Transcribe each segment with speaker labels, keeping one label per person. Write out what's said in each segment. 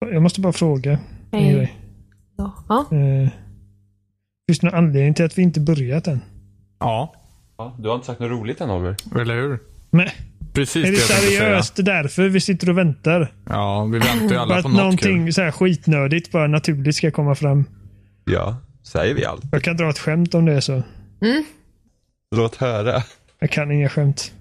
Speaker 1: bara, jag måste bara fråga en
Speaker 2: Eh,
Speaker 1: grej.
Speaker 2: Ja. Ja.
Speaker 1: Eh, finns det någon anledning till att vi inte börjat än?
Speaker 3: Ja,
Speaker 4: Ja, du har inte sagt något roligt än Oliver.
Speaker 3: eller hur?
Speaker 1: Nej.
Speaker 3: Precis
Speaker 1: Är det
Speaker 3: jag tänkte säga.
Speaker 1: seriöst därför vi sitter och väntar?
Speaker 3: Ja, vi väntar ju
Speaker 1: För
Speaker 3: alla
Speaker 1: att
Speaker 3: på något
Speaker 1: någonting
Speaker 3: kul.
Speaker 1: så här skitnödigt bara naturligt ska komma fram.
Speaker 4: Ja, säger vi allt.
Speaker 1: Jag kan dra ett skämt om det är så.
Speaker 4: Låt höra.
Speaker 1: Jag kan inga skämt.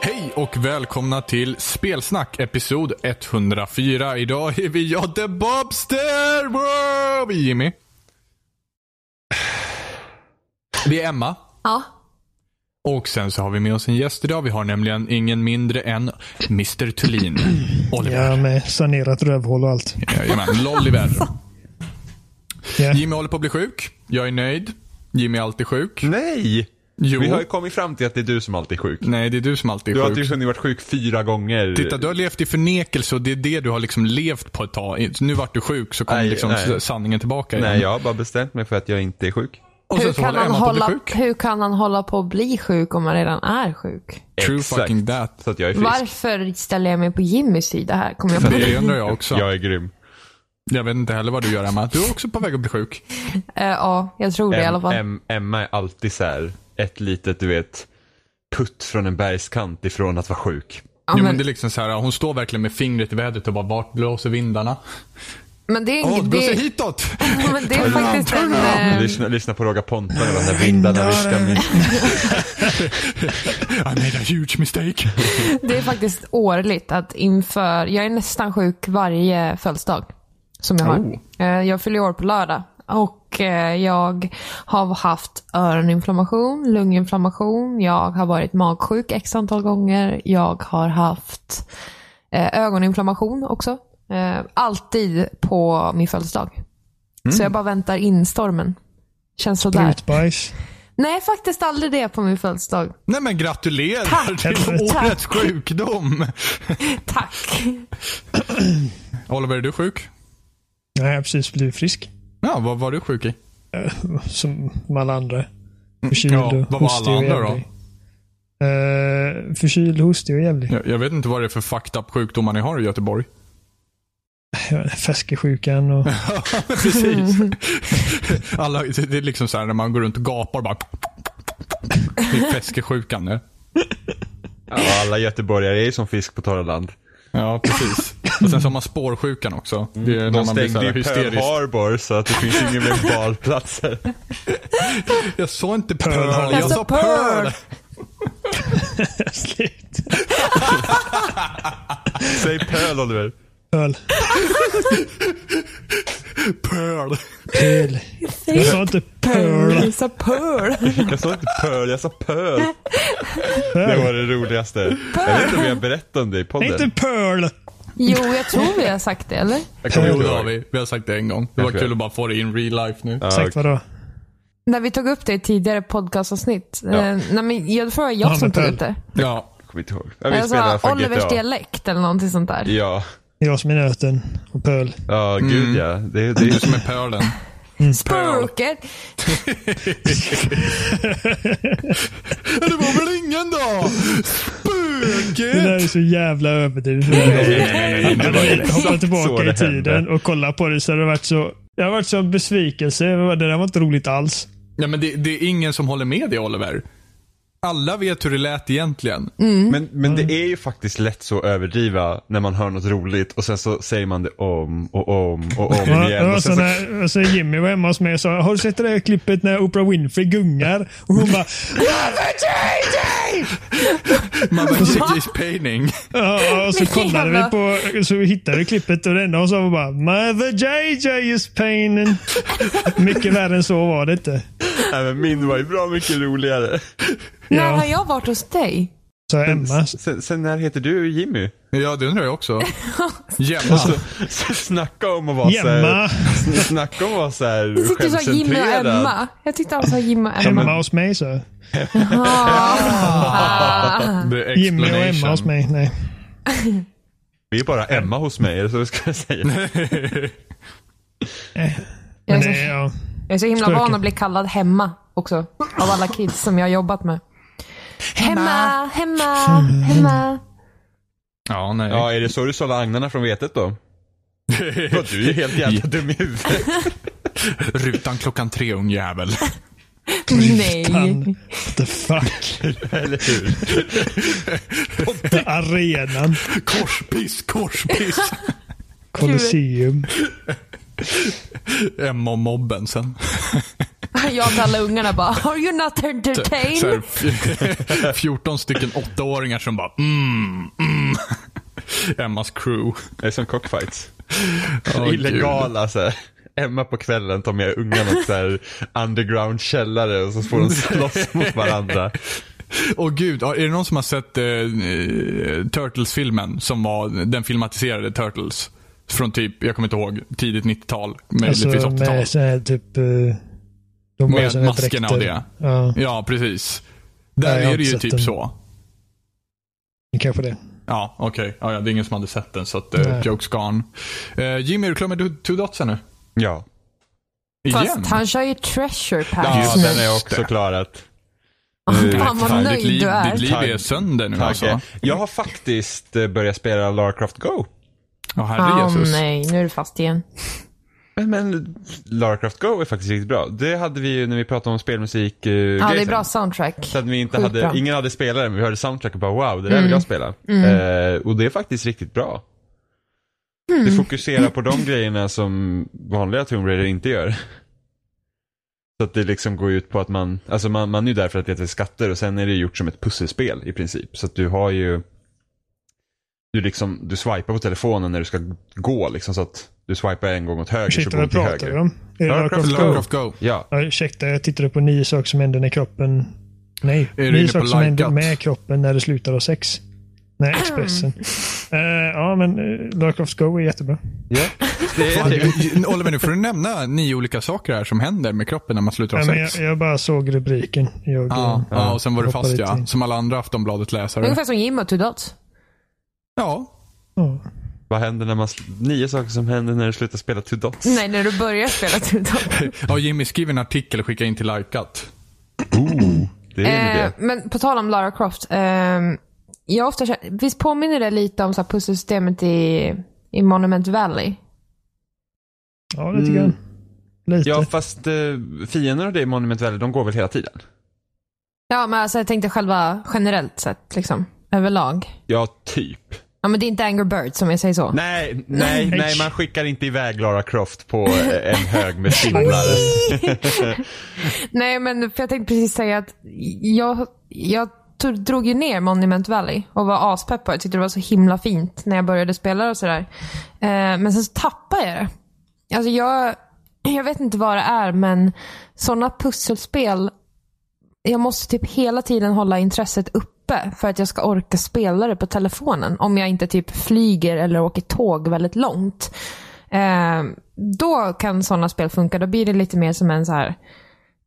Speaker 3: Hej och välkomna till Spelsnack, episod 104. Idag är vi jag, The Bobster! Wow! Vi är Jimmy. Det är Emma.
Speaker 2: ja.
Speaker 3: Och sen så har vi med oss en gäst idag. Vi har nämligen ingen mindre än Mr Thulin. Oliver.
Speaker 1: Ja, med sanerat rövhål och allt.
Speaker 3: Jajamän, Lolliver.
Speaker 1: Ja.
Speaker 3: Jimmy håller på att bli sjuk. Jag är nöjd. Jimmy är alltid sjuk.
Speaker 4: Nej!
Speaker 3: Jo.
Speaker 4: Vi har ju kommit fram till att det är du som alltid är sjuk.
Speaker 3: Nej, det är du som alltid
Speaker 4: Du
Speaker 3: är
Speaker 4: har
Speaker 3: sjuk.
Speaker 4: till exempel varit sjuk fyra gånger.
Speaker 3: Titta, du har levt i förnekelse och det är det du har liksom levt på ett tag. Nu vart du sjuk så kom
Speaker 4: Nej,
Speaker 3: liksom
Speaker 4: nej.
Speaker 3: sanningen tillbaka igen.
Speaker 4: Nej, jag har bara bestämt mig för att jag inte är sjuk.
Speaker 3: Och sen
Speaker 2: Hur
Speaker 3: så
Speaker 2: kan,
Speaker 3: håller
Speaker 2: han
Speaker 3: Emma på att bli
Speaker 2: hålla,
Speaker 3: sjuk.
Speaker 2: hur kan han hålla på att bli sjuk om han redan är sjuk?
Speaker 3: True
Speaker 4: Exakt.
Speaker 3: fucking that.
Speaker 4: Så att jag är frisk.
Speaker 2: Varför ställer jag mig på Jimmys sida här? Kommer jag på
Speaker 3: Det undrar jag också.
Speaker 4: Jag är grym.
Speaker 3: Jag vet inte heller vad du gör Emma. Du är också på väg att bli sjuk.
Speaker 2: Eh, Ja, jag tror det i alla
Speaker 4: Em,
Speaker 2: fall.
Speaker 4: em, Emma är alltid så här, ett litet, du vet, putt från en bergskant ifrån att vara sjuk.
Speaker 2: ja,
Speaker 3: jo,
Speaker 2: men,
Speaker 3: men det är liksom så här, hon står verkligen med fingret i vädret och bara, vart blåser vindarna?
Speaker 2: men det är
Speaker 3: Åh,
Speaker 2: inget...
Speaker 3: det blåser
Speaker 2: det,
Speaker 3: hitåt!
Speaker 2: men det är faktiskt en... eh,
Speaker 4: Lyssna, lyssna på Roger Pontare, de där vindarna viskar min...
Speaker 3: I made a huge mistake.
Speaker 2: Det är faktiskt årligt att inför, jag är nästan sjuk varje födelsedag som jag har. Eh, Jag fyller år på lördag och eh, jag har haft öroninflammation, lunginflammation, jag har varit magsjuk x antal gånger, jag har haft eh, ögoninflammation också. Eh, Alltid på min födelsedag. Så jag bara väntar in stormen. Känns sådär.
Speaker 1: Sprutbajs.
Speaker 2: Nej, faktiskt aldrig det på min födelsedag.
Speaker 3: Nej men gratulerar
Speaker 2: Tack.
Speaker 3: till
Speaker 1: Tack.
Speaker 3: årets sjukdom!
Speaker 2: Tack.
Speaker 3: Oliver, är du sjuk?
Speaker 1: Nej, jag har precis blivit frisk.
Speaker 3: Ja, vad var du sjuk i?
Speaker 1: Som som alla andra. Förkyld
Speaker 3: Mm. Ja,
Speaker 1: och
Speaker 3: vad var
Speaker 1: hostig
Speaker 3: alla
Speaker 1: och
Speaker 3: andra då?
Speaker 1: jävlig. Eh, förkyld, hostig och jävlig.
Speaker 3: Jag, jag vet inte vad det är för fucked up sjukdomar ni har i Göteborg.
Speaker 1: Fäskesjukan och...
Speaker 3: Precis. Alla, det det är liksom så här när man går runt och gapar bara. Det är fäskesjukan nu.
Speaker 4: Ja, alla göteborgare är ju som fisk på torra land.
Speaker 3: Ja, precis. Och sen så har man spårsjukan också. Det är när
Speaker 4: Mm. De
Speaker 3: man blir så
Speaker 4: stängde
Speaker 3: här
Speaker 4: ju Pearl
Speaker 3: hysterisk.
Speaker 4: Harbor så att det finns inga mer badplatser.
Speaker 3: Jag sa inte
Speaker 1: Pearl
Speaker 3: Pearl,
Speaker 1: Harbor.
Speaker 3: jag sa Pearl.
Speaker 1: Slut.
Speaker 4: Säg Pearl Oliver.
Speaker 1: Öl.
Speaker 3: Pearl.
Speaker 1: Öl. Jag sa inte pearl.
Speaker 2: Sa Pearl.
Speaker 4: Jag sa inte Pearl, jag sa Pearl. Det var det roligaste. Jag vet inte om jag berättade om det i
Speaker 1: Nej,
Speaker 4: podden.
Speaker 1: inte pearl.
Speaker 2: Jo, jag tror vi har sagt det, eller?
Speaker 4: Jag kommer
Speaker 3: Jo,
Speaker 4: inte
Speaker 3: det har
Speaker 4: ihåg.
Speaker 3: vi. Vi har sagt det en gång. Det var
Speaker 4: Kanske.
Speaker 3: kul att bara få det in real life nu.
Speaker 4: Ja,
Speaker 1: Exakt
Speaker 4: okej.
Speaker 1: vad då?
Speaker 2: När vi tog upp det i tidigare podcastavsnitt. Eh, nej, men jag tror det var
Speaker 1: Ja,
Speaker 2: jag som
Speaker 1: men
Speaker 2: tog
Speaker 1: Pearl.
Speaker 2: upp det.
Speaker 3: Ja.
Speaker 4: Jag kommer inte ihåg. Ja, vi
Speaker 2: Jag sa
Speaker 4: spelar för
Speaker 2: Alltså, Olivers
Speaker 4: GTA.
Speaker 2: dialekt eller någonting sånt där.
Speaker 4: Ja,
Speaker 1: Jag som är nöten och pearl.
Speaker 4: ja gud ja. Det, det är ju
Speaker 3: Du som är pearlen.
Speaker 4: Mm.
Speaker 2: Spurket!
Speaker 3: Det var väl ingen då?
Speaker 1: Det där är
Speaker 3: Spöket!
Speaker 1: så jävla överdrivet. Hoppa
Speaker 4: så
Speaker 1: tillbaka
Speaker 4: det
Speaker 1: i tiden
Speaker 4: hände.
Speaker 1: och kolla på det så har det varit så... Jag har varit så besvikelse. Jag bara, Det där var inte roligt alls.
Speaker 3: Ja, men det, det är ingen som håller med dig Oliver. Alla vet hur det lät egentligen.
Speaker 4: Men, men det är ju faktiskt lätt så att överdriva när man hör något roligt och sen så säger man det om och om och om
Speaker 1: Ja, det
Speaker 4: igen.
Speaker 1: var
Speaker 4: Och
Speaker 1: så
Speaker 4: sen så,
Speaker 1: när, alltså Jimmy var hemma hos mig och sa Har du sett det där klippet när Oprah Winfrey gungar? Och hon bara
Speaker 3: Man bara, JJ's painting.
Speaker 1: Ja, och så
Speaker 2: Men
Speaker 1: kollade vi
Speaker 2: jävlar.
Speaker 1: på, så hittade vi klippet och det enda hon sa var bara Mother JJ is painin. Mycket värre än så var det inte.
Speaker 4: nej, men min var ju bra mycket roligare.
Speaker 2: När har jag varit hos dig?
Speaker 1: Så Emma.
Speaker 4: Sen, sen när heter du Jimmy?
Speaker 3: Ja, det undrar jag också. Jämna.
Speaker 1: Alltså.
Speaker 4: Så, så snacka om att vara
Speaker 1: Jämma.
Speaker 4: såhär. Snacka om att vara
Speaker 2: Du
Speaker 4: såhär
Speaker 2: tyckte du sa Jimmy och
Speaker 4: självcentrerad.
Speaker 2: Emma. Jag tyckte han sa Jimmy och Emma.
Speaker 1: Hemma hos mig så.
Speaker 3: The
Speaker 1: Jimmy och Emma hos
Speaker 3: explanation.
Speaker 1: mig. Nej.
Speaker 4: Vi är bara Emma hos mig, är det så vi ska säga?
Speaker 2: Jag är,
Speaker 1: Eh, Men
Speaker 2: så,
Speaker 1: det, ja.
Speaker 2: jag är så himla
Speaker 1: Spöke.
Speaker 2: van att bli kallad hemma också. Av alla kids som jag har jobbat med. Hemma, hemma, hemma.
Speaker 3: Ja, nej.
Speaker 4: Ja, är det så du sållar agnarna från vetet då? Ja, du är ju helt jävla dum i huvudet.
Speaker 3: Rutan klockan tre, ungjävel.
Speaker 1: Han,
Speaker 2: Nej.
Speaker 1: what the fuck.
Speaker 4: Eller hur?
Speaker 1: Arenan.
Speaker 3: Korspiss, korspiss.
Speaker 1: Colosseum.
Speaker 3: Emma och mobben sen.
Speaker 2: Jag till alla ungarna bara, are you not
Speaker 3: Så här,
Speaker 2: entertained?
Speaker 3: f- 14 stycken åttaåringar som bara mm, mm. Emmas crew.
Speaker 4: Det är som cockfights.
Speaker 3: Åh,
Speaker 4: Illegala så här. Emma på kvällen tar med ungarna till så här underground källare och så får de slåss mot varandra.
Speaker 3: gud. Åh gud, Ja, är det någon som har sett eh, eh, Turtles-filmen? Som var den filmatiserade Turtles. Från typ, jag kommer inte ihåg, tidigt 90-tal. Möjligtvis
Speaker 1: Alltså
Speaker 3: 80-tal.
Speaker 1: med sån här typ... eh, De har
Speaker 3: Med
Speaker 1: såna här
Speaker 3: maskerna och
Speaker 1: dräkter.
Speaker 3: det.
Speaker 1: Ja,
Speaker 3: Ja, precis. Där
Speaker 1: Nej, jag har
Speaker 3: är det
Speaker 1: inte
Speaker 3: ju
Speaker 1: sett
Speaker 3: typ
Speaker 1: den.
Speaker 3: så.
Speaker 1: kanske det.
Speaker 3: Ja, okej. Ja, ja, det är ingen som hade sett den, så att, eh,
Speaker 1: Nej.
Speaker 3: jokes gone. Eh, Jimmy, är du klar med do- two dots här nu?
Speaker 4: Ja.
Speaker 3: Igen?
Speaker 2: Fast han kör ju treasure
Speaker 4: Ja,
Speaker 2: packs
Speaker 4: den har
Speaker 2: nu.
Speaker 4: jag också klarat.
Speaker 2: Fan vad
Speaker 3: Eh, Fan, ditt,
Speaker 2: nöjd
Speaker 3: liv,
Speaker 2: du
Speaker 3: ditt
Speaker 2: är.
Speaker 3: liv är sönder nu
Speaker 4: Eh, Tack.
Speaker 3: alltså.
Speaker 4: Jag har faktiskt eh, börjat spela Lara Croft Go.
Speaker 3: Ja, herre
Speaker 2: Åh
Speaker 3: Jesus.
Speaker 2: nej, nu är du fast igen.
Speaker 4: Men, men Lara Croft Go är faktiskt riktigt bra. Det hade vi ju när vi pratade om spelmusik. eh,
Speaker 2: Ja, det är
Speaker 4: grejsen.
Speaker 2: bra soundtrack.
Speaker 4: Så att vi inte
Speaker 2: Sjukt
Speaker 4: hade,
Speaker 2: bra.
Speaker 4: ingen hade spelare, men vi hörde soundtrack och bara wow, det där
Speaker 1: Mm.
Speaker 4: vill jag spela. Eh, och det är faktiskt riktigt bra.
Speaker 1: Mm.
Speaker 4: Det fokuserar på de grejerna som vanliga Tomb Raider inte gör. Så att det liksom går ut på att man, alltså man, man är ju där för att leta skatter och sen är det gjort som ett pusselspel i princip. Så att du har ju, du liksom, du swipar på telefonen när du ska gå liksom så att du swipar en gång åt höger så
Speaker 1: Ursäkta,
Speaker 4: går du
Speaker 1: vad
Speaker 4: till
Speaker 1: pratar vi
Speaker 4: höger.
Speaker 1: om? Är det Lara Croft
Speaker 3: Lara
Speaker 1: Go?
Speaker 3: Croft Go.
Speaker 4: Ja,
Speaker 1: Ja, ursäkta, jag tittade på nio saker som händer när kroppen... Nej,
Speaker 3: du inne
Speaker 1: nio
Speaker 3: på
Speaker 1: saker som händer
Speaker 3: likat?
Speaker 1: med kroppen när det slutar ha sex. Nej, Expressen. Eh, ja, men uh, Lara Croft Go är jättebra.
Speaker 4: ja. Det är
Speaker 3: Fan,
Speaker 4: det.
Speaker 3: du- Oliver, nu får du nämna nio olika saker här som händer med kroppen när man slutar ha
Speaker 1: Ja, men jag,
Speaker 3: sex.
Speaker 1: jag bara såg rubriken. Jag,
Speaker 3: Ja,
Speaker 1: eh,
Speaker 3: ja, och sen var du
Speaker 1: hoppade
Speaker 3: fast
Speaker 1: lite
Speaker 3: ja.
Speaker 1: in.
Speaker 3: Som alla andra Aftonbladet-läsare.
Speaker 2: Ungefär som Jim och Two Dots.
Speaker 3: Ja.
Speaker 1: ja.
Speaker 4: Vad händer när man, sl- nio saker som händer när du slutar spela Two Dots.
Speaker 2: Nej, när du börjar spela Two Dots.
Speaker 3: ja, Jimmy skriver en artikel och skickar in till Likeat.
Speaker 4: Ooh, det är
Speaker 2: Eh,
Speaker 4: en idé.
Speaker 2: men på tal om Lara Croft. ehm, jag ofta känner, visst påminner det lite om så här pusselsystemet i, i Monument Valley?
Speaker 1: ja,
Speaker 3: Mm.
Speaker 1: lite grann. Lite.
Speaker 4: Ja, fast eh, fiender och det i Monument Valley, de går väl hela tiden?
Speaker 2: Ja, men alltså, jag tänkte själva generellt sett, liksom. Överlag.
Speaker 4: Ja, typ.
Speaker 2: Ja, men det är inte Angry Birds om jag säger så.
Speaker 4: Nej, nej, nej, man skickar inte iväg Lara Croft på eh, en hög med singlar.
Speaker 2: Nej, men för jag tänkte precis säga att jag, jag tog, drog ju ner Monument Valley och var aspepp på det. Jag tyckte det var så himla fint när jag började spela och sådär. Eh, men sen så tappade jag det. Alltså jag, jag vet inte vad det är, men sådana pusselspel, jag måste typ hela tiden hålla intresset uppe för att jag ska orka spela det på telefonen. Om jag inte typ flyger eller åker tåg väldigt långt. Eh, då kan sådana spel funka. Då blir det lite mer som en så här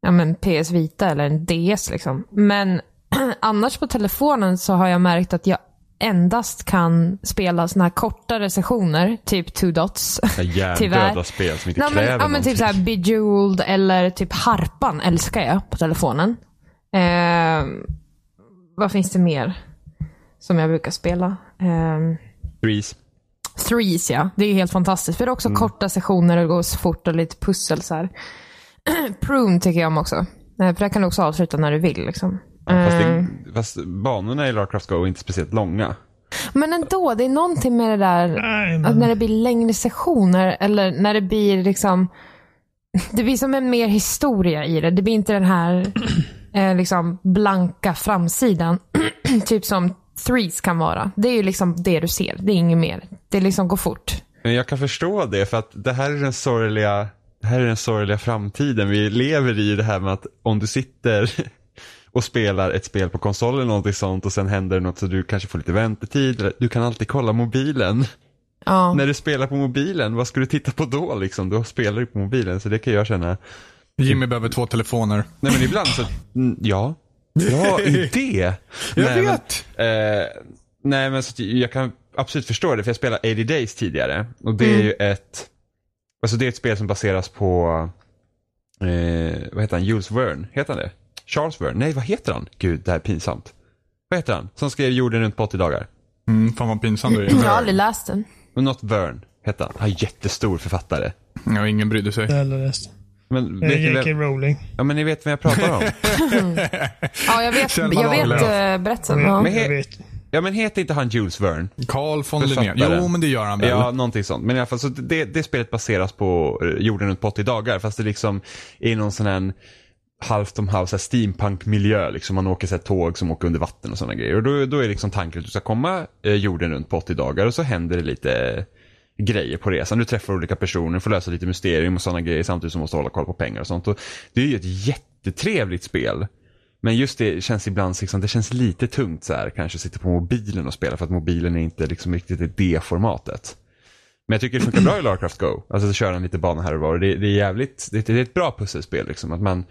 Speaker 2: ja, men PS Vita eller en DS. Liksom. Men annars på telefonen så har jag märkt att jag endast kan spela såna här kortare sessioner, typ two dots.
Speaker 4: Hjärndöda spel som inte
Speaker 2: Nej, men,
Speaker 4: kräver
Speaker 2: ja, men
Speaker 4: någonting.
Speaker 2: typ så här Bejeweled eller typ Harpan älskar jag på telefonen. Eh, vad finns det mer som jag brukar spela? Eh,
Speaker 4: Threes.
Speaker 2: Threes ja, det är ju helt fantastiskt. För det är
Speaker 4: Mm.
Speaker 2: också korta sessioner och det går så fort och lite pussel så här. Prune tycker jag om också. Eh, För där kan du också avsluta när du vill. Liksom.
Speaker 4: Ja, fast, det,
Speaker 2: Mm.
Speaker 4: fast banorna i Lara Croft Go är inte speciellt långa.
Speaker 2: Men ändå, det är någonting med det där
Speaker 1: Nej,
Speaker 2: att
Speaker 1: men,
Speaker 2: när det blir längre sessioner eller när det blir liksom det blir som en mer historia i det. Det blir inte den här eh, liksom blanka framsidan. typ som threes kan vara. Det är ju liksom det du ser. Det är inget mer. Det liksom går fort.
Speaker 4: Men jag kan förstå det för att det här är den sorgliga, det här är den sorgliga framtiden vi lever i. Det här med att om du sitter och spelar ett spel på konsol eller någonting sånt och sen händer det något så du kanske får lite väntetid. eller Du kan alltid kolla mobilen.
Speaker 2: Ja.
Speaker 4: När du spelar på mobilen, vad ska du titta på då liksom? Då spelar du på mobilen så det kan jag känna.
Speaker 3: Jimmy behöver två telefoner.
Speaker 4: Nej men ibland så, mm, ja. Bra idé.
Speaker 3: Jag
Speaker 4: nej,
Speaker 3: vet.
Speaker 4: Men, eh, nej men så, att jag kan absolut förstå det för jag spelade 80 Days tidigare. Och det
Speaker 3: Mm.
Speaker 4: är ju ett, alltså det är ett spel som baseras på, eh, vad heter han, Jules Verne, heter han det? Charles Verne, nej vad heter han? Gud det här är pinsamt. Vad heter han? Som skrev jorden runt på 80 dagar.
Speaker 3: Mm, fan vad pinsam du
Speaker 2: Jag har
Speaker 3: är.
Speaker 2: aldrig läst den.
Speaker 4: Men något Verne hette han. Han är jättestor författare.
Speaker 3: Ja, ingen brydde sig.
Speaker 1: Eller resten.
Speaker 4: Men
Speaker 3: Mm,
Speaker 1: Eh,
Speaker 4: vet ni
Speaker 1: J.K.
Speaker 4: vem,
Speaker 1: Rowling.
Speaker 4: ja men ni vet vem jag pratar om?
Speaker 2: Ja, jag vet,
Speaker 3: Selma
Speaker 2: jag vet
Speaker 3: Lagerlöf.
Speaker 2: eh, berättelsen. Ja.
Speaker 4: Men he-
Speaker 1: Jag vet.
Speaker 4: Ja men heter inte han Jules Verne?
Speaker 3: Carl von Linné.
Speaker 4: Författaren.
Speaker 3: Jo, men det gör han väl?
Speaker 4: Ja, någonting sånt. Men i alla fall, så det, det spelet baseras på eh, jorden runt på 80 dagar. Fast det liksom är någon sån här halvt om halvt så här steampunk-miljö. Liksom. Man åker så här tåg som åker under vatten och sådana grejer. Och då, då är liksom tanken att du ska komma eh, jorden runt på 80 dagar och så händer det lite grejer på resan. Du träffar olika personer, får lösa lite mysterium och sådana grejer samtidigt som du måste hålla koll på pengar och sånt. Och det är ju ett jättetrevligt spel. Men just det känns ibland liksom, det känns lite tungt så här kanske sitta på mobilen och spela för att mobilen är inte liksom riktigt i det formatet. Men jag tycker det funkar bra i Larcraft Go. Alltså så kör den lite bana här och var. Det, det är jävligt, det, det är ett bra pusselspel liksom. Att man,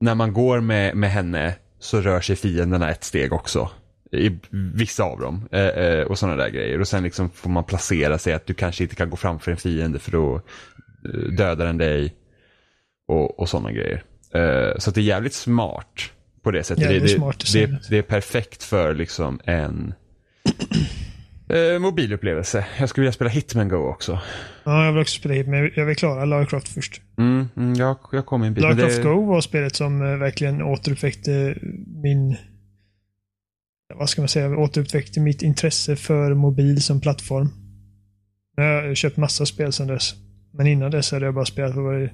Speaker 4: när man går med, med henne så rör sig fienderna ett steg också. I vissa av dem. Eh, eh, och sådana där grejer. Och sen liksom får man placera sig att du kanske inte kan gå framför en fiende för då eh, dödar den dig. Och, och sådana grejer. Eh, så att det är jävligt smart på det sättet. Det,
Speaker 1: Jävligt
Speaker 4: det,
Speaker 1: smart
Speaker 4: det,
Speaker 1: design.
Speaker 4: det, är perfekt för liksom en eh, mobilupplevelse. Jag skulle vilja spela Hitman Go också.
Speaker 1: Ja, jag vill också spela hit, men jag vill klara Lara Croft först.
Speaker 4: Mm, mm, jag, jag kom en bit.
Speaker 1: Lara
Speaker 4: men det-
Speaker 1: Croft Go var spelet som eh, verkligen återuppväckte eh, min... Vad ska man säga? Återuppväckte mitt intresse för mobil som plattform. Jag har köpt massa spel sedan dess. Men innan dess hade jag bara spelat på vad det...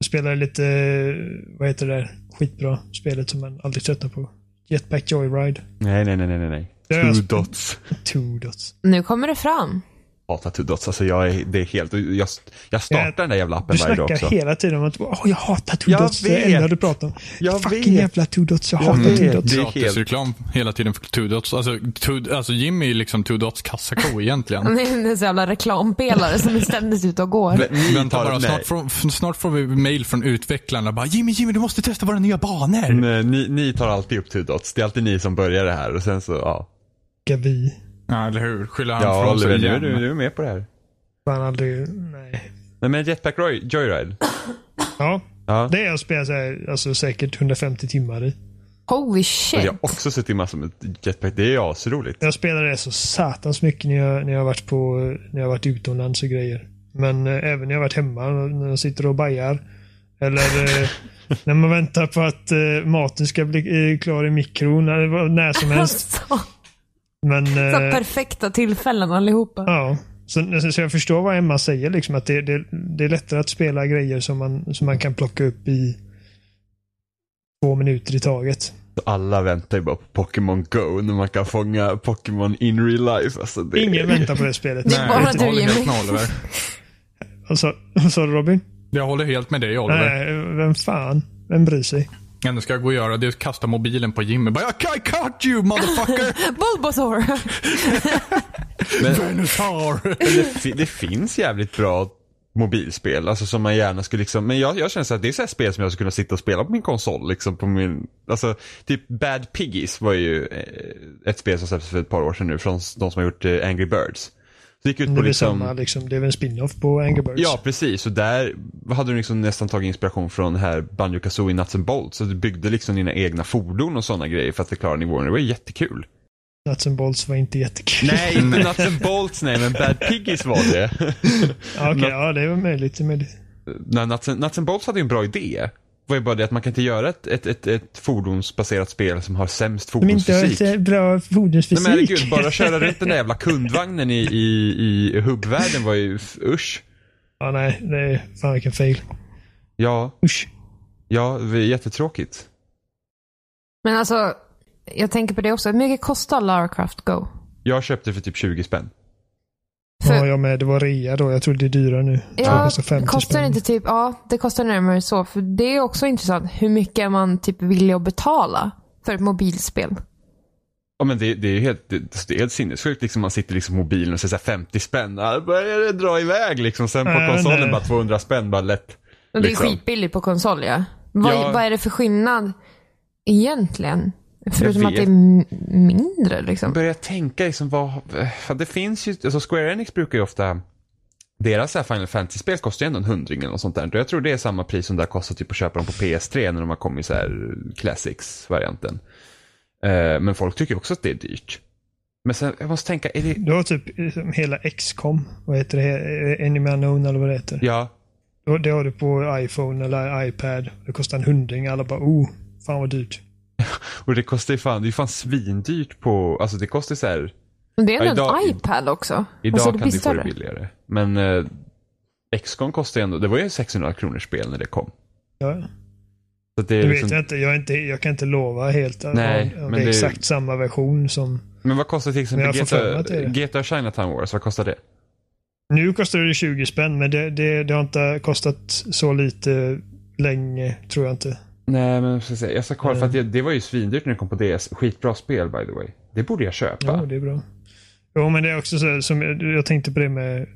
Speaker 1: Jag spelade lite, eh, vad heter det där, skitbra spelet som man aldrig tröttnar på. Jetpack Joyride.
Speaker 4: Nej, nej, nej, nej, nej, nej.
Speaker 1: Det alltså- har jag
Speaker 4: Two dots.
Speaker 1: Two dots.
Speaker 2: Nu kommer det fram.
Speaker 4: Hatar two dots. Alltså jag är, det är helt, jag, jag startar
Speaker 1: Jag-
Speaker 4: den där jävla appen
Speaker 1: Du
Speaker 4: varje dag
Speaker 1: snackar
Speaker 4: också.
Speaker 1: hela tiden om att åh, jag hatar two
Speaker 4: Jag
Speaker 1: dots. Det är det
Speaker 4: vet.
Speaker 1: enda du pratar om.
Speaker 4: Jag
Speaker 1: Fucking
Speaker 4: vet.
Speaker 1: jävla two dots. Jag,
Speaker 4: Jag
Speaker 1: hatar two
Speaker 4: vet.
Speaker 1: dots.
Speaker 4: Det är helt-
Speaker 3: Gratisreklam hela tiden för Two Dots. Alltså, two, alltså Jimmy är liksom Two Dots kassako egentligen.
Speaker 2: Det är en sån jävla reklampelare som är ständigt ute och går.
Speaker 4: Mm. Ni
Speaker 3: Vänta
Speaker 4: tar-
Speaker 3: bara,
Speaker 4: nej.
Speaker 3: snart får, f- snart får vi mail från utvecklarna. Bara, Jimmy, Jimmy, du måste testa våra nya banor.
Speaker 4: Nej, eh, Ni, ni tar alltid upp two dots. Det är alltid ni som börjar det här och sen så, ja.
Speaker 1: Vi.
Speaker 3: Ja, eller hur? Skyller han
Speaker 4: Ja,
Speaker 3: från sig
Speaker 4: Oliver, du,
Speaker 3: igen.
Speaker 4: du, du är med på det här.
Speaker 1: Fan aldrig, nej.
Speaker 4: Nej, men Jetpack Roy, Joyride.
Speaker 1: Ja,
Speaker 4: Ja.
Speaker 1: det är jag spelar så här, alltså säkert 150 timmar i.
Speaker 2: Holy
Speaker 4: Och
Speaker 2: shit.
Speaker 4: Jag har också suttit i massor med jetpack. Det är ju asroligt.
Speaker 1: Jag spelar det så satans mycket när jag, när jag har varit på, när jag har varit utomlands och grejer. Men eh, även när jag har varit hemma, när jag sitter och bajar. Eller eh, när man väntar på att eh, maten ska bli eh, klar i mikron, eller vad- när som helst.
Speaker 2: Så,
Speaker 1: Men,
Speaker 2: Alltså, så
Speaker 1: eh,
Speaker 2: perfekta tillfällen allihopa.
Speaker 1: ja. Så, så jag förstår vad Emma säger, liksom, att det, det, det är lättare att spela grejer som man, som man kan plocka upp i två minuter i taget.
Speaker 4: Alla väntar ju bara på Pokémon Go när man kan fånga Pokémon in real life. Alltså, det
Speaker 1: Ingen
Speaker 4: är...
Speaker 1: väntar på det spelet.
Speaker 2: Det är bara
Speaker 3: Nej,
Speaker 2: du,
Speaker 3: jag håller helt
Speaker 2: Jimmy.
Speaker 3: med Oliver.
Speaker 1: Vad sa- vad sa du Robin?
Speaker 3: Jag håller helt med dig Oliver.
Speaker 1: Nej, vem fan? Vem bryr sig?
Speaker 3: Ändå ska jag gå och göra det är att kasta mobilen på Jimmy. Bara, "I- I caught you motherfucker!
Speaker 2: Bulbasaur!
Speaker 3: Dinosaur!
Speaker 4: Men det, fi- det finns jävligt bra mobilspel, alltså som man gärna skulle liksom, men jag, jag känner så att det är så här spel som jag skulle kunna sitta och spela på min konsol liksom på min, alltså typ Bad Piggies var ju eh, ett spel som släpptes för ett par år sedan nu från s- de som har gjort eh, Angry Birds. Det gick ut
Speaker 1: Det är
Speaker 4: på
Speaker 1: väl
Speaker 4: liksom,
Speaker 1: samma, liksom, det är väl en spin-off på Angry Birds.
Speaker 4: Ja, precis. Och där hade du liksom nästan tagit inspiration från det här Banjo Kazooie Nuts and Bolts. Så du byggde liksom dina egna fordon och sådana grejer för att förklara nivåerna. Det var jättekul.
Speaker 1: Nuts and Bolts var inte jättekul.
Speaker 4: Nej, inte Nuts and Bolts, nej, men Bad Piggies var det.
Speaker 1: Ja, Okej, ja det var möjligt. det är möjligt.
Speaker 4: nej, Nuts, and, Nuts and Bolts hade ju en bra idé. Det var ju bara det att man kan inte göra ett, ett, ett, ett fordonsbaserat spel som har sämst
Speaker 1: De inte eh, har
Speaker 4: fordonsfysik.
Speaker 1: så bra
Speaker 4: Nej
Speaker 1: fordonsfysik.
Speaker 4: men herregud, bara köra runt den där jävla kundvagnen i, i, i hubbvärlden var ju, usch.
Speaker 1: ja, nej, det är fan vilken fail.
Speaker 4: Ja,
Speaker 1: Usch.
Speaker 4: ja, det är jättetråkigt.
Speaker 2: Men alltså, jag tänker på det också. Hur mycket kostar Lara Croft Go?
Speaker 4: Jag köpte för typ 20 spänn.
Speaker 2: För-
Speaker 1: Ja, jag med. Det var rea då. Jag tror det är dyrare nu. det
Speaker 2: Ja,
Speaker 1: kostar 50
Speaker 2: kostar
Speaker 1: spänn.
Speaker 2: inte typ, ja, det kostar närmare så. För det är också intressant hur mycket är man typ villig att betala för ett mobilspel.
Speaker 4: Ja men det, det är ju helt, det, det är helt sinnessjukt liksom. Man sitter liksom på mobilen och säger så här 50 spänn. Ja, börjar det dra iväg liksom. Sen på
Speaker 1: Äh,
Speaker 4: konsolen
Speaker 1: nej.
Speaker 4: bara 200 spänn bara lätt.
Speaker 2: Och det är
Speaker 4: Liksom.
Speaker 2: skitbilligt på konsol ja. Vad,
Speaker 4: Ja.
Speaker 2: vad är det för skillnad egentligen? Förutom
Speaker 4: Jag
Speaker 2: att det är
Speaker 4: vet.
Speaker 2: m- mindre liksom.
Speaker 4: börjar tänka liksom vad, för det finns ju, alltså Square Enix brukar ju ofta, deras så här Final Fantasy-spel kostar ju ändå en hundring eller något sånt där. Och jag tror det är samma pris som det har kostat typ att köpa dem på PS3 när de har kommit så här Classics-varianten. Eh, men folk tycker också att det är dyrt. Men sen, jag måste tänka, är det,
Speaker 1: Det var typ eh, som hela XCOM. Vad heter det? Eh, Enemy Unknown eller vad det heter.
Speaker 4: ja,
Speaker 1: Och Det har du på iPhone eller iPad. Det kostar en hundring. Alla bara oh, fan vad dyrt.
Speaker 4: och det kostar ju fan, det är ju fan svindyrt på, alltså det kostar så här,
Speaker 2: Men det är ändå
Speaker 4: Ja,
Speaker 2: en
Speaker 4: idag-
Speaker 2: iPad också.
Speaker 4: idag
Speaker 2: Alltså,
Speaker 4: kan
Speaker 2: blir
Speaker 4: du få
Speaker 2: större.
Speaker 4: det billigare. Men eh, X-Con kostar ju ändå, det var ju 600 kronors spel när det kom.
Speaker 1: Ja.
Speaker 4: Så att det är
Speaker 1: Det
Speaker 4: liksom,
Speaker 1: vet jag inte. Jag, är inte. jag kan inte lova helt att
Speaker 4: Nej,
Speaker 1: om, om
Speaker 4: men
Speaker 1: det är
Speaker 4: det-
Speaker 1: exakt samma version som...
Speaker 4: Men vad kostar till
Speaker 1: Men
Speaker 4: exempel
Speaker 1: jag får för mig
Speaker 4: GTA,
Speaker 1: att det är det.
Speaker 4: GTA Chinatown Wars? Vad kostar det?
Speaker 1: Nu kostar det 20 spänn men det, det, det har inte kostat så lite länge tror jag inte.
Speaker 4: Nej, men jag ska, säga, jag ska kolla för
Speaker 1: Eh.
Speaker 4: att det, det var ju svindyrt när det kom på DS. Skitbra spel by the way. Det borde jag
Speaker 1: Jo,
Speaker 4: köpa.
Speaker 1: det är bra. Jo, men det är också så här, som jag, jag tänkte på det med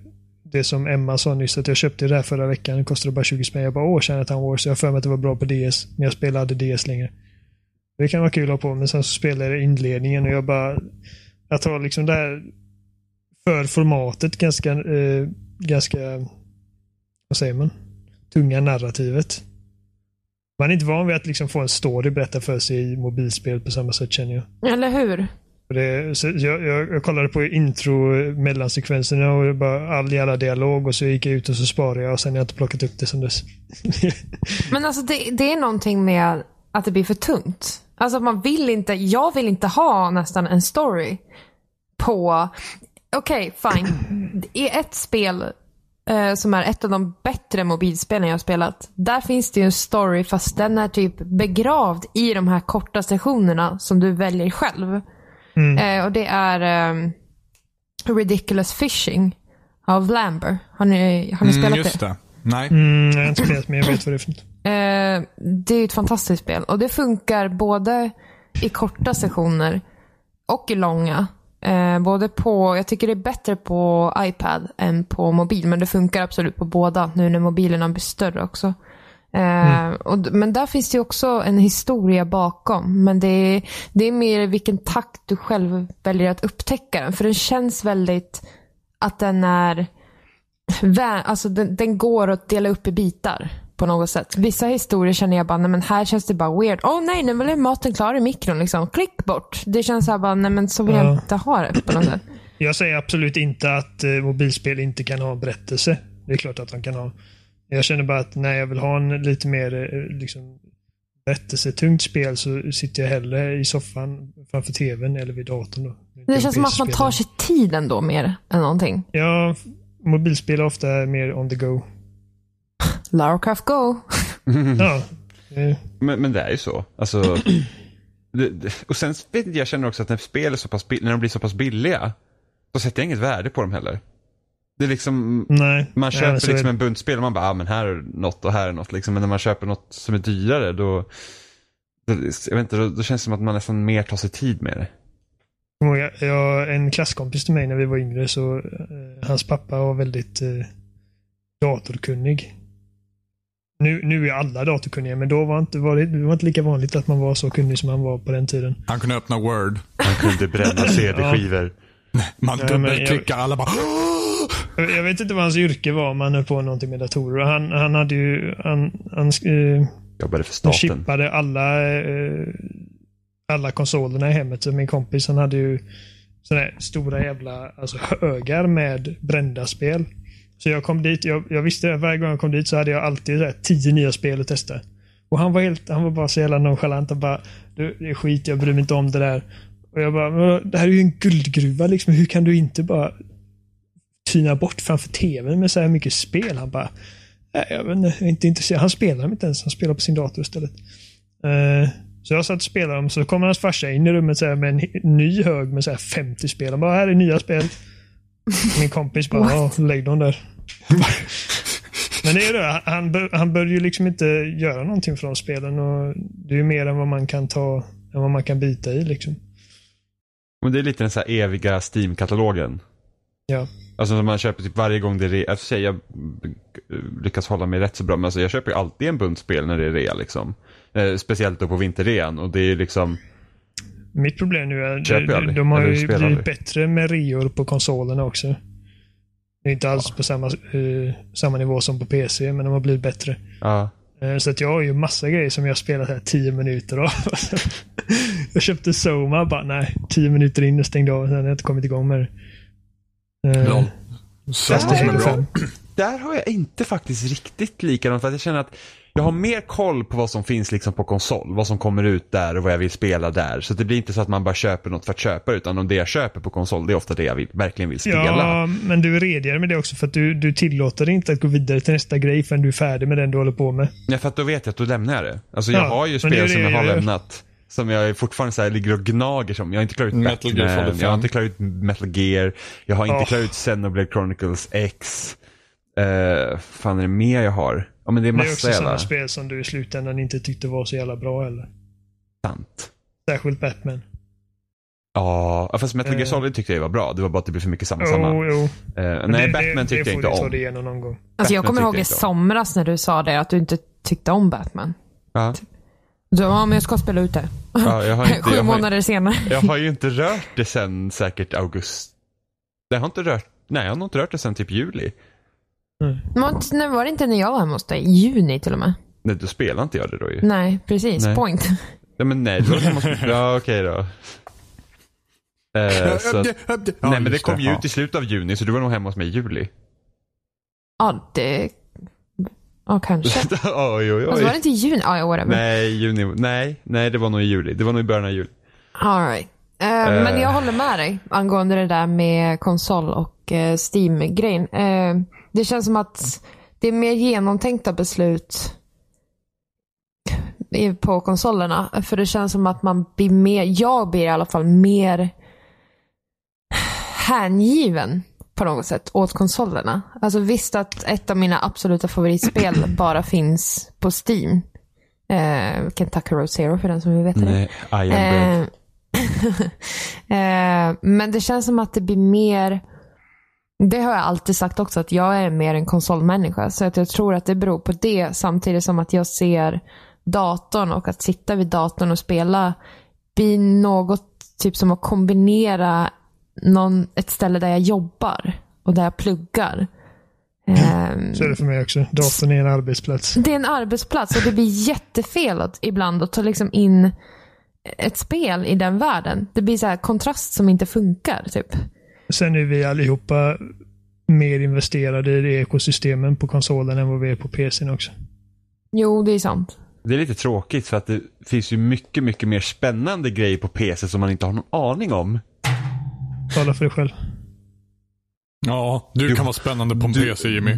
Speaker 1: det som Emma sa nyss, att jag köpte det här förra veckan. Det kostade bara 20 spänn. Jag bara, åh, Chinatown Wars. Jag har för mig att det var bra på DS, men jag spelade DS längre. Det kan vara kul att ha på, men sen så spelade jag inledningen och jag bara... Jag tar liksom det här för formatet ganska, eh, ganska, vad säger man? Tunga narrativet. Man är inte van vid att liksom få en story berättad för sig i mobilspel på samma sätt känner jag.
Speaker 2: Eller hur?
Speaker 1: Och Det, så jag, jag, jag kollade på intro eh, mellansekvenserna och det bara all jävla dialog och så gick jag ut och så sparade jag och sen har jag inte plockat upp det sen dess.
Speaker 2: Men alltså det, det är någonting med att det blir för tungt. Alltså man vill inte, jag vill inte ha nästan en story på, okej fine, i ett spel eh, som är ett av de bättre mobilspelen jag har spelat, där finns det ju en story fast den är typ begravd i de här korta sessionerna som du väljer själv.
Speaker 3: Mm.
Speaker 2: Eh, och det är ehm, Ridiculous Fishing av Lamber. Har ni, har ni spelat
Speaker 3: Mm,
Speaker 2: det?
Speaker 3: just det. Nej.
Speaker 1: Mm, jag har inte spelat men jag vet vad det är för något.
Speaker 2: Eh, det är ju ett fantastiskt spel och det funkar både i korta sessioner och i långa. Eh, både på, jag tycker det är bättre på iPad än på mobil, men det funkar absolut på båda nu när mobilerna blir större också. Eh, och, d- men där finns det ju också en historia bakom, men det är, det är mer i vilken takt du själv väljer att upptäcka den, för den känns väldigt att den är vä- alltså den, den går att dela upp i bitar på något sätt. Vissa historier känner jag bara, nej men här känns det bara weird. Åh oh, nej, nu blev maten klar i mikron liksom. Klick bort. Det känns så här bara, nej men så vill jag
Speaker 1: Ja.
Speaker 2: inte ha det på något sätt.
Speaker 1: Jag säger absolut inte att eh, mobilspel inte kan ha en berättelse. Det är klart att de kan ha. Jag känner bara att när jag vill ha en lite mer eh, liksom, berättelsetungt spel så sitter jag hellre i soffan framför tvn eller vid datorn. Då.
Speaker 2: Det känns som att man tar sig tid ändå mer än någonting.
Speaker 1: Ja, mobilspel är ofta mer on the go.
Speaker 2: Lara Croft Go.
Speaker 1: Ja, det-
Speaker 4: Men, men det är ju så. Alltså, det, det, och sen vet inte, jag känner också att när spel är så pass, bill- när de blir så pass billiga, så sätter jag inget värde på dem heller. Det är liksom,
Speaker 1: nej.
Speaker 4: man
Speaker 1: Nej, alltså, men
Speaker 4: köper
Speaker 1: så är
Speaker 4: liksom
Speaker 1: det.
Speaker 4: en bunt spel och man bara, ah, men här är något och här är något liksom. Men när man köper något som är dyrare då, då jag vet inte, då, då känns det som att man nästan mer tar sig tid med det.
Speaker 1: kommer ihåg, jag, en klasskompis till mig när vi var yngre så eh, hans pappa var väldigt eh, datorkunnig. Nu, nu är alla datorkunniga men då var inte, var det, det var inte lika vanligt att man var så kunnig som han var på den tiden.
Speaker 3: Han kunde öppna word.
Speaker 4: Man kunde bränna
Speaker 1: CD-skivor.
Speaker 3: Man
Speaker 1: Nej, men jag-
Speaker 3: dubbelklickar. Alla bara...
Speaker 1: Jag jag vet inte vad hans yrke var om han höll på någonting med datorer. Han, han hade ju, han, han eh,
Speaker 4: Jobbade för
Speaker 1: De
Speaker 4: staten.
Speaker 1: chippade alla, eh, alla konsolerna i hemmet. Så min kompis han hade ju sådana här stora jävla alltså, högar med brända spel. Så jag kom dit, jag, jag visste att varje gång jag kom dit så hade jag alltid så här, tio nya spel att testa. Och han var, helt, han var bara så jävla nonchalant och bara, du, det är skit, jag bryr mig inte om det där. Och jag bara, men det här är ju en guldgruva liksom, hur kan du inte bara tyna bort framför tvn med så här mycket spel? Han bara, Nej, jag vet inte, jag är inte intresserad. Han spelar dem inte ens. Han spelar på sin dator istället. Eh, så jag satt och spelade dem, så kommer hans farsa in i rummet så här, med en he- ny hög med så här 50 spel. Han bara, här är nya spel. Min kompis bara, ja, lägg dem där. Men det är det, han, bör, han bör ju liksom inte göra någonting från spelen. Och det är ju mer än vad man kan ta, än vad man kan bita i liksom.
Speaker 4: Men det är lite den så här eviga Steam-katalogen.
Speaker 1: Ja.
Speaker 4: Alltså som man köper typ varje gång det är rea. Jag, säga, jag lyckas hålla mig rätt så bra men alltså jag köper ju alltid en bunt spel när det är rea liksom. Eh, speciellt då på vinterrean och det är ju liksom
Speaker 1: Mitt problem nu är
Speaker 4: Köper jag
Speaker 1: de,
Speaker 4: aldrig.
Speaker 1: de har
Speaker 4: Eller
Speaker 1: ju
Speaker 4: spelar
Speaker 1: blivit
Speaker 4: aldrig.
Speaker 1: bättre med reor på konsolerna också. Det är inte alls på samma, eh, samma nivå som på PC, men de har blivit bättre.
Speaker 4: Ja.
Speaker 1: Eh, Så att jag har ju massa grejer som jag spelat här 10 minuter av. jag köpte Soma bara, nej, 10 minuter in och stängde av. Sen har jag inte kommit igång med det. Eh,
Speaker 3: Lol. Så
Speaker 1: fast det
Speaker 3: som är
Speaker 1: hänger
Speaker 3: bra.
Speaker 1: fram.
Speaker 4: Där har jag inte faktiskt riktigt likadant för att jag känner att jag har mer koll på vad som finns liksom på konsol, vad som kommer ut där och vad jag vill spela där. Så det blir inte så att man bara köper något för att köpa utan om det jag köper på konsol det är ofta det jag vill, verkligen vill spela.
Speaker 1: Ja, men du är redigare med det också för att du, du tillåter dig inte att gå vidare till nästa grej förrän du är färdig med den du håller på med.
Speaker 4: Ja, för att då vet jag att då lämnar jag det. Alltså jag
Speaker 1: Ja,
Speaker 4: har ju
Speaker 1: men det är
Speaker 4: spel
Speaker 1: det
Speaker 4: som jag
Speaker 1: jag
Speaker 4: har
Speaker 1: gör.
Speaker 4: lämnat. Som jag fortfarande så här ligger och gnager som. Jag har inte klarat ut
Speaker 3: Metal
Speaker 4: Batman,
Speaker 3: Gear Solid
Speaker 4: jag har
Speaker 3: fem.
Speaker 4: inte klarat ut Metal Gear, jag har inte
Speaker 1: Ja.
Speaker 4: klarat ut Xenoblade Chronicles X. Eh, fan är det mer jag har? Ja men det är
Speaker 1: Det är
Speaker 4: massa
Speaker 1: också sådana
Speaker 4: jävla...
Speaker 1: spel som du i slutändan inte tyckte var så jävla bra heller.
Speaker 4: Sant.
Speaker 1: Särskilt Batman.
Speaker 4: Ja, ja, fast Metal Gear
Speaker 1: Eh.
Speaker 4: Solid tyckte jag var bra. Det var bara att det blev för mycket samma samma.
Speaker 1: Jo, jo.
Speaker 4: Eh,
Speaker 1: Men
Speaker 4: nej,
Speaker 1: det, det,
Speaker 4: Batman tyckte
Speaker 1: det
Speaker 4: jag inte
Speaker 1: får du ta dig
Speaker 4: om.
Speaker 1: igenom någon gång.
Speaker 2: Alltså jag
Speaker 4: Batman
Speaker 2: kommer ihåg
Speaker 4: tyckte
Speaker 2: i
Speaker 4: jag inte om.
Speaker 2: somras när du sa det, att du inte tyckte om Batman.
Speaker 4: Ja,
Speaker 2: Du ja, men jag ska spela ut det.
Speaker 4: ja, jag, har inte,
Speaker 2: Sju
Speaker 4: jag, har,
Speaker 2: månader senare.
Speaker 4: jag har ju inte rört det sen säkert augusti. Jag har inte rört, nej jag har nog inte rört det sen typ juli.
Speaker 2: Men nu var det inte när jag var hemma hos dig? I juni till och med?
Speaker 4: Nej, då spelar inte jag det då ju.
Speaker 2: Nej, precis.
Speaker 4: Nej.
Speaker 2: Point.
Speaker 4: Nej men nej, då måste... Ja okej då. Eh, så,
Speaker 3: Upp det, upp det. Ja,
Speaker 4: nej men det
Speaker 3: just
Speaker 4: kom ju
Speaker 3: ja.
Speaker 4: ut i slutet av juni så du var nog hemma hos mig i juli.
Speaker 2: Ja, det... Ja, kanske.
Speaker 4: oj, oj,
Speaker 2: Alltså, var det
Speaker 4: oj.
Speaker 2: inte i juni? Ja, ja, whatever.
Speaker 4: Nej, juni, nej, nej det var nog i juli. Det var nog i början av juli.
Speaker 2: All right. Eh, Men jag håller med dig angående det där med konsol och eh, Steam-grejen. Eh, det känns som att det är mer genomtänkta beslut i- på konsolerna. För det känns som att man blir mer, jag blir i alla fall mer hängiven på något sätt åt konsolerna. Alltså visst att ett av mina absoluta favoritspel bara finns på Steam. Eh, Kentucky Road Zero för den som vill veta det.
Speaker 4: Nej, I am Brave.
Speaker 2: Mm. Eh, eh, men det känns som att det blir mer... Det har jag alltid sagt också, att jag är mer en konsolmänniska. Så att jag tror att det beror på det, samtidigt som att jag ser datorn och att sitta vid datorn och spela blir något typ som att kombinera någon, ett ställe där jag jobbar och där jag pluggar. Ehm,
Speaker 1: Så är det för mig också. Datorn är en arbetsplats.
Speaker 2: det är en arbetsplats och det blir jättefel att, ibland att ta liksom in ett spel i den världen. Det blir så här kontrast som inte funkar. Typ.
Speaker 1: Sen är vi allihopa mer investerade i de ekosystemen på konsolen än vad vi är på PCn också.
Speaker 2: Jo, det är sant.
Speaker 4: Det är lite tråkigt för att det finns ju mycket, mycket mer spännande grejer på PC som man inte har någon aning om.
Speaker 1: Tala för dig själv.
Speaker 3: Ja, du, kan vara spännande på en PC Jimmy.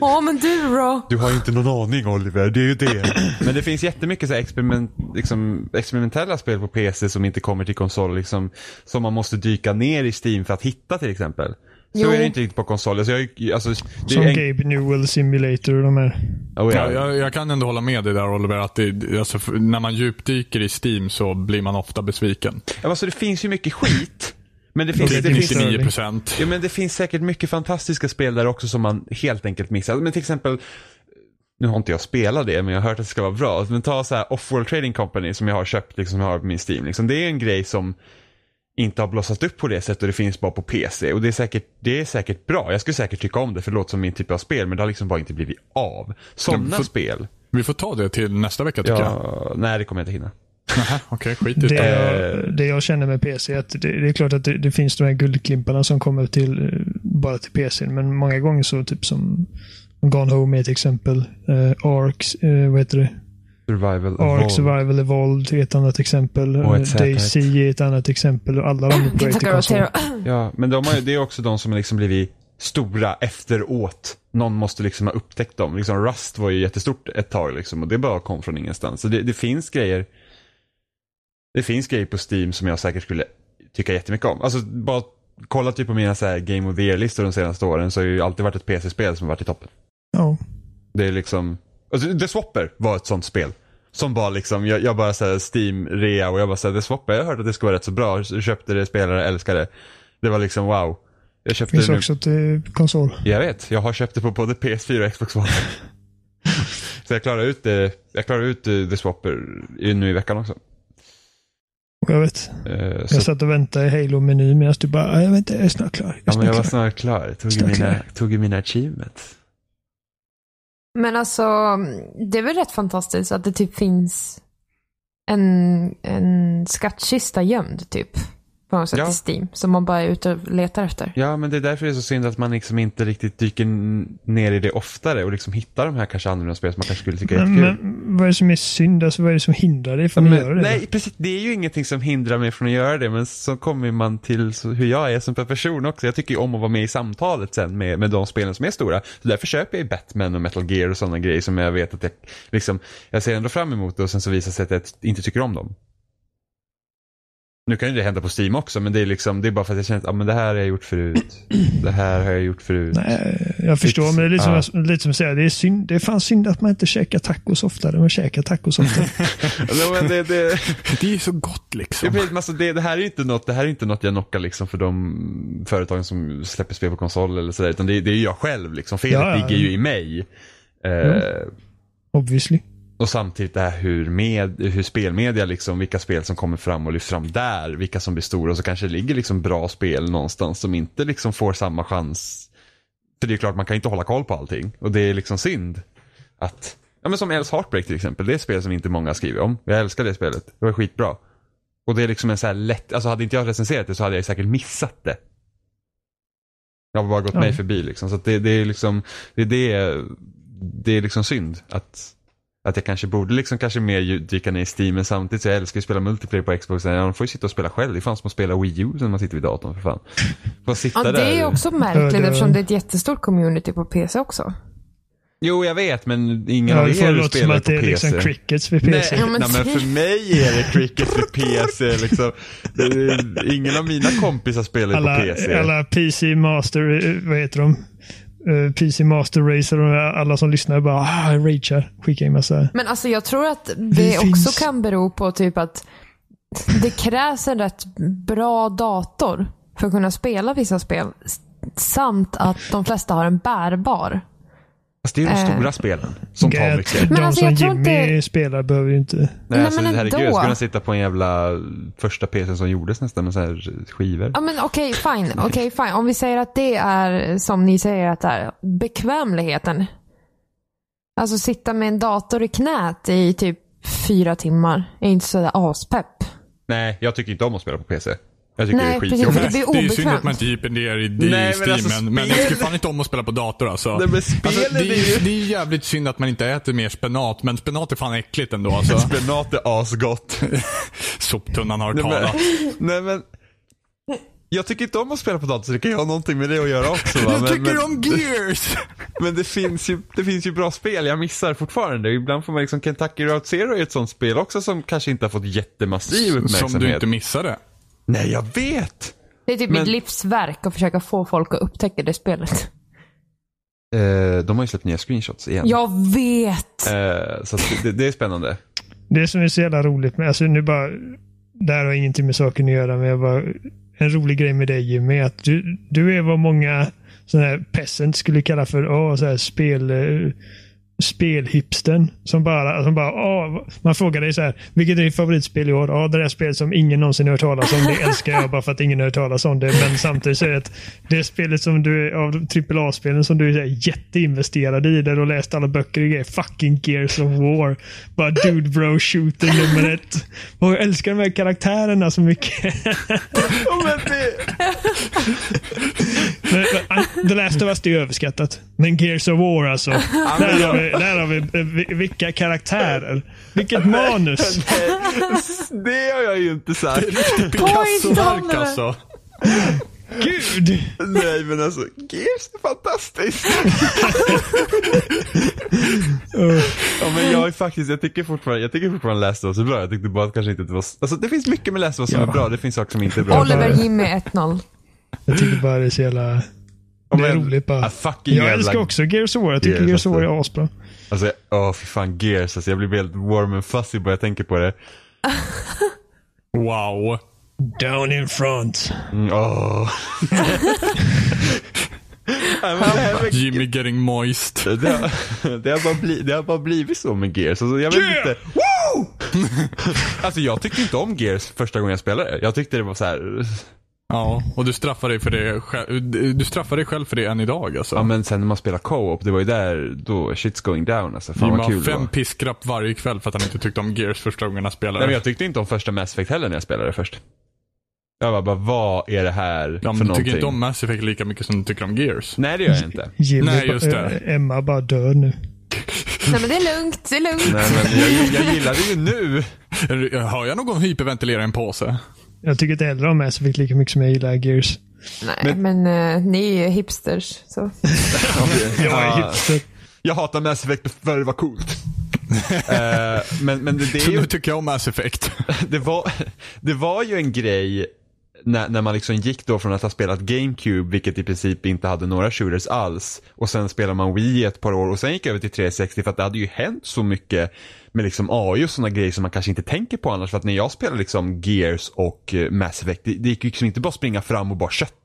Speaker 2: Ja, men du då?
Speaker 4: Du har ju inte någon aning Oliver, det är ju det. Men det finns jättemycket så här experiment, liksom, experimentella spel på PC som inte kommer till konsol. Liksom, som man måste dyka ner i Steam för att hitta till exempel. Så
Speaker 2: Jo.
Speaker 4: är det inte riktigt på konsol. Alltså, jag, har ju- alltså, det
Speaker 1: Som
Speaker 4: är en...
Speaker 1: Gabe Newell Simulator och de här.
Speaker 4: Oh,
Speaker 3: Ja,
Speaker 4: ja.
Speaker 3: jag, jag kan ändå hålla med dig där Oliver. Att det, alltså, f- när man djupdyker i Steam så blir man ofta besviken.
Speaker 4: Ja, Alltså, det finns ju mycket skit. Men det finns,
Speaker 1: Det är
Speaker 4: det
Speaker 1: din
Speaker 4: finns,
Speaker 1: störning.
Speaker 3: 99 procent.
Speaker 4: ja, men det finns säkert mycket fantastiska spel där också som man helt enkelt missar. Men till exempel nu har inte jag spelat det, men jag har hört att det ska vara bra. Men ta så här Offworld Trading Company som jag har köpt, liksom jag har på min Steam. Liksom. Det är en grej som inte har blossat upp på det sättet och det finns bara på PC. Och det är, säkert, det är säkert bra. Jag skulle säkert tycka om det för det låter som min typ av spel, men det har liksom bara inte blivit av. Sådana
Speaker 3: för-
Speaker 4: spel.
Speaker 3: Vi får ta det till nästa vecka tycker jag.
Speaker 4: Ja, nej, det kommer jag inte hinna.
Speaker 3: Nähä, Okej, skit i
Speaker 1: Det
Speaker 3: det.
Speaker 1: jag, det jag känner med PC är att det, det är klart att det, det finns de här guldklimparna som kommer till, eh, bara till PCn. Men många gånger så typ som Gone Home är ett exempel. Eh, Arks, eh, vad heter det?
Speaker 4: Survival
Speaker 1: Ark
Speaker 4: Evolved.
Speaker 1: Survival Evolved är ett annat exempel.
Speaker 4: Och
Speaker 1: Eh,
Speaker 4: ett
Speaker 1: DayZ är ett annat exempel. Och alla de upgrade
Speaker 2: Kentucky
Speaker 1: till
Speaker 2: Road
Speaker 1: konsol.
Speaker 2: Zero.
Speaker 4: Ja, men de har, ju- det är också de som har liksom blivit stora efteråt. Någon måste liksom ha upptäckt dem. Liksom Rust var ju jättestort ett tag liksom och det bara kom från ingenstans. Så det, det finns grejer. Det finns grejer på Steam som jag säkert skulle tycka jättemycket om. Alltså bara kollar typ på mina så här Game of the Year-listor de senaste åren så har det ju alltid varit ett PC-spel som har varit i toppen.
Speaker 1: Ja.
Speaker 4: Det är liksom, alltså, The Swapper var ett sånt spel. Som var liksom, jag, jag bara såhär Steam-rea och jag bara såhär The Swapper, jag har hört att det ska vara rätt så bra. Så Köpte det, spelade, älskade det. Det var liksom wow. Jag köpte
Speaker 1: Finns
Speaker 4: det nu.
Speaker 1: också till konsol.
Speaker 4: Jag vet, jag har köpt det på både PS4 och Xbox One. så jag klarar ut det, jag klarar ut eh, The Swapper i- nu i veckan också.
Speaker 1: Och Jag vet.
Speaker 4: Eh,
Speaker 1: Jag
Speaker 4: så,
Speaker 1: satt och väntade i Halo-menyn medan du bara, "Ah, jag vet inte, jag är snart klar. Jag är
Speaker 4: ja, men jag
Speaker 1: snart klar."
Speaker 4: var snart klar. Jag Tog, ju
Speaker 1: Snart
Speaker 4: mina,
Speaker 1: klar.
Speaker 4: tog ju mina achievements.
Speaker 2: Men alltså, det är väl rätt fantastiskt att det typ finns en, en skattkista gömd typ. På något sätt
Speaker 4: Ja.
Speaker 2: i Steam. Som man bara är ute och letar efter.
Speaker 4: Ja, men det är därför det är så synd att man liksom inte riktigt dyker n- ner i det oftare och liksom hittar de här kanske annorlunda spel som man kanske skulle tycka är
Speaker 1: men,
Speaker 4: jättekul.
Speaker 1: men vad är det som är synd? Alltså, vad är det som hindrar dig från att göra det?
Speaker 4: nej, precis. Det är ju ingenting som hindrar mig från att göra det, men så kommer man till så, hur jag är som person också. Jag tycker ju om att vara med i samtalet sen med, med de spelen som är stora. Så därför köper jag ju Batman och Metal Gear och sådana grejer som jag vet att jag, liksom, jag ser ändå fram emot det och sen så visar det sig att jag t- inte tycker om dem. Nu kan ju det hända på Steam också, men det är, liksom, det är bara för att jag känner att ah, men det här har jag gjort förut. Det här har jag gjort förut.
Speaker 1: Nej, jag förstår, men det är lite som,
Speaker 4: Ja.
Speaker 1: jag, lite som jag säger, det är, synd, det är fan synd att man inte käkar tacos oftare. Man käkar tacos oftare.
Speaker 4: Alltså, men det, det...
Speaker 3: Det är ju så gott liksom.
Speaker 4: Ja, precis, men alltså det, det, här är ju inte något, det här är inte något jag knockar liksom för de företagen som släpper spel på konsol eller sådär. Utan det, det är ju jag själv. Liksom. Felet
Speaker 1: Ja, ja.
Speaker 4: ligger ju i mig. Eh,
Speaker 1: Obviously.
Speaker 4: och samtidigt det här hur, med, hur spelmedia, liksom, vilka spel som kommer fram och lyfts fram där. Vilka som blir stora. Så kanske det ligger liksom bra spel någonstans som inte liksom får samma chans. För det är ju klart, man kan inte hålla koll på allting. Och det är liksom synd att, ja men som Els Heartbreak till exempel. Det är ett spel som inte många skriver om. Jag älskar det spelet. Det var skitbra. Och det är liksom en så här lätt, alltså hade inte jag recenserat det så hade jag säkert missat det. Jag har bara gått
Speaker 1: Ja.
Speaker 4: mig förbi liksom. Så att det, det är liksom, det, är det, det är liksom synd att, att jag kanske borde liksom kanske mer ju- dyka ner i Steam. Men samtidigt så jag älskar ju att spela multiplayer på Xbox. Man får ju sitta och spela själv. Det är fan som att spela Wii U när man sitter vid datorn för fan. Får sitta
Speaker 2: Ja, det är
Speaker 4: där.
Speaker 2: också
Speaker 1: Ja,
Speaker 2: märkligt
Speaker 1: det-
Speaker 2: eftersom det är ett jättestort community på PC också.
Speaker 4: Jo, jag vet, men ingen
Speaker 1: Ja,
Speaker 4: av
Speaker 1: det får
Speaker 4: er
Speaker 1: låta som
Speaker 4: spelar
Speaker 1: att
Speaker 4: på
Speaker 1: det är
Speaker 4: PC.
Speaker 1: liksom crickets vid PC.
Speaker 4: Nej,
Speaker 2: Ja, men
Speaker 4: nej, men för
Speaker 2: säg.
Speaker 4: mig är det cricket för PC. Liksom. Det är- Ingen av mina kompisar spelar
Speaker 1: alla,
Speaker 4: på PC.
Speaker 1: alla PC Master, eh, vad heter de? Eh, PC Master Racer och de där, alla som lyssnar bara ah, jag ragear. Skickar in massa.
Speaker 2: Men alltså jag tror att det,
Speaker 1: Det
Speaker 2: också
Speaker 1: finns.
Speaker 2: kan bero på typ att det krävs en rätt bra dator för att kunna spela vissa spel. S- Samt att de flesta har en bärbar.
Speaker 4: Fast det är de
Speaker 2: Eh.
Speaker 4: stora spelen som tar
Speaker 1: Gött.
Speaker 4: mycket.
Speaker 1: De
Speaker 2: Men alltså,
Speaker 1: som
Speaker 2: jag tror
Speaker 1: Jimmy
Speaker 2: inte-
Speaker 1: spelar behöver ju inte...
Speaker 4: Nej, alltså,
Speaker 2: men
Speaker 4: herregud, jag
Speaker 2: ändå.
Speaker 4: skulle kunna sitta på en jävla första PC som gjordes nästan med så här skivor.
Speaker 2: Ja men okej, fine. Okej, fine. Om vi säger att det är som ni säger att det är bekvämligheten. Alltså sitta med en dator i knät i typ fyra timmar är inte sådär aspepp.
Speaker 4: Nej, jag tycker inte om att spela på PC. Jag tycker det
Speaker 2: Nej,
Speaker 4: är
Speaker 2: precis.
Speaker 4: skitjobbigt.
Speaker 2: Det blir
Speaker 3: Det är ju synd
Speaker 2: obekvämt.
Speaker 3: att man inte djupar ner i, i
Speaker 4: men alltså,
Speaker 3: Steamen. Men jag
Speaker 4: spel-
Speaker 3: tycker fan inte om att spela på dator alltså.
Speaker 4: Nej, men spel
Speaker 3: alltså det,
Speaker 4: är det ju-
Speaker 3: är, det är ju jävligt synd att man inte äter mer spenat. Men spenat är fan äckligt ändå alltså.
Speaker 4: Spenat är asgott.
Speaker 3: Soptunnan har
Speaker 4: Nej men,
Speaker 3: talat.
Speaker 4: nej, men, jag tycker inte om att spela på dator, så det kan ju ha någonting med det att göra också. Va?
Speaker 3: Jag
Speaker 4: Men,
Speaker 3: tycker
Speaker 4: men,
Speaker 3: om Gears!
Speaker 4: Men det finns, ju, det finns ju bra spel jag missar fortfarande. Ibland får man liksom Kentucky Route Zero är ett sånt spel också som kanske inte har fått jättemassiv uppmärksamhet.
Speaker 3: Som du inte missade.
Speaker 4: Nej, jag vet!
Speaker 2: Det är typ
Speaker 4: Men-
Speaker 2: ett livsverk att försöka få folk att upptäcka det spelet.
Speaker 4: Eh, de har ju släppt nya screenshots igen.
Speaker 2: Jag vet!
Speaker 4: Eh, så att det, det är spännande.
Speaker 1: Det som är så jävla roligt med, alltså nu bara, det här har ingenting med saken att göra, men jag bara, en rolig grej med dig Jimmy är att du, du är vad många sådana här peasant skulle kalla för oh, så här spel, eh, spelhipsten. Som bara, som bara åh, man frågar dig så här, vilket är ditt favoritspel i år? Ja, det där spelet som ingen någonsin har hört talas om, det älskar jag bara för att ingen har hört talas om det. Men samtidigt så är det att det spelet som du, är- av AAA-spelen som du är så här jätteinvesterad i, där du har läst alla böcker och grejer, fucking Gears of War. Bara dude bro shooter nummer ett. Och jag älskar de här karaktärerna så mycket. Men, men, The Last of Us det är ju överskattat. Men Gears of War alltså. Där har vi, där har vi, eh, vi- vilka karaktärer. Vilket manus.
Speaker 4: det har jag ju inte sagt.
Speaker 3: Picasso-verk alltså.
Speaker 1: Gud!
Speaker 4: Nej, men alltså Gears är fantastiskt. ja, men jag är faktiskt, jag tycker fortfarande, jag tycker fortfarande Last of Us är bra. Jag tyckte bara att kanske inte det var, alltså det finns mycket med Last of Us som
Speaker 1: Ja.
Speaker 4: är bra. Det finns saker som inte är bra.
Speaker 2: Oliver Jimmy 1-0.
Speaker 1: Jag tycker bara det är så jävla...
Speaker 4: Ja,
Speaker 1: det är
Speaker 4: men-
Speaker 1: roligt bara.
Speaker 4: Ah, fucking
Speaker 1: Jag
Speaker 4: jävla
Speaker 1: älskar också Gears of War. Jag tycker
Speaker 4: Gears,
Speaker 1: Gears of War
Speaker 4: alltså.
Speaker 1: är asbra.
Speaker 4: Alltså, jag- åh fy fan Gears. Alltså, jag blir helt warm and fuzzy bara jag tänker på det.
Speaker 3: Wow.
Speaker 1: Down in front.
Speaker 4: Mm, åh. Nej, men det här med-
Speaker 3: Jimmy getting moist.
Speaker 4: det, har, det, har bara bli, det har bara blivit så med Gears. Alltså, jag vet
Speaker 1: Yeah!
Speaker 4: inte. Woo! alltså jag tyckte inte om Gears första gången jag spelade. Jag tyckte det var så här.
Speaker 3: Ja, och du straffar dig för det själv. Du straffar dig själv för det än idag alltså.
Speaker 4: Ja men sen när man spelar co-op, det var ju där då shit's going down alltså. Fan
Speaker 3: Jimmy
Speaker 4: vad
Speaker 3: har
Speaker 4: kul det
Speaker 3: fem
Speaker 4: var.
Speaker 3: piskrapp varje kväll för att han inte tyckte om Gears första gången han spelade.
Speaker 4: Nej men jag tyckte inte om första Mass Effect heller när jag spelade först. Jag var bara, vad är det
Speaker 3: ja,
Speaker 4: här
Speaker 3: men
Speaker 4: för
Speaker 3: du
Speaker 4: någonting?
Speaker 3: tycker inte om Mass Effect lika mycket som du tycker om Gears.
Speaker 4: Nej det gör jag inte.
Speaker 1: Jimmy,
Speaker 3: Nej, just det.
Speaker 1: ba- eh, Emma bara dör nu.
Speaker 2: Nej men det är lugnt, det är lugnt.
Speaker 4: Nej men jag, jag gillar det ju nu.
Speaker 3: Eller, Hör jag någon hyperventilera i en påse?
Speaker 1: Jag tycker inte heller om Mass Effect lika mycket som jag gillar Gears.
Speaker 2: Nej men eh, ni är ju hipsters. Så.
Speaker 1: Jag är
Speaker 4: Ja.
Speaker 1: hipster.
Speaker 4: Jag hatar Mass Effect för det var coolt. Eh, men men det, det, är
Speaker 3: Så
Speaker 4: ju,
Speaker 3: nu tycker jag om Mass Effect.
Speaker 4: det, var, det var ju en grej när, när man liksom gick då från att ha spelat GameCube, vilket i princip inte hade några shooters alls, och sen spelade man Wii ett par år och sen gick över till 360 för att det hade ju hänt så mycket med liksom AI och sådana grejer som man kanske inte tänker på annars. För att när jag spelade liksom Gears och eh, Mass Effect, det, det gick ju liksom inte bara springa fram och bara kötta.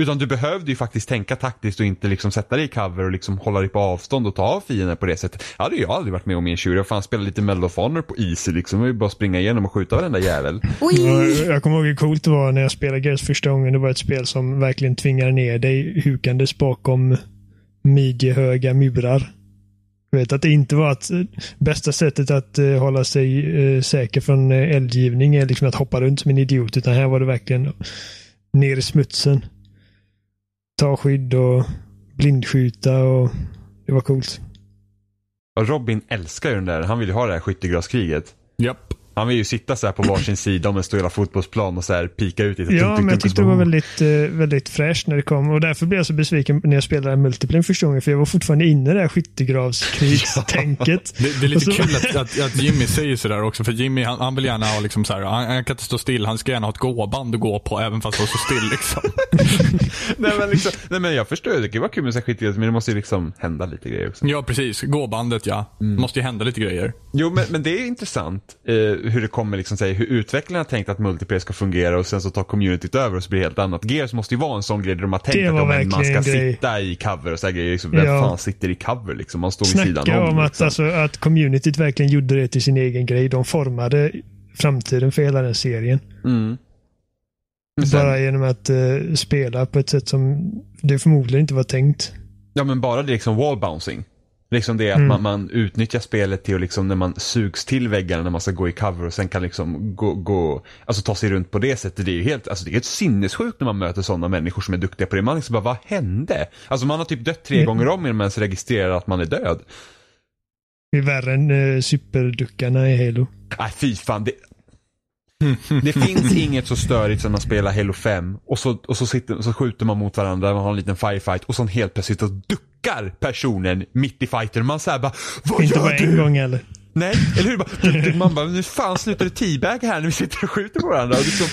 Speaker 4: Utan du behövde ju faktiskt tänka taktiskt och inte liksom sätta dig i cover och liksom hålla dig på avstånd och ta av fienden på det sättet. Ja, det hade jag aldrig varit med om i en tjur. Jag fan spelade lite Medal of Honor på Easy liksom. Det var ju bara att springa igenom och skjuta varenda jävel.
Speaker 1: Ja,
Speaker 2: Oj!
Speaker 1: Jag kommer ihåg hur coolt det var när jag spelade Gears första gången. Det var ett spel som verkligen tvingade ner dig hukandes bakom midjehöga murar. Jag vet att det inte var att eh, bästa sättet att eh, hålla sig eh, säker från eh, eldgivning är liksom att hoppa runt som en idiot. Utan här var det verkligen ner i smutsen. Ta skydd och blindskjuta och det var coolt.
Speaker 4: Och Robin älskar ju den där. Han vill ju ha det här skyttegraskriget.
Speaker 3: Japp.
Speaker 4: Han vill ju sitta så här på varsin sida om en stor jävla fotbollsplan och så här pika ut lite.
Speaker 1: Ja, men jag tyckte det var väldigt, eh, väldigt fräscht när det kom och därför blev jag så besviken när jag spelade multiplayer första gången för jag var fortfarande inne i det här skyttegravskrigstänket.
Speaker 3: Det, det är lite
Speaker 1: Och
Speaker 4: Alltså,
Speaker 1: så-
Speaker 3: kul att, att, att Jimmy säger sådär också, för Jimmy han, han vill gärna ha liksom så här, han, han kan inte stå still, han ska gärna ha ett gåband att gå på även fast han står still liksom.
Speaker 4: nej, men liksom, nej men jag förstår ju. Det kan ju vara kul med så här skyttegras men det måste ju liksom hända lite grejer också.
Speaker 3: Ja precis, gåbandet ja.
Speaker 1: Mm.
Speaker 3: Måste ju hända lite grejer.
Speaker 4: Jo, men, men det är ju intressant eh, hur det kommer liksom, säg, hur utvecklarna har tänkt att multiplayer ska fungera och sen så tar communityt över och så blir det helt annat. Gears måste ju vara en sån grej där de har tänkt
Speaker 1: Det
Speaker 4: att
Speaker 1: var
Speaker 4: ja, men man
Speaker 1: verkligen
Speaker 4: ska
Speaker 1: en grej.
Speaker 4: sitta i cover och så här grejer. Liksom, vem
Speaker 1: Ja.
Speaker 4: fan sitter i cover liksom? Man står vid sidan
Speaker 1: Snacka om att,
Speaker 4: liksom.
Speaker 1: alltså, att communityt verkligen gjorde det till sin egen grej. De formade framtiden för hela den serien.
Speaker 4: Mm. Men Sen,
Speaker 1: Bara genom att eh, spela på ett sätt som det förmodligen inte var tänkt.
Speaker 4: Ja, men bara det liksom wall bouncing. Liksom det att
Speaker 1: Mm.
Speaker 4: man, man utnyttjar spelet till att liksom när man sugs till väggarna när man ska gå i cover och sen kan liksom gå, gå alltså ta sig runt på det sättet. Det är ju helt, alltså det är helt sinnessjukt när man möter sådana människor som är duktiga på det. Man liksom bara, vad hände? Alltså man har typ dött tre
Speaker 1: Mm.
Speaker 4: gånger om innan man ens registrerar att man är död.
Speaker 1: Det är värre än eh, superduckarna i Halo.
Speaker 4: Nej, fy fan. Det, det finns inget så störigt som att spela Halo 5 och så, och så, sitter, så skjuter man mot varandra, man har en liten firefight och sen helt plötsligt så duckar personen mitt i fighten. Man säger bara, vad
Speaker 1: inte
Speaker 4: gör
Speaker 1: bara
Speaker 4: du?
Speaker 1: en gång eller?
Speaker 4: Nej, eller hur? Bara- du- du- Man bara, nu fan slutar det teabag här när vi sitter och skjuter på varandra. Och liksom,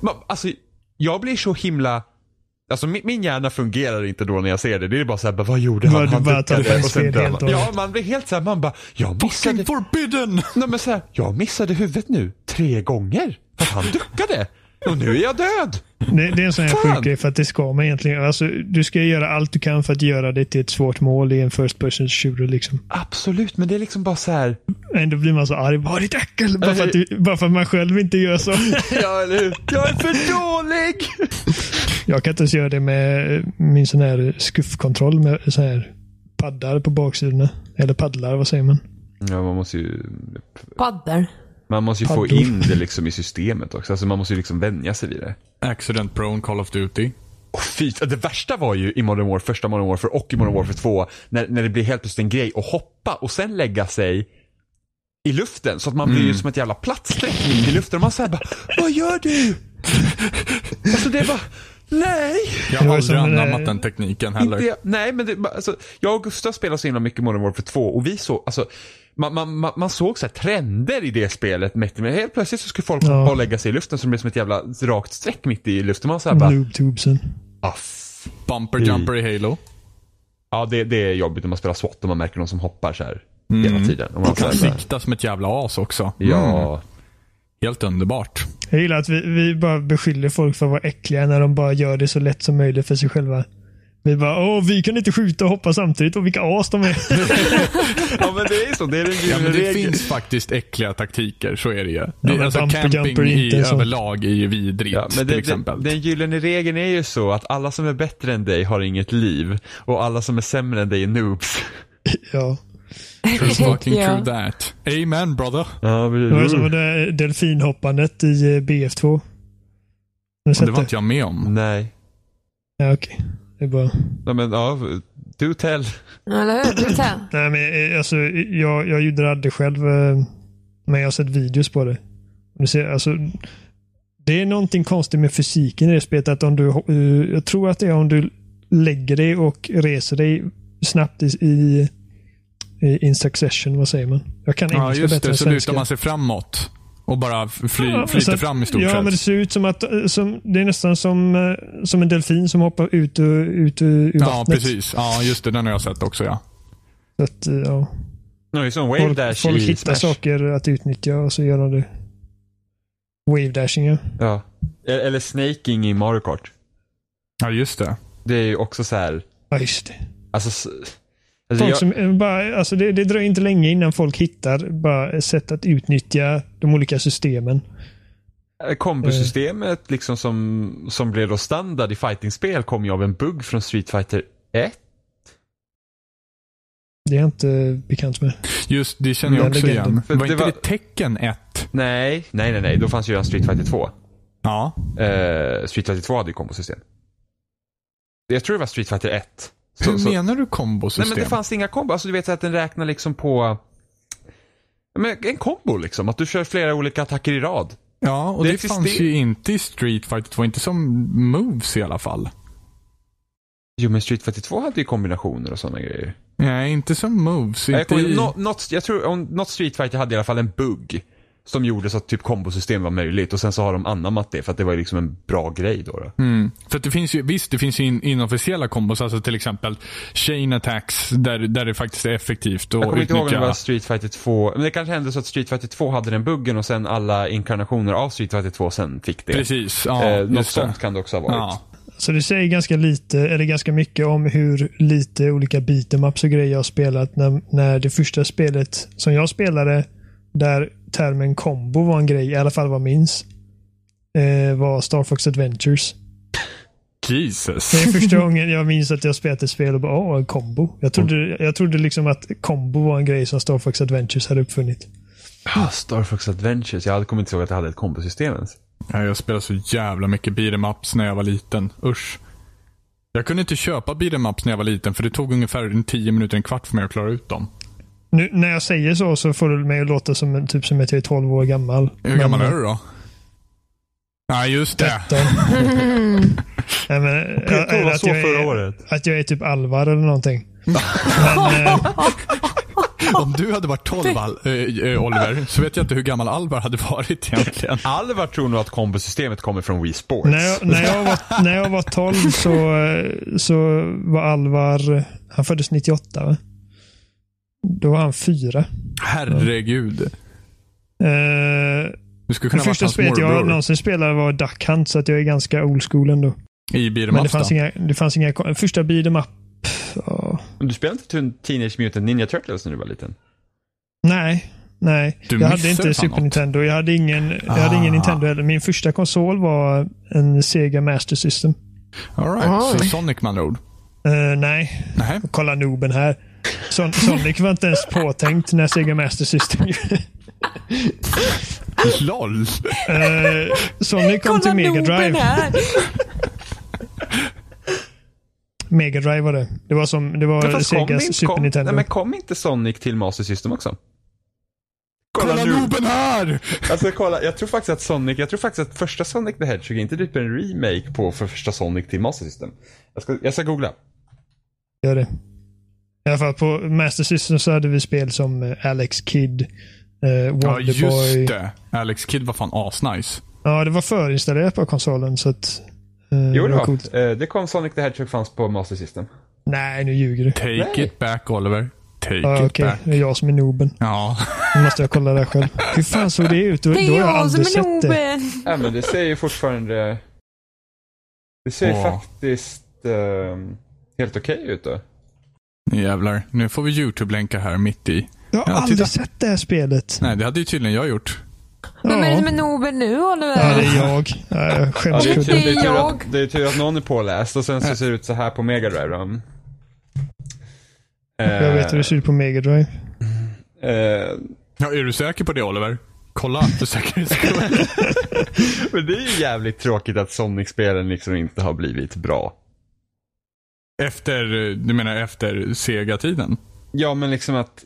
Speaker 4: man, alltså, jag blir så himla... Alltså min, min hjärna fungerar inte då när jag ser det. Det är bara såhär, vad gjorde han?
Speaker 1: Ja, du
Speaker 4: han
Speaker 1: bara tar
Speaker 4: duckade
Speaker 1: fel
Speaker 4: och sen dör
Speaker 1: helt
Speaker 4: man.
Speaker 1: och
Speaker 4: Ja,
Speaker 1: hållet.
Speaker 4: man blir helt såhär, man bara, jag missade...
Speaker 3: Fucking forbidden!
Speaker 4: Nej, men såhär, jag missade huvudet nu tre gånger. För att han duckade. Och nu är jag död.
Speaker 1: Det, det är en sån här
Speaker 4: Fan!
Speaker 1: sjuk grej för att det ska man egentligen göra. alltså, Du ska göra allt du kan för att göra det till ett svårt mål i en first person shooter. Liksom.
Speaker 4: Absolut, men det är liksom bara så här.
Speaker 1: Ändå blir man så arg. Bara ditt äckel! Bara för, att du, bara för att man själv inte gör så.
Speaker 4: Ja, eller hur? Jag är för dålig!
Speaker 1: Jag kan inte ens göra det med min sån här skuffkontroll med sån här paddar på baksidorna. Eller paddlar, vad säger man?
Speaker 4: Ja, man måste ju
Speaker 2: Paddor.
Speaker 4: Man måste ju få
Speaker 1: Paddor.
Speaker 4: in det liksom i systemet också. Alltså man måste ju liksom vänja sig vid det.
Speaker 3: Accident prone Call of Duty.
Speaker 4: Och fy, det värsta var ju i Modern Warfare, första Modern Warfare och i Modern Warfare 2, när, när det blir helt plötsligt en grej att hoppa och sen lägga sig i luften. Så att man blir ju som ett jävla plattsträckning i luften. Och man säger bara, vad gör du? Alltså det är bara, nej.
Speaker 3: Jag
Speaker 1: Det
Speaker 3: har
Speaker 1: var
Speaker 3: aldrig
Speaker 1: som, eh,
Speaker 3: anammat den tekniken heller.
Speaker 4: Inte jag, nej, men det, alltså, jag och Gustav spelade så himla mycket Modern Warfare 2 och vi såg, alltså man, man, man, man såg så här trender i det spelet. mäktigt. Men helt plötsligt så skulle folk
Speaker 1: Ja.
Speaker 4: bara lägga sig i luften så det blev som ett jävla rakt streck mitt i luften. Man var så här
Speaker 1: Mm.
Speaker 4: bara,
Speaker 1: Noobtubesen.
Speaker 4: ah, f-
Speaker 3: Bumper jumper i Halo.
Speaker 4: ja det, det är jobbigt när man spelar SWAT och man märker någon som hoppar så här
Speaker 3: Mm.
Speaker 4: hela tiden. Och man
Speaker 3: Och kan
Speaker 4: så här, bara,
Speaker 3: sikta som ett jävla as också.
Speaker 4: ja,
Speaker 3: Mm. Helt underbart.
Speaker 1: Jag gillar att vi, vi bara beskyller folk för att vara äckliga när de bara gör det så lätt som möjligt för sig själva. Vi bara, åh, vi kan inte skjuta och hoppa samtidigt och vilka as de är.
Speaker 4: ja men det är så. Det är den
Speaker 3: Ja,
Speaker 4: gyllene
Speaker 3: men det
Speaker 4: regeln.
Speaker 3: finns faktiskt äckliga taktiker, så är det ju. Det,
Speaker 1: men
Speaker 3: alltså,
Speaker 1: bumper
Speaker 3: camping
Speaker 1: jumper är
Speaker 3: i
Speaker 1: inte en sån.
Speaker 3: överlag är ju vidrigt,
Speaker 4: Ja, men det,
Speaker 3: till exempel.
Speaker 4: Den, den gyllene regeln är ju så att alla som är bättre än dig har inget liv och alla som är sämre än dig är noobs.
Speaker 1: ja.
Speaker 3: True fucking
Speaker 2: Ja.
Speaker 3: true that. Amen brother.
Speaker 4: Ja,
Speaker 1: Det var
Speaker 3: Mm.
Speaker 1: som det där delfinhoppandet i eh, BF2. Har ni
Speaker 3: Och
Speaker 1: sett
Speaker 3: det var
Speaker 1: det?
Speaker 3: inte jag med om.
Speaker 4: Nej.
Speaker 1: Ja, okej. Det är bara...
Speaker 4: Ja, men ja, do tell.
Speaker 2: Eller hur? Det kan.
Speaker 1: Nej, men eh, alltså, jag, jag gjorde aldrig själv, eh, men jag har sett videos på det. Du ser, alltså, det är någonting konstigt med fysiken i det spelet. Att om du, ho- eh, jag tror att det är om du lägger dig och reser dig snabbt i, i i- in succession, vad säger man? Jag kan
Speaker 3: Ja,
Speaker 1: engelska
Speaker 3: just
Speaker 1: bättre
Speaker 3: det.
Speaker 1: än
Speaker 3: Så lutar
Speaker 1: svenska.
Speaker 3: man sig framåt och bara fly,
Speaker 1: Ja, men så
Speaker 3: flyter
Speaker 1: att-
Speaker 3: fram i stort
Speaker 1: ja,
Speaker 3: sett.
Speaker 1: men det ser ut som att eh, som, det är nästan som, eh, som en delfin som hoppar ut ur, ut ur ur
Speaker 3: Ja,
Speaker 1: vattnet.
Speaker 3: precis. Ja, just det. Den har jag sett också, ja.
Speaker 1: Så att, eh, ja.
Speaker 4: No, det är som wave
Speaker 1: Folk,
Speaker 4: dash
Speaker 1: folk
Speaker 4: i
Speaker 1: hittar
Speaker 4: Smash.
Speaker 1: saker att utnyttja och så gör de det. Wave dashing, ja.
Speaker 4: Ja. E- Eller snaking i Mario Kart.
Speaker 3: Ja, just det.
Speaker 4: Det är ju också så här,
Speaker 1: Ja, just det.
Speaker 4: alltså, s- alltså
Speaker 1: Folk
Speaker 4: jag,
Speaker 1: som, eh, bara, alltså det, det dröjer inte länge innan folk hittar bara sätt att utnyttja de olika systemen.
Speaker 4: Eh, kombosystemet liksom som, som blev då standard i fightingspel kom ju av en bugg från Street Fighter 1.
Speaker 1: Det är jag inte bekant med.
Speaker 3: Just det känner jag
Speaker 1: Den
Speaker 3: också
Speaker 1: legenden.
Speaker 3: igen.
Speaker 4: För
Speaker 3: Var
Speaker 4: det
Speaker 3: inte
Speaker 4: var-
Speaker 3: det tecken 1?
Speaker 4: Nej, nej, nej, nej. Då fanns ju redan Street Fighter 2.
Speaker 3: Ja.
Speaker 4: Eh, Street Fighter 2 hade ju kombosystem. Jag tror det var Street Fighter 1. Så-
Speaker 3: Hur
Speaker 4: så-
Speaker 3: menar du
Speaker 4: Nej
Speaker 3: kombosystem?
Speaker 4: men det fanns inga kombo. Alltså du vet så att den räknar liksom på Ja, men en kombo liksom. Att du kör flera olika attacker i rad.
Speaker 3: Ja, och
Speaker 4: Det
Speaker 3: det,
Speaker 4: existerar-
Speaker 3: fanns ju inte i Street Fighter 2. Inte som moves i alla fall.
Speaker 4: Jo men Street Fighter 2 hade ju kombinationer och sådana grejer.
Speaker 3: Nej, inte som moves.
Speaker 4: Jag,
Speaker 3: Inte
Speaker 4: kommer,
Speaker 3: i...
Speaker 4: nå- något, jag tror om- något Street Fighter hade i alla fall en bugg. Som gjorde så att typ kombosystem var möjligt och sen så har de anammat det för att det var ju liksom en bra grej då. då.
Speaker 3: Mm. För att det finns ju, visst, det finns ju in, inofficiella kombos. Alltså till exempel chain attacks där, där det faktiskt är effektivt
Speaker 4: Jag
Speaker 3: att
Speaker 4: kommer inte ihåg om det var
Speaker 3: utnyttja.
Speaker 4: Street Fighter 2, men det kanske hände så att Street Fighter 2 hade den buggen och sen alla inkarnationer av Street Fighter 2 sen fick det.
Speaker 3: Precis, ja.
Speaker 4: eh, något
Speaker 3: just det.
Speaker 4: sånt kan det också ha varit.
Speaker 3: Ja.
Speaker 1: Så det säger ganska lite, eller ganska mycket om hur lite olika beatemaps och grejer jag har spelat. När, när det första spelet som jag spelade, där termen kombo var en grej, i alla fall vad jag minns, eh, var Star Fox Adventures.
Speaker 3: Jesus.
Speaker 1: Det är första gången jag minns att jag spelat ett spel och bara åh, en kombo. Jag trodde, jag trodde liksom att kombo var en grej som Star Fox Adventures hade uppfunnit.
Speaker 4: Ah, Star Fox Adventures. Jag hade kommit inte ihåg att det hade ett kombosystem ens.
Speaker 3: Ja, jag spelade så jävla mycket beat em ups när jag var liten. Usch. Jag kunde inte köpa beat em ups när jag var liten för det tog ungefär en 10 minuter, en kvart för mig att klara ut dem.
Speaker 1: Nu, när jag säger så så får du mig att låta som, en- typ som att jag är 12 år gammal.
Speaker 3: Hur gammal
Speaker 1: Men-
Speaker 3: är du då? Nej, just det.
Speaker 1: Tretton. Nej, men, jag-
Speaker 4: Peter var
Speaker 1: att
Speaker 4: så
Speaker 1: jag är-
Speaker 4: förra året.
Speaker 1: Att jag är typ Alvar eller någonting.
Speaker 3: Om du hade varit 12, Al- eh, eh, Oliver, så vet jag inte hur gammal Alvar hade varit egentligen.
Speaker 4: Alvar tror nog att kombosystemet kommer från Wii Sports.
Speaker 1: När jag, när jag, var, när jag var 12 så, eh, så var Alvar, han föddes 98 va? Då var han fyra.
Speaker 3: Herregud.
Speaker 1: Eh,
Speaker 3: Du skulle
Speaker 1: det
Speaker 3: kunna vara
Speaker 1: första
Speaker 3: hans
Speaker 1: spelet jag
Speaker 3: morbror
Speaker 1: någonsin spelade var Duck Hunt så att jag är ganska old school ändå.
Speaker 3: i beat em
Speaker 1: Men det
Speaker 3: ups då.
Speaker 1: fanns inga, det fanns inga, första beat'em up. ja.
Speaker 4: Men du spelade inte Tun- Teenage Mutant Ninja Turtles när du var liten?
Speaker 1: Nej. Nej,
Speaker 3: Du
Speaker 1: jag hade
Speaker 3: missar
Speaker 1: inte
Speaker 3: fan
Speaker 1: Super
Speaker 3: något.
Speaker 1: Nintendo. Jag hade ingen, jag hade
Speaker 3: Ah.
Speaker 1: ingen Nintendo heller. Min första konsol var en Sega Master System.
Speaker 3: All right. Så
Speaker 2: Oj.
Speaker 3: Sonic med andra ord.
Speaker 1: Eh, nej,
Speaker 3: Nej.
Speaker 1: kolla Noben här. Son Sonic var inte ens påtänkt när Sega Master System
Speaker 3: LOL.
Speaker 1: Eh, Sonic kom till
Speaker 2: Kolla
Speaker 1: Mega
Speaker 2: Norden
Speaker 1: Drive.
Speaker 2: här.
Speaker 1: Mega Drive var det. Det var som det var
Speaker 4: Men fast kom,
Speaker 1: Segas
Speaker 4: inte-
Speaker 1: Super
Speaker 4: kom,
Speaker 1: Nintendo.
Speaker 4: nej, men kom inte Sonic till Master System också?
Speaker 3: Kolla noben här!
Speaker 4: Alltså kolla, jag tror faktiskt att Sonic, jag tror faktiskt att första Sonic the Hedgehog är inte typ en remake på för första Sonic till Master System. Jag ska, jag ska googla.
Speaker 1: Gör det. I alla fall på Master System så hade vi spel som eh, Alex Kidd, eh,
Speaker 3: Ja,
Speaker 1: Wonderboy.
Speaker 3: just det. Alex Kidd var fan asnice.
Speaker 1: Ja, det var förinstallerat på konsolen så att... eh,
Speaker 4: Jo, det var.
Speaker 1: coolt.
Speaker 4: Eh, det kom Sonic the Hedgehog fanns på Master System.
Speaker 1: Nej, nu ljuger du.
Speaker 3: Take
Speaker 4: Nej.
Speaker 3: it back, Oliver. Take
Speaker 1: Ja,
Speaker 3: it
Speaker 1: Ah, okej.
Speaker 3: back.
Speaker 1: Det är jag som är noben.
Speaker 3: Ja.
Speaker 1: Nu måste jag kolla det här själv. Hur fan såg det ut? Då, då
Speaker 2: Det
Speaker 1: har
Speaker 2: är
Speaker 1: jag
Speaker 2: jag
Speaker 1: aldrig
Speaker 2: som är
Speaker 1: sett det.
Speaker 2: noben.
Speaker 4: Ja, men det ser ju fortfarande... Det ser ju
Speaker 3: Åh.
Speaker 4: faktiskt ehm, helt okej ut då.
Speaker 3: Jävlar. Nu får vi YouTube-länka här mitt i.
Speaker 1: Jag har
Speaker 3: Ja,
Speaker 1: aldrig
Speaker 3: titta.
Speaker 1: sett det här spelet.
Speaker 3: Nej, det hade ju tydligen jag gjort.
Speaker 2: Vem är det
Speaker 1: Ja.
Speaker 2: som är noben nu,
Speaker 1: Ja, det
Speaker 2: Oliver?
Speaker 1: är jag. Nej, jag
Speaker 4: Ja,
Speaker 1: skäms
Speaker 4: det, är ju
Speaker 1: för
Speaker 4: tur,
Speaker 1: det.
Speaker 4: det, är tur
Speaker 2: Jag.
Speaker 4: att, det är tur att någon är påläst och sen så ser det ut så här på Mega Drive. då. Eh,
Speaker 1: Jag vet hur det ser ut på Mega Drive.
Speaker 4: eh,
Speaker 3: Ja, är du säker på det, Oliver? Kolla för säkerhets skull.
Speaker 4: Men det är ju jävligt tråkigt att Sonic-spelen liksom inte har blivit bra.
Speaker 3: Efter, eh, du menar efter Sega-tiden?
Speaker 4: Ja, men liksom att,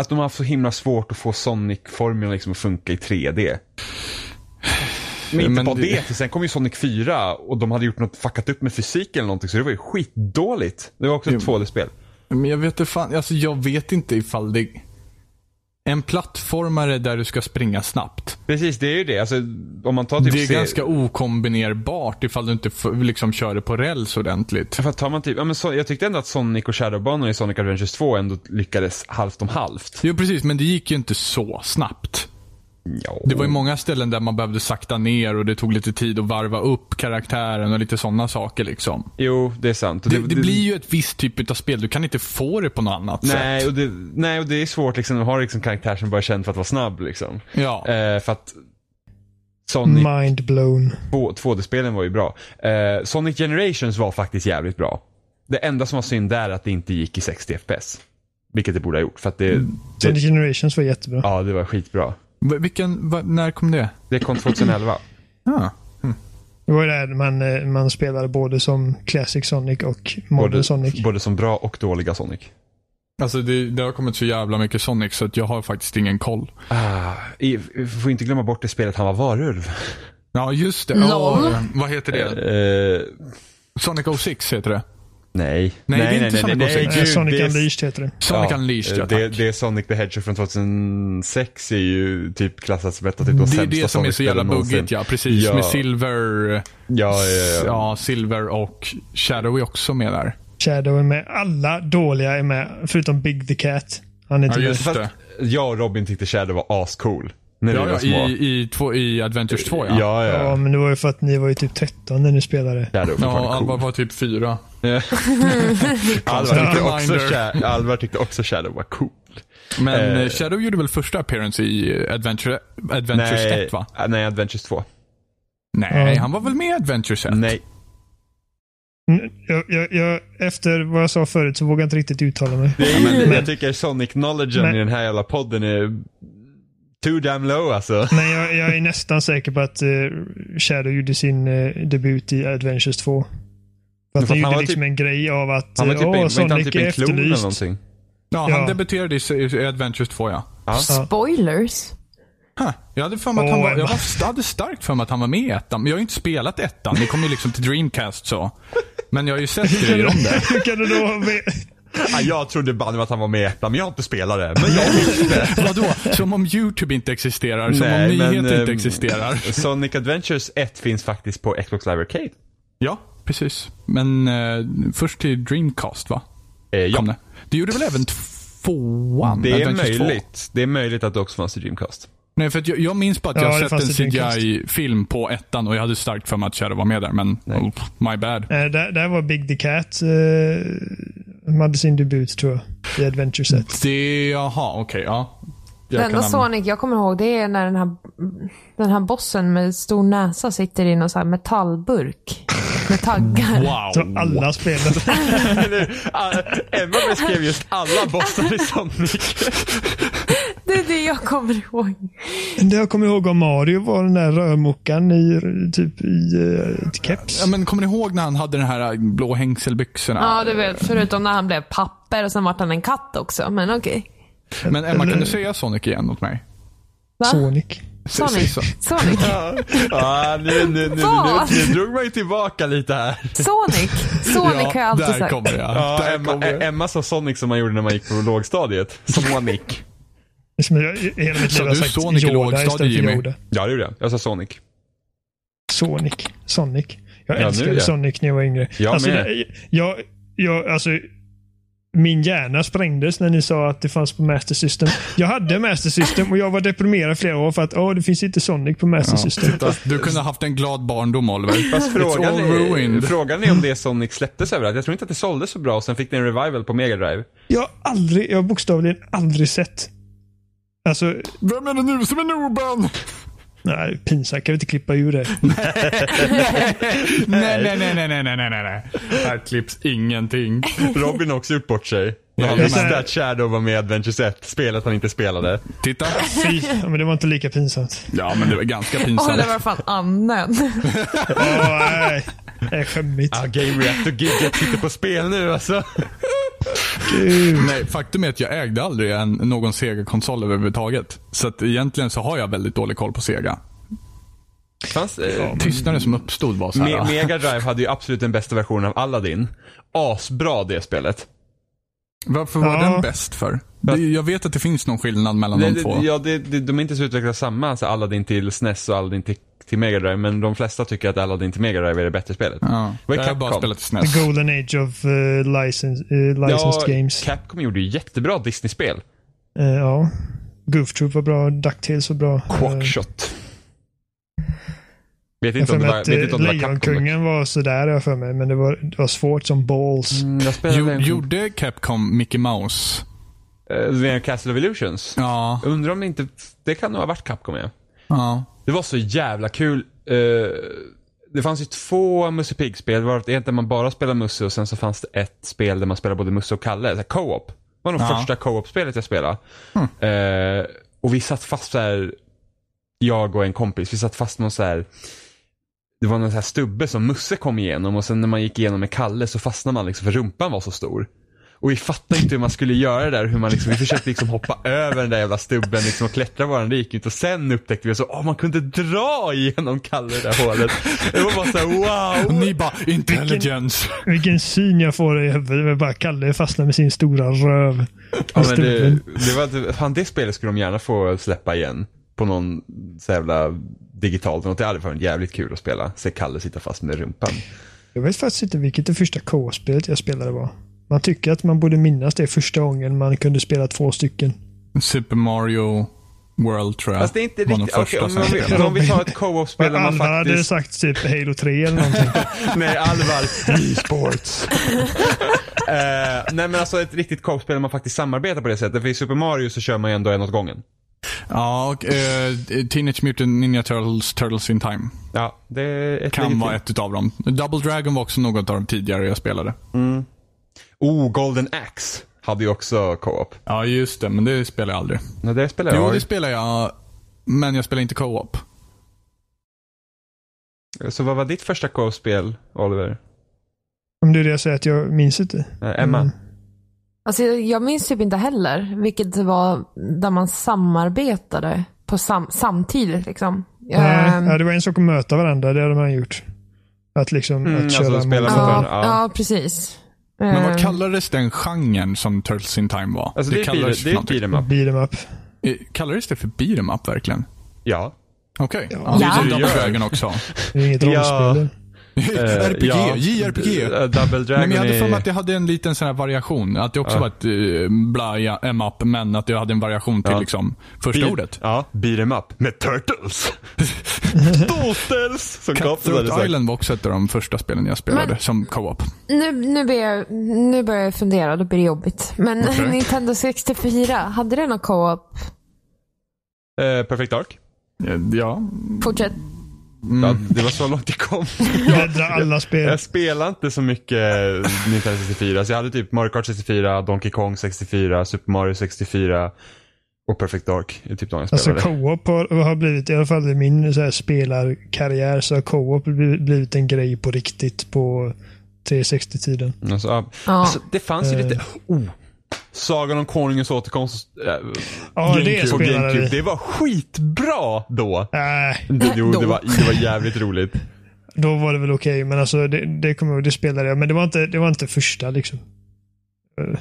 Speaker 4: att de har haft så himla svårt att få Sonic-formeln liksom att funka i 3D. Men inte
Speaker 3: Men
Speaker 4: bara
Speaker 3: det-
Speaker 4: det, för sen kom ju Sonic 4 och de hade gjort något fuckat upp med fysik eller någonting så det var ju skitdåligt. Det var också ett 2D-spel.
Speaker 3: Men jag vet inte fan, alltså jag vet inte ifall det... En plattformare där du ska springa snabbt.
Speaker 4: Precis, det är ju det. Alltså, om man tar typ
Speaker 3: det är
Speaker 4: se-
Speaker 3: ganska okombinerbart ifall du inte f- liksom kör det på räls ordentligt.
Speaker 4: För att tar man typ, ja, men så, jag tyckte ändå att Sonic och Shadowbanor i Sonic Adventures 2 ändå lyckades halvt om halvt.
Speaker 3: Jo, precis, men det gick ju inte så snabbt.
Speaker 4: Ja.
Speaker 3: Det var ju många ställen där man behövde sakta ner och det tog lite tid att varva upp karaktären och lite sådana saker. liksom.
Speaker 4: Jo, det är sant. Och
Speaker 3: Det, det blir ju ett visst typ av spel. Du kan inte få det på något annat
Speaker 4: Nej
Speaker 3: sätt.
Speaker 4: och, det, nej, och det är svårt liksom att ha liksom karaktär som bara är känd för att vara snabb. Liksom.
Speaker 3: Ja.
Speaker 4: Eh, för att Sonic
Speaker 1: Mind blown.
Speaker 4: 2, 2D-spelen var ju bra. Eh, Sonic Generations var faktiskt jävligt bra. Det enda som var synd där är att det inte gick i 60 FPS. Vilket det borde ha gjort. För att det,
Speaker 1: Mm.
Speaker 4: det,
Speaker 1: Sonic Generations var jättebra.
Speaker 4: ja, det var skitbra.
Speaker 3: V- Vilken, va, när kom det?
Speaker 4: Det kom 2011.
Speaker 3: Ah.
Speaker 1: Det var ju där man, eh, man spelade både som Classic Sonic och Modern
Speaker 4: Både,
Speaker 1: Sonic.
Speaker 4: både som bra och dåliga Sonic.
Speaker 3: Alltså det, det har kommit så jävla mycket Sonic så att jag har faktiskt ingen koll.
Speaker 4: Ah, i, vi får inte glömma bort det spelet han var varulv.
Speaker 3: Ja, just det.
Speaker 2: Lol.
Speaker 3: Åh, vad heter det?
Speaker 4: Eh,
Speaker 3: Sonic 06 heter det.
Speaker 4: nej.
Speaker 3: Nej, det är inte Sonic
Speaker 1: Eh,
Speaker 3: Gosling.
Speaker 4: gud,
Speaker 1: Sonic
Speaker 4: det är-
Speaker 1: Unleashed heter det.
Speaker 3: Sonic
Speaker 4: Ja,
Speaker 3: Unleashed, ja, tack.
Speaker 4: det, det är Sonic the Hedgehog från 2006 är ju typ klassat som ett av typ de
Speaker 3: Det
Speaker 4: sämsta
Speaker 3: är det som är så jävla
Speaker 4: Sonic-spelen
Speaker 3: buggigt,
Speaker 4: någonsin.
Speaker 3: ja. Precis.
Speaker 4: Ja.
Speaker 3: Med Silver...
Speaker 4: Ja, ja, ja.
Speaker 3: ja, Silver och Shadow är också med där.
Speaker 1: Shadow är med. Alla dåliga är med. Förutom Big the Cat. Han är typ- inte
Speaker 3: Ja,
Speaker 1: med.
Speaker 3: just
Speaker 4: Fast
Speaker 3: det.
Speaker 4: jag och Robin tyckte Shadow var ascool. När vi
Speaker 3: Ja,
Speaker 4: var
Speaker 3: ja,
Speaker 4: små.
Speaker 3: i, i, två, I Adventures 2, ja.
Speaker 4: ja,
Speaker 1: Ja,
Speaker 4: ja.
Speaker 1: men det var ju för att ni var ju typ 13 när ni spelade.
Speaker 4: Shadow var
Speaker 3: Ja,
Speaker 4: ja,
Speaker 3: Alva
Speaker 4: cool.
Speaker 3: var typ fyra.
Speaker 4: Ja. Alvar, tyckte också
Speaker 3: Reminder.
Speaker 4: Sha- Alvar tyckte också Shadow var cool.
Speaker 3: Men
Speaker 4: Eh.
Speaker 3: eh, Shadow gjorde väl första appearance i eh, Adventure, Adventures 1, va?
Speaker 4: ah, nej, Adventures 2.
Speaker 3: Nej,
Speaker 1: Ja.
Speaker 3: han var väl med i Adventures 1?
Speaker 4: Nej,
Speaker 1: Mm, Jag, jag, jag, efter vad jag sa förut så vågar jag inte riktigt uttala mig.
Speaker 4: det är, men,
Speaker 1: Men-
Speaker 4: jag tycker Sonic knowledgen
Speaker 1: Men-
Speaker 4: i den här jävla podden är too damn low alltså.
Speaker 1: Men jag, jag är nästan säker på att eh, Shadow gjorde sin eh, debut i Adventures 2. För
Speaker 4: Men
Speaker 1: att
Speaker 4: för
Speaker 1: de
Speaker 4: han
Speaker 1: gjorde
Speaker 4: var
Speaker 1: liksom
Speaker 4: typ-
Speaker 1: en grej av att eh,
Speaker 4: Han var typ, en,
Speaker 1: åh,
Speaker 4: var inte han
Speaker 1: Sonic
Speaker 4: typ
Speaker 1: är
Speaker 4: en klon eller
Speaker 1: efterlyst.
Speaker 4: någonting?
Speaker 3: Ja, han
Speaker 1: Ja.
Speaker 3: debuterade i s- i Adventures 2, ja.
Speaker 2: Spoilers.
Speaker 3: Huh. Jag hade för mig att han
Speaker 1: Åh,
Speaker 3: var, jag
Speaker 1: Emma.
Speaker 3: var, jag hade starkt för mig att han var med i ettan. Men jag har ju inte spelat ettan. Det kom ju liksom till Dreamcast så. Men jag har ju sett grejer om det.
Speaker 1: Hur kan du då ha med?
Speaker 4: Ja, jag trodde banne mig att han var med i ettan, men jag har inte spelat det. Men jag visste.
Speaker 3: Vadå? Som om YouTube inte existerar. Som
Speaker 4: Nej,
Speaker 3: om
Speaker 4: men,
Speaker 3: nyheter inte
Speaker 4: ehm,
Speaker 3: existerar.
Speaker 4: Sonic Adventures 1 finns faktiskt på Xbox Live Arcade.
Speaker 3: Ja, precis. Men eh, först till Dreamcast va?
Speaker 4: Eh, ja,
Speaker 3: Kom det. det gjorde väl även tvåan?
Speaker 4: det är
Speaker 3: Adventures 2?
Speaker 4: möjligt. Det är möjligt att det också fanns i Dreamcast.
Speaker 3: Nej, för att jag, jag minns bara att
Speaker 1: Ja,
Speaker 3: jag
Speaker 1: det
Speaker 3: har sett
Speaker 1: fanns
Speaker 3: en
Speaker 1: i Dreamcast.
Speaker 3: CGI-film på ettan och jag hade starkt för mig att Shadow var med där, men oh, my bad.
Speaker 1: Eh, där, där var Big the Cat. Eh, de hade sin debut tror jag. I Adventures 1.
Speaker 3: Det, jaha, okej, ja. Jag
Speaker 2: Det enda
Speaker 3: kan-
Speaker 2: Sonic jag kommer ihåg det är när den här, den här bossen med stor näsa sitter i någon så här metallburk. Med taggar.
Speaker 3: Wow.
Speaker 1: Så alla spelen.
Speaker 4: Eller, ah, Emma beskrev just alla bossar i Sonic.
Speaker 2: Det är det jag kommer ihåg.
Speaker 1: Det jag kommer ihåg om Mario var den där rörmokaren i typ i eh, keps.
Speaker 3: Ja, men kommer ni ihåg när han hade den här äh, blå hängselbyxorna?
Speaker 2: Ja, du vet. Förutom när han blev papper och sen vart han en katt också. Men okej.
Speaker 3: Men Emma, kan du säga Sonic igen åt mig?
Speaker 2: Va?
Speaker 1: Sonic.
Speaker 2: Sonic. Sonic.
Speaker 4: Ja, Ah, nu, nu, nu, nu,
Speaker 2: Vad?
Speaker 4: nu, nu drog man ju tillbaka lite här.
Speaker 2: Sonic. Sonic har jag alltid
Speaker 3: där
Speaker 2: sagt.
Speaker 3: kommer jag.
Speaker 4: Ja,
Speaker 3: där
Speaker 4: Emma,
Speaker 3: kommer jag.
Speaker 4: Emma sa Sonic som man gjorde när man gick på lågstadiet. Sonic.
Speaker 1: Som jag i hela mitt
Speaker 3: Så
Speaker 1: liv har
Speaker 3: du
Speaker 1: sagt
Speaker 3: Sonic i
Speaker 1: Yoda
Speaker 3: lågstadiet,
Speaker 1: istället för
Speaker 3: Jimmy?
Speaker 1: Yoda.
Speaker 4: Ja, det gjorde jag. Jag sa Sonic.
Speaker 1: Sonic. Sonic. Jag
Speaker 4: Ja, nu
Speaker 1: älskade
Speaker 4: ja.
Speaker 1: Sonic när jag var yngre.
Speaker 4: Jag
Speaker 1: alltså,
Speaker 4: med.
Speaker 1: jag, jag, jag, alltså, min hjärna sprängdes när ni sa att det fanns på Master System. Jag hade Master System och jag var deprimerad flera år för att åh det finns inte Sonic på Master System.
Speaker 3: Fast Du kunde ha haft en glad barndom Oliver.
Speaker 4: Fast frågan
Speaker 3: It's all
Speaker 4: är,
Speaker 3: ruined.
Speaker 4: frågan är om det Sonic släpptes överallt. Jag tror inte att det såldes så bra och sen fick det en revival på Mega Drive.
Speaker 1: Jag har aldrig, jag har bokstavligen aldrig sett. Alltså,
Speaker 3: Vem är det nu som är Norban?
Speaker 1: nej, pinsamt. Kan vi inte klippa ur det?
Speaker 3: Nej, nej, nej, nej, nej, nej, nej, nej, nej. Här klipps ingenting.
Speaker 4: Robin har också gjort bort sig. När han
Speaker 3: Ja,
Speaker 4: visste
Speaker 1: men-
Speaker 4: att Shadow var med i Adventures 1, spelet han inte spelade.
Speaker 3: Titta.
Speaker 1: Fy, ja, men det var inte lika pinsamt.
Speaker 3: Ja, men det var ganska
Speaker 2: Åh,
Speaker 3: pinsamt.
Speaker 2: det var fan annen.
Speaker 1: Åh, nej. Det är skämmigt.
Speaker 4: Ah, Game Reactor Gidget sitter på spel nu alltså.
Speaker 1: Gud.
Speaker 3: Nej, faktum är att jag ägde aldrig en, någon Sega-konsol överhuvudtaget. Så att egentligen så har jag väldigt dålig koll på Sega.
Speaker 4: Fanns, eh,
Speaker 3: Tystnaden som uppstod var så här.
Speaker 4: Me- Mega Drive hade ju absolut den bästa versionen av Aladdin. Asbra det spelet.
Speaker 3: Varför var
Speaker 1: Ja.
Speaker 3: den bäst för? Det, jag vet att det finns någon skillnad mellan
Speaker 4: Det,
Speaker 3: de två.
Speaker 4: det, ja, det, det, de är inte så utvecklade samma, alltså Aladdin till SNES och Aladdin till, till Mega Drive, men de flesta tycker att Aladdin till Mega Drive är det bättre spelet.
Speaker 3: Ja.
Speaker 4: Vad är
Speaker 3: Jag har bara
Speaker 4: Capcom?
Speaker 3: spelat E i SNES.
Speaker 1: Golden Age of eh, license, eh, Licensed Games.
Speaker 4: Capcom gjorde ju jättebra Disney-spel.
Speaker 1: Eh, ja. Goof Troop var bra, Ducktails var bra. Eh,
Speaker 4: Quackshot. Vet
Speaker 1: jag
Speaker 4: inte
Speaker 1: för
Speaker 4: om det
Speaker 1: mig
Speaker 4: var,
Speaker 1: att
Speaker 4: vet inte
Speaker 1: eh,
Speaker 4: om det var Capcom.
Speaker 1: Lejonkungen var sådär har jag för mig, men det var, det var svårt som balls.
Speaker 4: Mm, Jag
Speaker 3: Jo,
Speaker 4: spelade en-
Speaker 3: gjorde Capcom Mickey Mouse?
Speaker 4: eh, det var Castle of Illusions.
Speaker 3: Ja.
Speaker 4: Undrar om det inte, det kan nog ha varit Capcom ja.
Speaker 3: ja.
Speaker 4: Det var så jävla kul. Eh, det fanns ju två Musse Pigg-spel, varav ett där man bara spelar Musse och sen så fanns det ett spel där man spelar både Musse och Kalle, så här co-op. Det var nog
Speaker 3: Ja.
Speaker 4: första co-op-spelet jag spelade. Eh, och vi satt fast så här, jag och en kompis, vi satt fast någon så här det var någon så här stubbe som Musse kom igenom och sen när man gick igenom med Kalle så fastnade man liksom för rumpan var så stor. Och vi fattade inte hur man skulle göra det där, hur man liksom, vi försökte liksom hoppa över den där jävla stubben liksom och klättra varandra, det gick inte. Och sen upptäckte vi så, åh man kunde dra igenom Kalle det där hålet. Det var bara så här,
Speaker 3: Och
Speaker 4: wow!
Speaker 3: ni bara, intelligence.
Speaker 1: Vilken syn jag får i huvudet. med bara Kalle fastnar med sin stora röv.
Speaker 4: Ja, men det, det var, fan det spelet skulle de gärna få släppa igen. På någon så jävla digitalt, något. det hade varit jävligt kul att spela. Se Kalle sitta fast med rumpan.
Speaker 1: Jag vet faktiskt inte vilket det första K-spelet jag spelade var. Man tycker att man borde minnas det första gången man kunde spela två stycken.
Speaker 3: Super Mario World tror jag.
Speaker 4: Fast det är inte
Speaker 3: var de
Speaker 4: riktigt, okej
Speaker 3: första
Speaker 4: om,
Speaker 3: som
Speaker 4: vi-
Speaker 3: spelade.
Speaker 4: om vi tar ett co-op-spel där man
Speaker 1: Alvar hade
Speaker 4: faktiskt
Speaker 1: sagt typ Halo 3 eller någonting.
Speaker 4: Nej, Alvar. E-sports. nej men alltså ett riktigt co-op-spel där man faktiskt samarbetar på det sättet. För i Super Mario så kör man ju ändå en åt gången.
Speaker 3: Ja, och eh, Teenage Mutant Ninja Turtles, Turtles in Time.
Speaker 4: Ja, det är ett
Speaker 3: Kan
Speaker 4: legitimt-
Speaker 3: vara ett utav dem. Double Dragon var också något av de tidigare jag spelade.
Speaker 4: Oh, Golden Axe hade ju också co-op.
Speaker 3: Ja, just det. Men det spelar jag aldrig.
Speaker 4: Nej, det spelar
Speaker 3: Jo,
Speaker 4: jag.
Speaker 3: det spelar jag. Men jag spelar inte co-op.
Speaker 4: Så vad var ditt första co-op-spel, Oliver?
Speaker 1: Om det är det jag säger att jag minns inte.
Speaker 4: Nej, Emma?
Speaker 1: Mm.
Speaker 2: Alltså, jag jag minns typ inte heller, vilket det var där man samarbetade på sam- samtidigt. Liksom. Ehm,
Speaker 1: Nej, ja, det var en sak att möta varandra, det hade man gjort. Att liksom
Speaker 4: Mm,
Speaker 1: att
Speaker 4: alltså
Speaker 1: köra
Speaker 4: spela
Speaker 1: mot-
Speaker 4: mot
Speaker 2: ja,
Speaker 4: varandra, ja.
Speaker 2: ja, precis.
Speaker 3: Men
Speaker 2: Ehm,
Speaker 3: vad kallades den genren som Turtles in Time var?
Speaker 4: Alltså det, är är
Speaker 3: kallades
Speaker 4: det
Speaker 3: för
Speaker 4: är ett
Speaker 3: någonting.
Speaker 4: beat 'em up.
Speaker 1: beat 'em up.
Speaker 3: Eh, Kallades det för beat'em up verkligen?
Speaker 4: Ja.
Speaker 3: Okej.
Speaker 1: Ja.
Speaker 3: Det är som
Speaker 4: Ja.
Speaker 3: Double Dragon också.
Speaker 1: Det är inget
Speaker 4: Ja.
Speaker 1: rollspel.
Speaker 4: Eh,
Speaker 3: RPG,
Speaker 4: ja.
Speaker 3: JRPG.
Speaker 4: Eh, Double Dragon
Speaker 3: Nej, men jag hade för mig att
Speaker 4: är...
Speaker 3: det hade en liten sån här variation. Att det också var ett uh, blaja, M-up, men att det hade en variation till
Speaker 4: Ja.
Speaker 3: liksom första ordet.
Speaker 4: Ja, beat 'em up. Med Turtles. Turtles! Som Kapten hade
Speaker 3: Cutthroat
Speaker 4: sagt.
Speaker 3: Island var också ett av de första spelen jag spelade
Speaker 2: Men-
Speaker 3: som co-op.
Speaker 2: nu, nu, blir jag, nu börjar jag fundera, då blir det jobbigt. Men
Speaker 3: Okej.
Speaker 2: Nintendo 64, hade den någon co-op?
Speaker 4: Eh, Perfect Dark.
Speaker 3: Ja.
Speaker 2: Fortsätt.
Speaker 1: Mm.
Speaker 4: Ja, det var så långt det kom.
Speaker 1: Bläddra alla spel.
Speaker 4: Jag spelade inte så mycket Nintendo 64. Så jag hade typ Mario Kart 64, Donkey Kong 64, Super Mario 64 och Perfect Dark. Det är typ de jag
Speaker 1: Alltså
Speaker 4: spelade.
Speaker 1: co-op har, har blivit, i alla fall i min så här, spelarkarriär, så har co-op bli- blivit en grej på riktigt på 360-tiden.
Speaker 4: Alltså, ja.
Speaker 2: Ja.
Speaker 4: alltså, det fanns ju lite... Oh. Sagan om konungens återkomst äh,
Speaker 1: Eh. Ja, det
Speaker 4: på
Speaker 1: spelade
Speaker 4: GameCube.
Speaker 1: vi.
Speaker 4: Det var skitbra då.
Speaker 1: Nej,
Speaker 4: Jo, det
Speaker 2: Då.
Speaker 4: var, det var jävligt roligt.
Speaker 1: Då var det väl okej, men alltså det, det kommer jag ihåg, det spelade jag. Men det var inte, det var inte första liksom. Eh,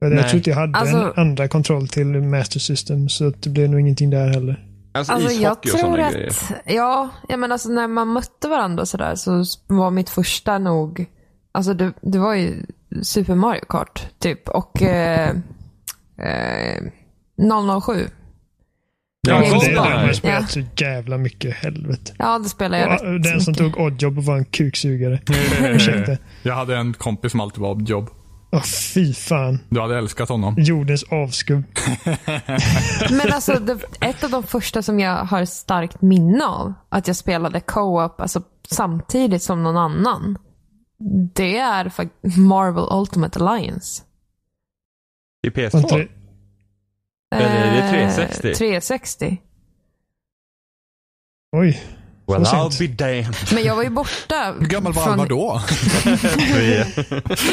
Speaker 1: För
Speaker 4: Nej.
Speaker 1: jag tror inte jag hade
Speaker 2: Alltså-
Speaker 1: en andra kontroll till Master System, så att det blev nog ingenting där heller.
Speaker 4: Alltså,
Speaker 2: Alltså jag
Speaker 4: ishockey och
Speaker 2: tror
Speaker 4: sådana grejer.
Speaker 2: att, ja, jag menar alltså när man mötte varandra sådär så var mitt första nog, alltså det, det var ju Super Mario Kart typ och eh, eh, 007.
Speaker 1: Ja,
Speaker 4: Ja,
Speaker 1: det är
Speaker 4: Goldeneye.
Speaker 1: den har jag
Speaker 2: Ja.
Speaker 1: spelat så jävla mycket, helvete.
Speaker 2: Ja, det spelade jag
Speaker 1: Ja,
Speaker 2: rätt
Speaker 1: den som
Speaker 2: mycket.
Speaker 1: tog oddjob var en kuksugare. Ursäkta.
Speaker 3: Jag hade en kompis som alltid var jobb.
Speaker 1: Åh fy fan.
Speaker 3: Du hade älskat honom.
Speaker 1: Jordens avskum.
Speaker 2: Men alltså det, ett av de första som jag har ett starkt minne av, att jag spelade co-op alltså, samtidigt som någon annan. Det är fakt- Marvel Ultimate Alliance.
Speaker 4: I
Speaker 1: Var inte det-
Speaker 4: PS2? Eller är det 360?
Speaker 2: Eh, 360.
Speaker 1: Oj.
Speaker 4: Well
Speaker 1: så
Speaker 4: I'll
Speaker 1: sent.
Speaker 4: be damned.
Speaker 2: Men jag var ju borta
Speaker 3: Hur gammal var
Speaker 2: från
Speaker 3: Alvar då?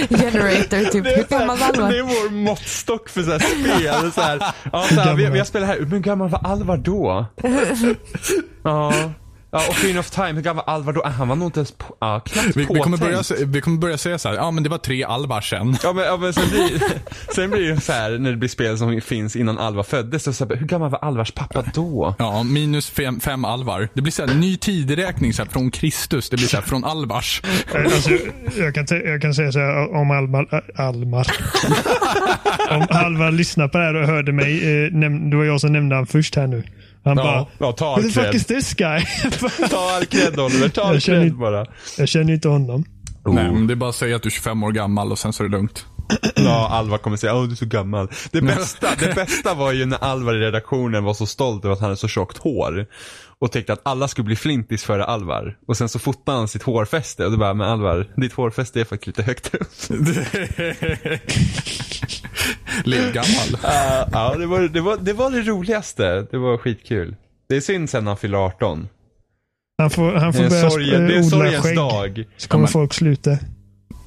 Speaker 2: Generator typ. Hur gammal var
Speaker 4: det är
Speaker 2: Alvar?
Speaker 4: vår måttstock för så här spel. Så här, ja, så här, vi, vi har spelat här, men hur gammal var Alvar då? Ja. ja, och Queen of Time, hur gammal var Alvar då? Ah, han var nog inte ens på, ja, knappt
Speaker 3: Vi, vi, kommer
Speaker 4: påtänkt.
Speaker 3: börja, se- vi kommer börja säga så här, ja men det var tre Alvar sen.
Speaker 4: Ja men, ja, men sen, blir, sen blir det ju så här när det blir spel som finns innan Alvar föddes. Så så här, hur gammal var Alvars pappa då?
Speaker 3: Ja, minus fem, fem Alvar. Det blir så här, ny tideräkning så här, från Kristus. Det blir så här, från Alvars.
Speaker 1: Eh, Alltså, jag, kan, tä- jag kan säga så här om Almar. äh, Almar. om Alvar lyssnar på det här och hörde mig. Eh, näm- det var jag som nämnde han först här nu. Han
Speaker 4: Ja,
Speaker 1: bara,
Speaker 4: ja ta
Speaker 1: What the
Speaker 4: all
Speaker 1: fuck is
Speaker 4: cred.
Speaker 1: this guy?
Speaker 4: Ta all cred Oliver, ta all
Speaker 1: Jag känner
Speaker 4: cred
Speaker 1: inte-
Speaker 4: bara.
Speaker 1: jag känner ju inte honom.
Speaker 3: Nej, men det är bara att säga att du är 25 år gammal och sen så är det lugnt.
Speaker 4: Ja, Alvar kommer säga åh du är så gammal. Det bästa, det bästa var ju när Alvar i redaktionen var så stolt över att han hade så tjockt hår. Och tyckte att alla skulle bli flintis före Alvar. Och sen så fotade han sitt hårfäste och då bara, men Alvar, ditt hårfäste är faktiskt lite högt upp.
Speaker 3: Lillgammal.
Speaker 4: Ja, ja, det var, det, var, det var det roligaste. Det var skitkul. Det är synd sen när han fyller 18.
Speaker 1: Han får, han
Speaker 4: Det
Speaker 1: får
Speaker 4: är,
Speaker 1: börja
Speaker 4: sorg, det
Speaker 1: sorg,
Speaker 4: är
Speaker 1: odla
Speaker 4: sorgens
Speaker 1: skägg.
Speaker 4: dag.
Speaker 1: Så kommer
Speaker 3: Ja, men-
Speaker 1: folk sluta.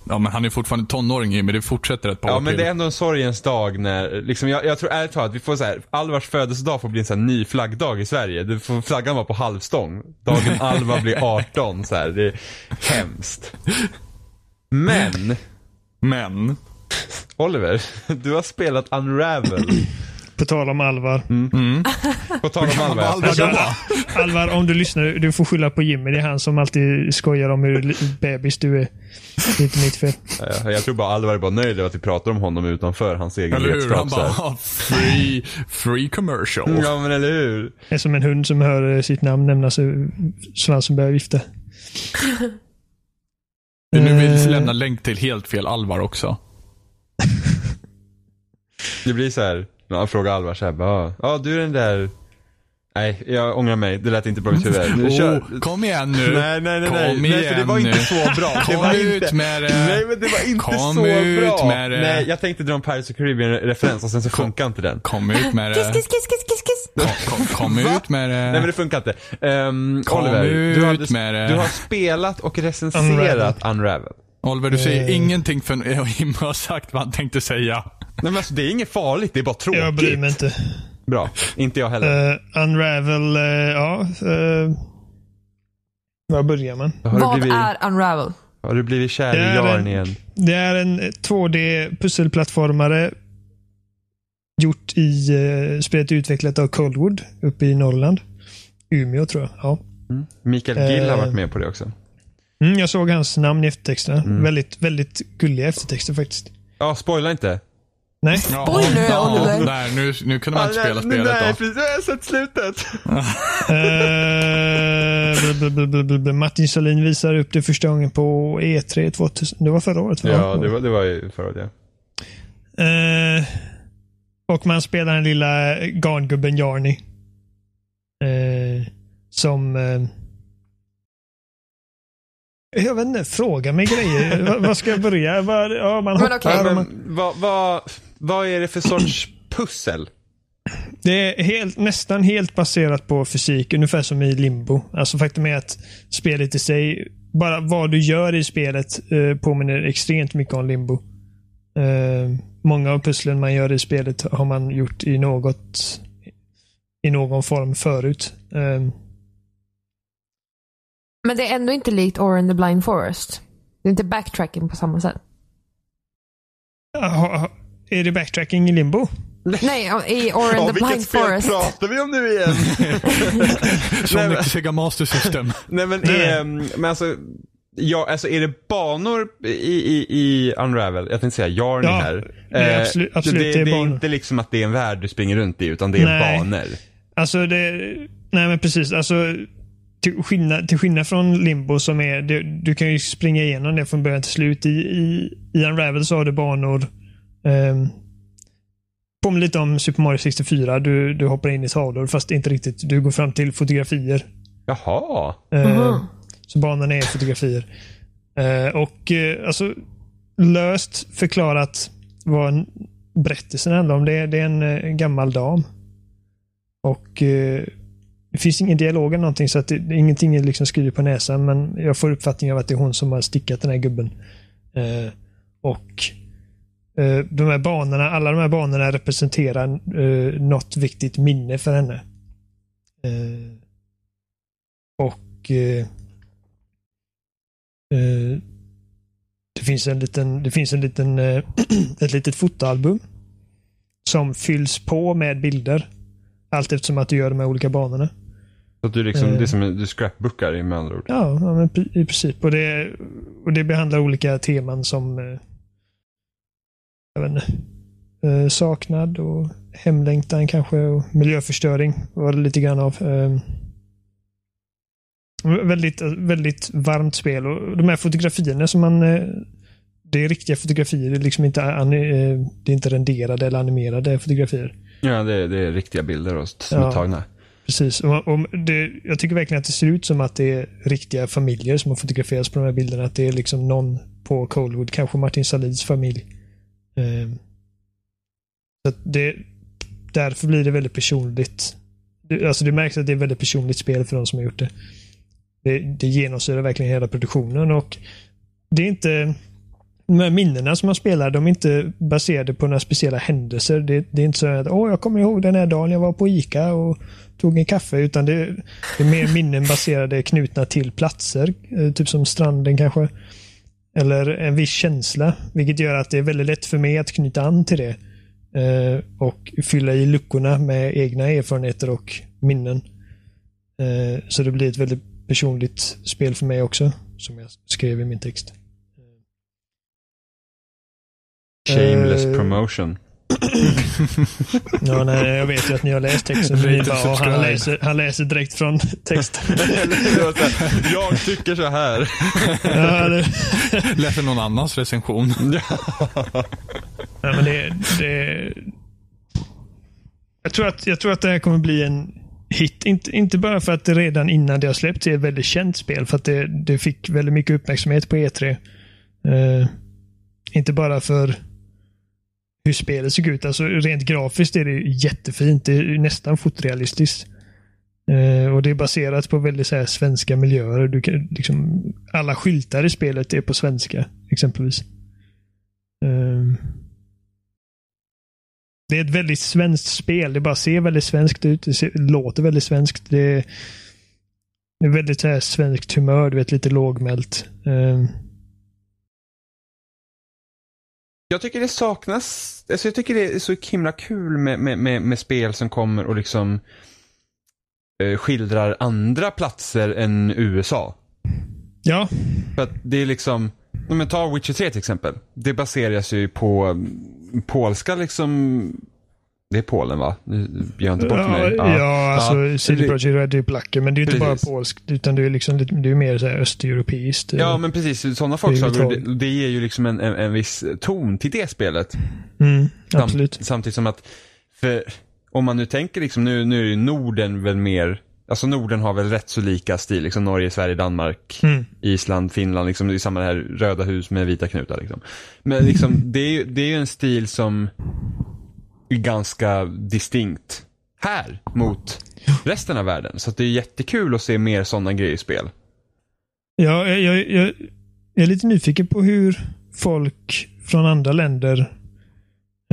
Speaker 3: Ja, men han är fortfarande tonåring Jimmy. Det fortsätter ett par
Speaker 4: Ja
Speaker 3: år
Speaker 4: men
Speaker 3: till.
Speaker 4: det är ändå en sorgens dag när, liksom, jag, jag tror ärligt talat, vi får så här, Alvars födelsedag får bli en så här ny flaggdag i Sverige. Det får, flaggan vara på halvstång. Dagen Alvar blir 18 så här. Det är hemskt. Men,
Speaker 3: Men.
Speaker 4: Oliver, du har spelat Unravel.
Speaker 1: På tal om Alvar.
Speaker 4: Mm. På tal om Alvar.
Speaker 3: Alvar då?
Speaker 1: Alvar, om du lyssnar, du får skylla på Jimmy. Det är han som alltid skojar om hur li- bebis du är. Det är inte mitt fel.
Speaker 4: Ja, Jag tror bara Alvar är bara nöjd över att vi pratar om honom utanför hans egen
Speaker 3: Eller hur? Han
Speaker 4: vetskap. så
Speaker 3: bara,
Speaker 4: här.
Speaker 3: "Ah, free, free commercial.
Speaker 4: Ja men eller hur.
Speaker 1: Det är som en hund som hör eh, sitt namn nämnas eh, svansen börjar vifta.
Speaker 3: Nu vill vi
Speaker 1: Eh,
Speaker 3: lämna länk till helt fel Alvar också.
Speaker 4: Det blir så här, när han frågar Alvar så här, bara, ja du är den där, nej jag ångrar mig, det lät inte bra i mitt huvud. Nu kör.
Speaker 3: Oh, kom igen nu.
Speaker 4: Nej, nej, nej,
Speaker 3: Kom
Speaker 4: nej.
Speaker 3: igen
Speaker 4: nej för det var
Speaker 3: nu.
Speaker 4: inte så bra. Det
Speaker 3: Kom
Speaker 4: var
Speaker 3: ut
Speaker 4: inte...
Speaker 3: med det.
Speaker 4: Nej, men det var inte
Speaker 3: Kom
Speaker 4: så
Speaker 3: ut
Speaker 4: bra.
Speaker 3: med det.
Speaker 4: Nej, jag tänkte dra en Pirates of Caribbean-referens och sen så funkar inte den.
Speaker 3: Kom ut med
Speaker 2: Kiss,
Speaker 3: det.
Speaker 2: kiss, kiss, kiss, kiss, kiss.
Speaker 3: Kom, kom, kom ut med det.
Speaker 4: Nej men det funkar inte. Ehm,
Speaker 3: Kom
Speaker 4: Oliver, du,
Speaker 3: ut med det.
Speaker 4: hade, du har spelat och recenserat Unravel.
Speaker 3: Oliver, du säger ingenting för Jim har sagt vad han tänkte säga.
Speaker 4: Nej men alltså det är inget farligt, det är bara tråkigt.
Speaker 1: Jag bryr mig inte.
Speaker 4: Bra, inte jag heller.
Speaker 1: Eh, Unravel, eh, ja. eh, var börjar man?
Speaker 4: har, du
Speaker 2: Vad
Speaker 4: blivit,
Speaker 2: är Unravel?
Speaker 4: har du blivit kär
Speaker 1: Det
Speaker 4: i
Speaker 1: Eh, är en-
Speaker 4: Jarn igen?
Speaker 1: Det är en 2D-pusselplattformare gjort i, eh, spelet utvecklat av Coldwood uppe i Norrland. Umeå tror jag. Ja.
Speaker 4: Mikael Gill har
Speaker 1: Eh.
Speaker 4: varit med på det också.
Speaker 1: Mm, jag såg hans namn i eftertexterna. Väldigt, väldigt gulliga eftertexter faktiskt.
Speaker 4: Ja, spoila inte.
Speaker 1: Nej,
Speaker 2: Spoiler, Oliver.
Speaker 3: Där, nu, nu kunde man inte spela
Speaker 4: Nej,
Speaker 3: spelet då.
Speaker 4: precis. Jag har sett slutet.
Speaker 1: Eh, bl- bl- bl- bl- bl- bl- Martin Salin visar upp det första gången på E3 2000. Det var förra året va?
Speaker 4: Ja, det var, det var ju förra året, ja.
Speaker 1: Eh, och man spelar den lilla garngubben Jarny. Eh, som... eh, jag vet inte, fråga mig grejer. Va- Vad ska jag börja? Var, ja, man hoppar.
Speaker 2: okej.
Speaker 1: och
Speaker 4: Ja,
Speaker 1: man,
Speaker 4: men vad, vad, vad är det för sorts pussel?
Speaker 1: Det är helt, nästan helt baserat på fysik, ungefär som i limbo. Alltså faktum är att spelet i sig, bara vad du gör i spelet eh, påminner extremt mycket om limbo. Eh, många av pusslen man gör i spelet har man gjort i något i någon form förut. Eh,
Speaker 2: Men det är ändå inte likt Or and the Blind Forest. Det är inte backtracking på samma sätt.
Speaker 1: Jaha, är det backtracking i limbo?
Speaker 2: Nej, i Or and
Speaker 4: Ja,
Speaker 2: the
Speaker 4: vilket
Speaker 2: Blind
Speaker 4: spel
Speaker 2: Forest.
Speaker 4: pratar vi om nu igen? Nej, men-
Speaker 3: Sonic Sega Master System.
Speaker 4: Nej men,
Speaker 1: Nej.
Speaker 4: ehm, men alltså, ja, alltså är det banor i, i, i Unravel? Jag tänkte säga Yarn
Speaker 1: Ja,
Speaker 4: här.
Speaker 1: nej,
Speaker 4: Eh,
Speaker 1: absolut- absolut,
Speaker 4: det,
Speaker 1: det är
Speaker 4: det är
Speaker 1: banor.
Speaker 4: inte liksom att det är en värld du springer runt i utan det är
Speaker 1: Nej.
Speaker 4: banor.
Speaker 1: Alltså det... Nej men precis. Alltså, till, skillnad, till skillnad från limbo som är... Du, du kan ju springa igenom det från början till slut. I, i, i Unravel så har du banor... ehm, Påminner lite om Super Mario 64. Du, du hoppar in i tavlor fast inte riktigt. Du går fram till fotografier.
Speaker 4: Jaha.
Speaker 1: Eh,
Speaker 2: Mhm.
Speaker 1: Så banorna är fotografier. Eh, och eh, alltså löst förklarat vad en- berättelsen handlar om. Det är, det är en eh, gammal dam. Och eh, det finns ingen dialog eller någonting så att det, det, ingenting är liksom skrivet på näsan men jag får uppfattningen av att det är hon som har stickat den här gubben. Eh, och eh, de här banorna, alla de här banorna representerar eh, något viktigt minne för henne. Eh, och eh, eh, det finns en liten, det finns en liten eh, ett litet fotoalbum som fylls på med bilder. Allt eftersom att du gör de här olika banorna.
Speaker 4: Så att du liksom,
Speaker 1: Eh.
Speaker 4: det är som en, du scrapbookar i med andra ord.
Speaker 1: Ja, ja men pri- i princip. Och det, och det behandlar olika teman som eh, jag vet inte, eh, saknad och hemlängtan kanske och miljöförstöring var det lite grann av. Eh, väldigt, väldigt varmt spel och de här fotografierna som man eh, det är riktiga fotografier, det är liksom inte, an- eh, det är inte renderade eller animerade fotografier.
Speaker 4: Ja, det, det är riktiga bilder och, som
Speaker 1: Ja.
Speaker 4: är tagna.
Speaker 1: Precis. Och, och det, jag tycker verkligen att det ser ut som att det är riktiga familjer som har fotograferats på de här bilderna. Att det är liksom någon på Coldwood, kanske Martin Salids familj. Ehm. Så att det, därför blir det väldigt personligt. Det, alltså det märks att det är ett väldigt personligt spel för de som har gjort det. Det, det genomsyrar verkligen hela produktionen och det är inte de här minnena som man spelar, de är inte baserade på några speciella händelser. Det, det är inte så att åh, jag kommer ihåg den här dagen jag var på Ica och tog en kaffe. Utan det, det är mer minnen baserade knutna till platser. eh, Typ som stranden kanske. Eller en viss känsla. Vilket gör att det är väldigt lätt för mig att knyta an till det. eh, Och fylla i luckorna med egna erfarenheter och minnen. Eh, Så det blir ett väldigt personligt spel för mig också. Som jag skrev i min text.
Speaker 4: Shameless
Speaker 1: Eh.
Speaker 4: promotion.
Speaker 1: Ja, nej, jag vet ju att ni har läst texten. Men ni
Speaker 3: Rate
Speaker 1: bara,
Speaker 3: and
Speaker 1: "Åh, han,
Speaker 3: subscribe."
Speaker 1: läser, han läser direkt från texten.
Speaker 4: Det var så här, jag tycker så här.
Speaker 1: Ja, det,
Speaker 3: Läser någon annans recension.
Speaker 1: nej, men det, det, jag, tror att, jag tror att det här kommer bli en hit. Inte, inte bara för att det redan innan det har släppts är ett väldigt känt spel. För att det, det fick väldigt mycket uppmärksamhet på E3. Eh, inte bara för hur spelet såg ut. Alltså, rent grafiskt är det ju jättefint. Det är ju nästan fotorealistiskt. Eh, och det är baserat på väldigt så här, svenska miljöer. Du kan, liksom, alla skyltar i spelet är på svenska, exempelvis. Ehm. det är ett väldigt svenskt spel. Det bara ser väldigt svenskt ut. Det ser, låter väldigt svenskt. Det är, det är väldigt så här, svenskt humör. Du vet, lite lågmält. Ehm.
Speaker 4: Jag tycker det saknas, alltså jag tycker det är så himla kul med, med, med, med spel som kommer och liksom eh, skildrar andra platser än USA.
Speaker 1: ja,
Speaker 4: För att det är liksom, ja, men ta Witcher 3 till exempel. Det baseras ju på mm, polska liksom, det är Polen va? Nu gör jag inte bort
Speaker 1: ja,
Speaker 4: mig.
Speaker 1: ja, alltså
Speaker 4: Ja.
Speaker 1: CD Projekt Red är ju blacken, men det är ju inte bara
Speaker 4: Precis.
Speaker 1: polskt. Utan det är liksom lite, det är mer så här östeuropeiskt. eh,
Speaker 4: Ja men precis, sådana folksagor, det, det ger ju liksom en, en, en viss ton till det spelet.
Speaker 1: mm,
Speaker 4: Sam-
Speaker 1: absolut.
Speaker 4: Samtidigt som att, för om man nu tänker liksom, nu, nu är ju Norden väl mer, alltså Norden har väl rätt så lika stil, liksom Norge, Sverige, Danmark,
Speaker 1: Mm.
Speaker 4: Island, Finland, liksom det är samma här röda hus med vita knutar liksom. Men liksom, det är ju, det är ju en stil som är ganska distinkt här mot resten av världen. Så att det är jättekul att se mer sådana grejer i spel.
Speaker 1: Ja, jag, jag, jag, jag är lite nyfiken på hur folk från andra länder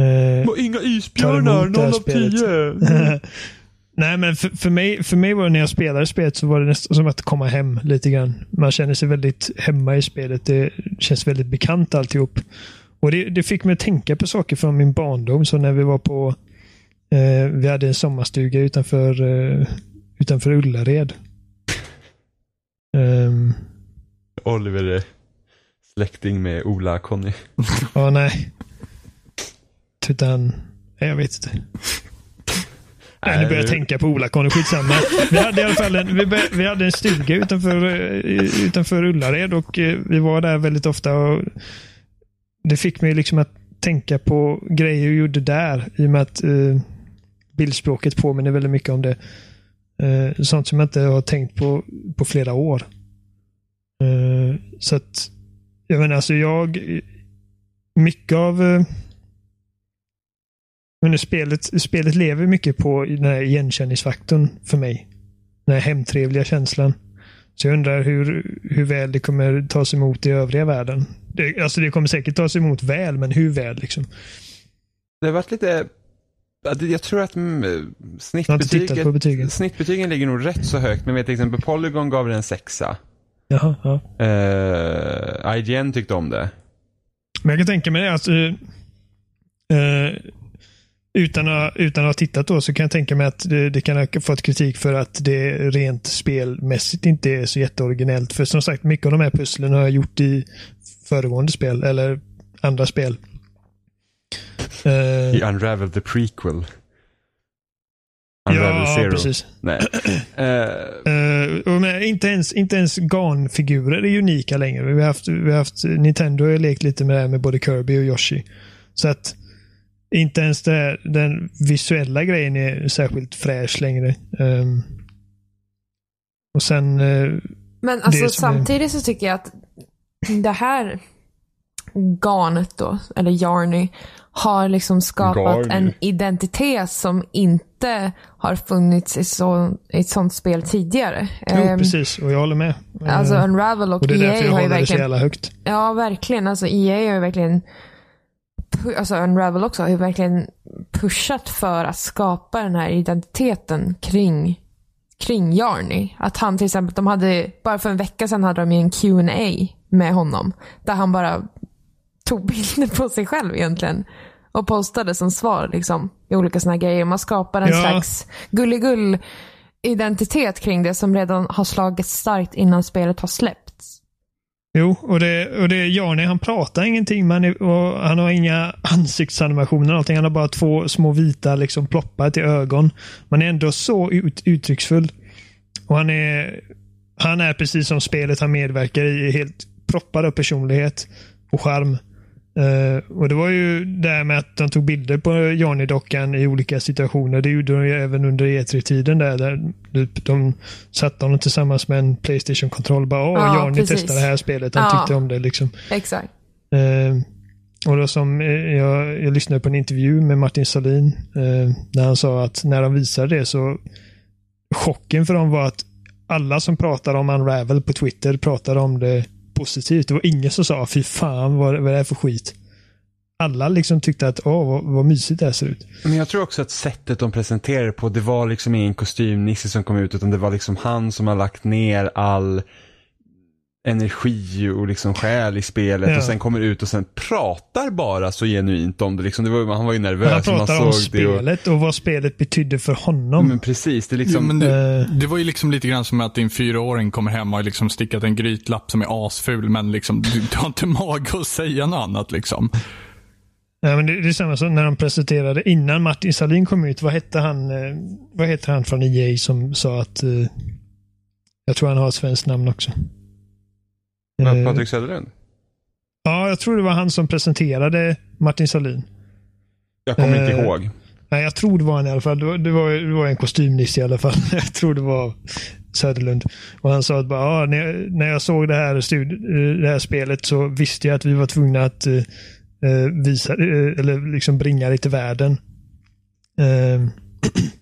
Speaker 1: eh,
Speaker 4: Inga
Speaker 1: Tar emot det här spelet. Nej, men för, för, mig, för mig var det när jag spelade spelet så var det nästan som att komma hem lite grann. Man känner sig väldigt hemma i spelet. Det känns väldigt bekant alltihop. Och det, det fick mig att tänka på saker från min barndom. Så när vi var på, eh, vi hade en sommarstuga utanför, eh, utanför Ullared. Ehm,
Speaker 4: Oliver är släkting med Ola-Conny.
Speaker 1: Ja, nej. Utan, nej, jag vet inte. Nej, nu börjar jag tänka på Ola-Conny. Skitsamma. Vi hade i alla fall en, vi, bör- vi hade en stuga utanför, eh, utanför Ullared och eh, vi var där väldigt ofta. Och det fick mig liksom att tänka på grejer jag gjorde där i och med att eh, bildspråket påminner väldigt mycket om det. Eh, sånt som jag inte har tänkt på på flera år. Eh, så att, jag menar alltså jag, mycket av eh, men det spelet, spelet lever mycket på den här igenkänningsfaktorn för mig. Den här hemtrevliga känslan. Så jag undrar hur, hur väl det kommer tas emot i övriga världen. Det, alltså det kommer säkert tas emot väl, men hur väl liksom?
Speaker 4: Det har varit lite, ja, det- jag tror att mm,
Speaker 1: Jag har inte tittat på
Speaker 4: snittbetyget,
Speaker 1: betygen.
Speaker 4: snittbetygen ligger nog rätt så högt. Men jag vet till exempel Polygon gav det en sexa.
Speaker 1: Jaha, ja.
Speaker 4: Eh, IGN tyckte om det.
Speaker 1: Men jag kan tänka mig det att eh, eh, utan, att, utan att ha tittat då så kan jag tänka mig att det, det kan ha fått kritik för att det rent spelmässigt inte är så jätteoriginellt. För som sagt, mycket av de här pusslen har jag gjort i föregående spel eller andra spel. Eh,
Speaker 4: I Unravel the prequel. Unravel
Speaker 1: ja,
Speaker 4: Zero.
Speaker 1: precis.
Speaker 4: Nej. Eh,
Speaker 1: Eh, och men inte ens, inte ens garnfigurer är unika längre. Vi har haft, vi har haft Nintendo har ju lekt lite med det här med både Kirby och Yoshi. Så att inte ens det här, den visuella grejen är särskilt fräsch längre. Ehm, och sen, eh,
Speaker 2: Men alltså
Speaker 1: Det som är-
Speaker 2: samtidigt så tycker jag att det här garnet då, eller Yarny, har liksom skapat
Speaker 4: Garny.
Speaker 2: en identitet som inte har funnits i, så, i ett sånt spel tidigare.
Speaker 1: jo,
Speaker 2: Ehm,
Speaker 1: precis. Och jag håller med. Eh,
Speaker 2: alltså Unravel och,
Speaker 1: och det är därför
Speaker 2: EA
Speaker 1: jag
Speaker 2: har
Speaker 1: håller
Speaker 2: ju
Speaker 1: det så
Speaker 2: verkligen
Speaker 1: jävla högt.
Speaker 2: Ja, verkligen. Alltså EA har ju verkligen, pu- alltså Unravel också, har ju verkligen pushat för att skapa den här identiteten kring, kring Jarny. Att han till exempel, de hade, bara för en vecka sedan hade de ju en Q&A med honom. Där han bara tog bilder på sig själv egentligen. Och postade som svar liksom, i olika sådana grejer. Man skapar en
Speaker 1: Ja.
Speaker 2: slags gulligull identitet kring det som redan har slagit starkt innan spelet har släppts.
Speaker 1: Jo, och det, och det är Jarne, han pratar ingenting. Men och han har inga ansiktsanimationer eller någonting. Han har bara två små vita liksom, ploppar till ögon. Man är ändå så ut, uttrycksfull. Och han är, han är precis som spelet han medverkar i, helt proppad av personlighet och charm. Eh, och det var ju det här med att de tog bilder på Johnny-dockan i olika situationer. Det gjorde de ju även under E3-tiden där. där typ de satte honom tillsammans med en Playstation-kontroll. Bara, åh,
Speaker 2: Ja,
Speaker 1: Johnny
Speaker 2: precis.
Speaker 1: testade det här spelet. Han
Speaker 2: Ja.
Speaker 1: tyckte om det liksom.
Speaker 2: Exakt.
Speaker 1: Eh, och då som eh, jag, jag lyssnade på en intervju med Martin Salin eh, där han sa att när de visade det så chocken för dem var att alla som pratade om Unravel på Twitter pratade om det positivt. Det var ingen som sa "Ah, fy fan vad, vad är det här för skit. Alla liksom tyckte att åh vad, vad mysigt det här ser ut.
Speaker 4: Men jag tror också att sättet de presenterade det på, det var liksom ingen kostymnisse som kom ut utan det var liksom han som har lagt ner all energi och liksom själ i spelet
Speaker 1: Ja.
Speaker 4: och sen kommer ut och sen pratar bara så genuint om det. Liksom det var, han var ju
Speaker 1: Alla
Speaker 4: nervös. Man
Speaker 1: pratade om
Speaker 4: såg det och,
Speaker 1: spelet och vad spelet betydde för honom.
Speaker 4: men precis, det är liksom,
Speaker 3: Ja, men det,
Speaker 1: eh.
Speaker 3: det var ju liksom lite grann som att din fyraåring kommer hem och har liksom stickat en grytlapp som är asful, men liksom, du, du har inte mag att säga något annat. Liksom.
Speaker 1: Nej, men det, det är samma som när de presenterade innan Martin Salin kom ut. Vad hette han, eh, vad hette han från EA som sa att eh, jag tror han har ett svenskt namn också.
Speaker 4: Ja,
Speaker 1: Eh,
Speaker 4: Patrik Söderlund.
Speaker 1: ja, jag tror det var han som presenterade Martin Salin.
Speaker 4: Jag kommer inte
Speaker 1: eh,
Speaker 4: ihåg.
Speaker 1: Nej, jag tror det var han i alla fall. Det var, det var, det var en kostymnisse i alla fall. Jag tror det var Söderlund. Och han sa att bara, ah, när, jag, när jag såg det här, stud, eh, det här spelet så visste jag att vi var tvungna att eh, eh, visa, eh, eller liksom bringa det till världen. Eh,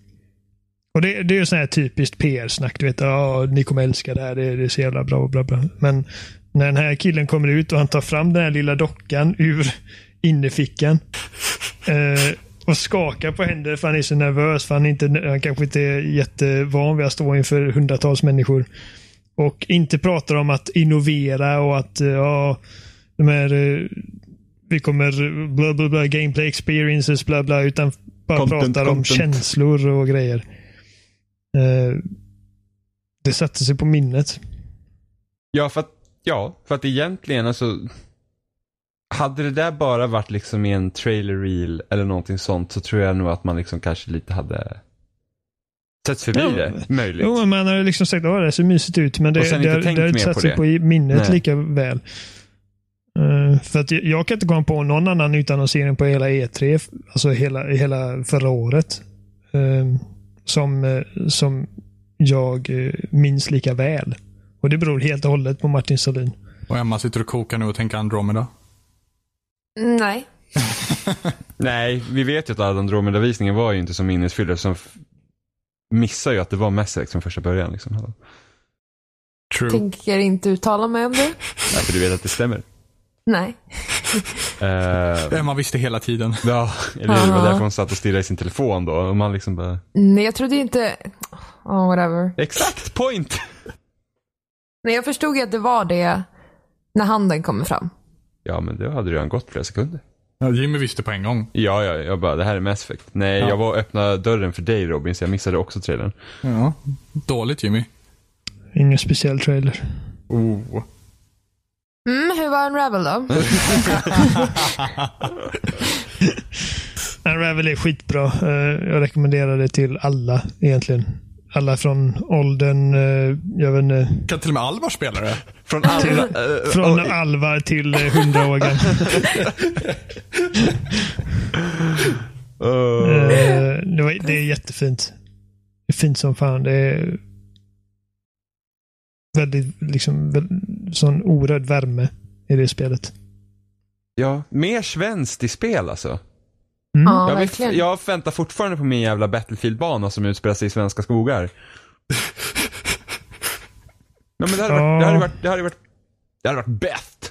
Speaker 1: och det, det är ju sån här typiskt PR-snack. Du vet, ah, ni kommer älska det här, det, det är så jävla bra. Bla, bla. Men när den här killen kommer ut och han tar fram den här lilla dockan ur innerfickan. Eh, Och skakar på händer för han är så nervös. För han, är inte, han kanske inte är jättevan vid att stå inför hundratals människor. Och inte pratar om att innovera och att eh, ja, de här, eh, vi kommer bla bla bla, gameplay experiences bla bla. Utan bara
Speaker 4: Content,
Speaker 1: pratar om
Speaker 4: content.
Speaker 1: känslor och grejer. Eh, det satte sig på minnet.
Speaker 4: Ja, för att, ja, för att egentligen alltså. Hade det där bara varit liksom i en trailer reel eller någonting sånt så tror jag nog att man liksom kanske lite hade sett förbi
Speaker 1: Ja,
Speaker 4: det. Möjligt.
Speaker 1: Jo, men man har liksom sagt att det ser mysigt ut, men
Speaker 4: Och
Speaker 1: det,
Speaker 4: sen
Speaker 1: det,
Speaker 4: inte
Speaker 1: har-
Speaker 4: tänkt
Speaker 1: det har inte
Speaker 4: mer
Speaker 1: satt
Speaker 4: på
Speaker 1: sig
Speaker 4: det.
Speaker 1: på i minnet
Speaker 4: Nej.
Speaker 1: lika väl. Eh, för att jag, jag kan inte komma på någon annan utannonsering på hela E3, f- alltså hela, hela förra året, eh, som, eh, som jag eh, minns lika väl. Och det beror helt och hållet på Martin Salin.
Speaker 3: Och Emma sitter och kokar nu och tänker Andromeda.
Speaker 2: Nej.
Speaker 4: Nej, vi vet ju att alla Andromeda-visningen var ju inte så minnesfylld eftersom f- missar ju att det var Mass Effect från första början. Liksom. Hallå.
Speaker 3: True.
Speaker 2: Tänker inte uttala mig om det.
Speaker 4: Nej, för du vet att det stämmer.
Speaker 2: Nej.
Speaker 4: Eh,
Speaker 3: Emma visste hela tiden.
Speaker 4: ja, eller hur? Det var
Speaker 2: Aha.
Speaker 4: därför hon satt och stirrade i sin telefon då. Och man liksom bara,
Speaker 2: Nej, jag trodde inte... Oh, whatever.
Speaker 4: exakt point!
Speaker 2: Nej, jag förstod ju att det var det när handen kommer fram.
Speaker 4: Ja, men det hade redan gått flera sekunder.
Speaker 3: Ja, Jimmy visste på en gång.
Speaker 4: Ja, ja, jag bara, det här är Mass Effect. Nej,
Speaker 3: Ja.
Speaker 4: jag var och öppnade dörren för dig Robin, så jag missade också trailern.
Speaker 3: Ja. Dåligt Jimmy.
Speaker 1: Ingen speciell trailer.
Speaker 3: Oh.
Speaker 2: Mm, hur var Unravel då?
Speaker 1: Unravel är skitbra. Eh, Jag rekommenderar det till alla egentligen. Alla från åldern, eh, jag vet inte,
Speaker 3: Kan till och med Alvar spela det?
Speaker 4: Från alla...
Speaker 1: från alvar till eh, hundraåringar. Eh, det, var, det är jättefint. Det är fint som fan. Det är väldigt, liksom, väl- sån orörd värme i det spelet.
Speaker 4: ja, mer svenskt i spel alltså.
Speaker 1: Mm.
Speaker 2: Ja,
Speaker 4: jag,
Speaker 2: verkligen.
Speaker 4: jag väntar fortfarande på min jävla Battlefield-bana som utspelar sig i svenska skogar. Nej, men det hade varit, det hade varit, det hade varit, det hade varit bäst.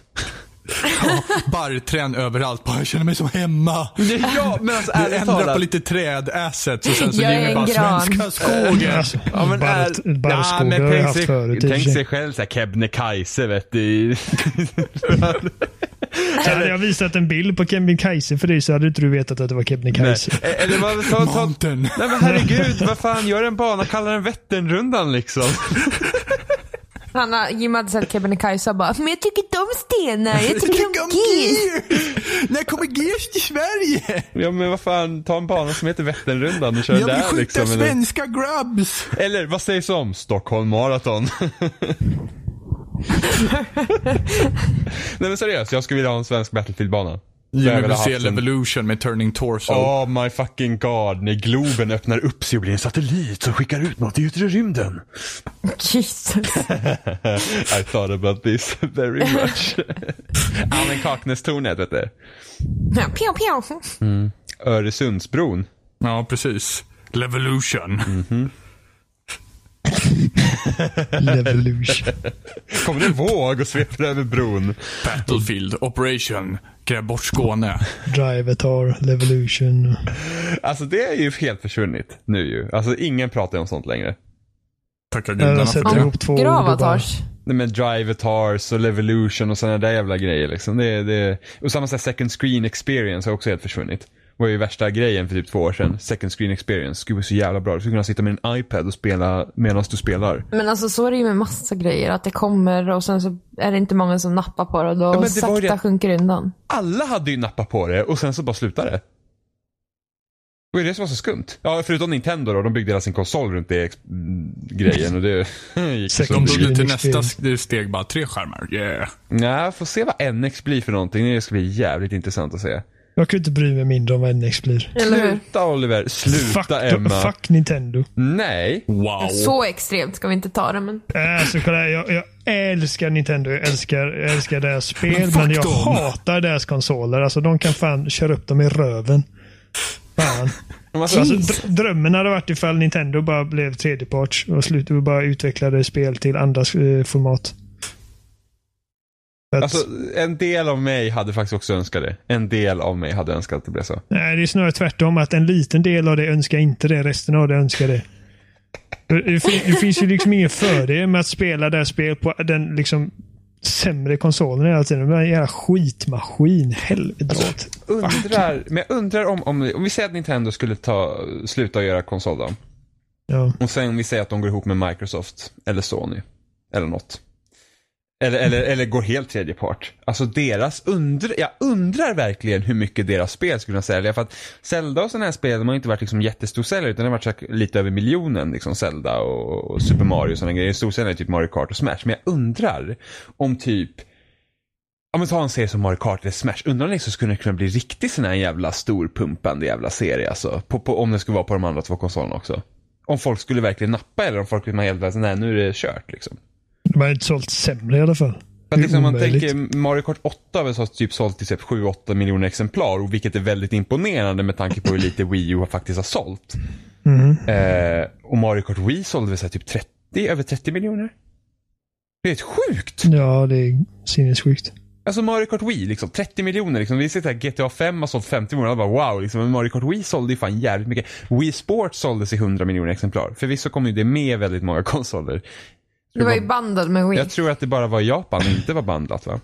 Speaker 3: Ja, barrträn överallt. Bara, jag känner mig som hemma.
Speaker 4: Ja, men alltså
Speaker 3: Du
Speaker 4: ärligt
Speaker 3: ändrar på
Speaker 4: talat.
Speaker 3: lite trädassets och sen så
Speaker 2: Jag är
Speaker 3: Jimmy
Speaker 2: en
Speaker 3: bara
Speaker 2: gran.
Speaker 3: svenska skogen.
Speaker 1: Alltså,
Speaker 4: Ja, men,
Speaker 1: bara,
Speaker 4: är-
Speaker 1: bara
Speaker 4: Ja,
Speaker 1: skogar
Speaker 4: men
Speaker 1: har jag
Speaker 4: tänk,
Speaker 1: haft förut. i och
Speaker 4: sig,
Speaker 1: för
Speaker 4: tänk
Speaker 1: sig.
Speaker 4: sig själv såhär Kebnekaise vet du.
Speaker 1: Så hade Alltså, jag visat en bild på Kebnekaise för dig så hade inte du vetat att det var
Speaker 4: Nej.
Speaker 1: Kebnekaise.
Speaker 4: Eller vad ta, ta,
Speaker 3: Mountain.
Speaker 4: Nej men herregud, vad fan gör en bana, kallar den Vätternrundan liksom.
Speaker 2: Han har, Jim hade sett Kebnekaise och bara, men jag tycker inte om stenar, jag tycker om gis.
Speaker 3: När kommer Gears till Sverige?
Speaker 4: Ja men vad fan, ta en bana som heter Vätternrundan och kör
Speaker 3: Jag vill
Speaker 4: där
Speaker 3: skjuta
Speaker 4: liksom. Eller,
Speaker 3: svenska grubs.
Speaker 4: eller vad sägs om Stockholm Marathon? Nej men seriöst, jag skulle vilja ha en svensk Battlefield-bana. Jag
Speaker 3: Jimmy
Speaker 4: vill
Speaker 3: vill
Speaker 4: ha
Speaker 3: se
Speaker 4: haft en-
Speaker 3: Levolution med Turning Torso.
Speaker 4: Oh my fucking god, när Globen öppnar upp sig och blir en satellit som skickar ut något i yttre rymden.
Speaker 2: Jesus.
Speaker 4: I thought about this very much. ja men Kaknästornet vet du.
Speaker 2: Ja, Pjau, pjau.
Speaker 4: Öresundsbron.
Speaker 3: Ja, precis. Levolution.
Speaker 1: Levolution.
Speaker 4: Kommer en våg och sveper över bron.
Speaker 3: Battlefield. Operation. Gräv bort Skåne.
Speaker 1: Drivatar, Levolution.
Speaker 4: Alltså det är ju helt försvunnit nu ju. Alltså ingen pratar ju om sånt längre.
Speaker 3: Tacka
Speaker 1: Jag
Speaker 3: gudarna
Speaker 1: har
Speaker 3: för
Speaker 1: sett
Speaker 3: det.
Speaker 1: ihop två ord och bara...
Speaker 2: Gravatars.
Speaker 4: Nej men Drive Atars och Levolution och sådana där jävla grejer liksom. Det, det... Och samma sak second screen experience har också helt försvunnit. Det var ju värsta grejen för typ två år sedan. Second screen experience. Det skulle vara så jävla bra. Du skulle kunna sitta med en iPad och spela medan du spelar.
Speaker 2: Men alltså så är det ju med massa grejer. Att det kommer och sen så är det inte många som nappar på det och då
Speaker 4: men det var
Speaker 2: sakta
Speaker 4: ju det-
Speaker 2: sjunker det undan.
Speaker 4: Alla hade ju nappat på det och sen så bara slutade det. Det var ju det som var så skumt. Ja, förutom Nintendo då. De byggde hela sin konsol runt det ex- mm, grejen och det gick ju
Speaker 1: Second
Speaker 4: som
Speaker 3: De
Speaker 4: det gick.
Speaker 3: tog det till nästa
Speaker 1: Experience.
Speaker 3: sk- steg bara. Tre skärmar. Yeah.
Speaker 4: Nej, får se vad NX blir för någonting. Det ska bli jävligt intressant att se.
Speaker 1: Jag kunde inte bry mig mindre om vad NX blir.
Speaker 2: Eller hur?
Speaker 4: Sluta Oliver, sluta
Speaker 1: Fuck,
Speaker 4: Emma.
Speaker 1: fuck Nintendo.
Speaker 4: Nej.
Speaker 3: Wow.
Speaker 2: Så extremt ska vi inte ta det men.
Speaker 1: Alltså kolla, här, jag, jag älskar Nintendo. Jag älskar, jag älskar deras spel,
Speaker 3: Men fuck
Speaker 1: men jag
Speaker 3: dem.
Speaker 1: hatar deras konsoler. Alltså de kan fan köra upp dem i röven. Fan. Alltså,
Speaker 4: Alltså, alltså,
Speaker 1: dr- drömmen hade varit ifall Nintendo bara blev tredjeparts och slutade bara utvecklade spel till andra eh, format. Att,
Speaker 4: Alltså, en del av mig hade faktiskt också önskat det. En del av mig hade önskat att det blev så.
Speaker 1: nej, det är snarare tvärtom. Att en liten del av det önskar inte det. Resten av det önskar det. Det, det fin- det finns ju liksom ingen fördel med att spela det här spel på den liksom sämre konsolen hela tiden. Det är en jävla skitmaskin. Helvete.
Speaker 4: Undrar, men jag undrar om, om, om vi säger att Nintendo skulle ta, sluta göra konsol då.
Speaker 1: Ja.
Speaker 4: Och sen vi säger att de går ihop med Microsoft eller Sony. Eller något. Eller, eller, eller går helt tredje part. Alltså deras undr jag undrar verkligen hur mycket deras spel skulle kunna sälja. För att Zelda och sådana här spel, de har inte varit liksom jättestorsäljare utan det har varit så här lite över miljonen. Liksom Zelda och, och Super Mario och sådana grejer. Storsäljare är typ Mario Kart och Smash. Men jag undrar om typ Ja men ta en serie som Mario Kart eller Smash. Undrar om det liksom skulle kunna bli riktigt sån här jävla storpumpande jävla serie alltså. På, på, om det skulle vara på de andra två konsolerna också. Om folk skulle verkligen nappa eller om folk skulle man helt enkelt, nej nu är det kört liksom.
Speaker 1: De har inte sålt sämre i alla fall.
Speaker 4: För att
Speaker 1: Det är
Speaker 4: liksom, om man
Speaker 1: omöjligt.
Speaker 4: tänker Mario Kart 8 har väl så- typ sålt till typ 7-8 miljoner exemplar och vilket är väldigt imponerande med tanke på hur lite Wii U har faktiskt har sålt.
Speaker 1: Mm.
Speaker 4: Eh, och Mario Kart Wii sålde väl så här typ 30, över 30 miljoner? Det är helt sjukt!
Speaker 1: Ja, det är sinnessjukt.
Speaker 4: Alltså Mario Kart Wii, liksom, 30 miljoner. Liksom. Vi sitter här, GTA 5 har sålt 50 miljoner. Jag Bara, wow, liksom. Men Mario Kart Wii sålde ju fan jävligt mycket. Wii Sports såldes i 100 miljoner exemplar. Förvisso kom ju det med väldigt många konsoler.
Speaker 2: Det var ju bandad med Wii.
Speaker 4: Jag tror att det bara var Japan och inte var bandlat va?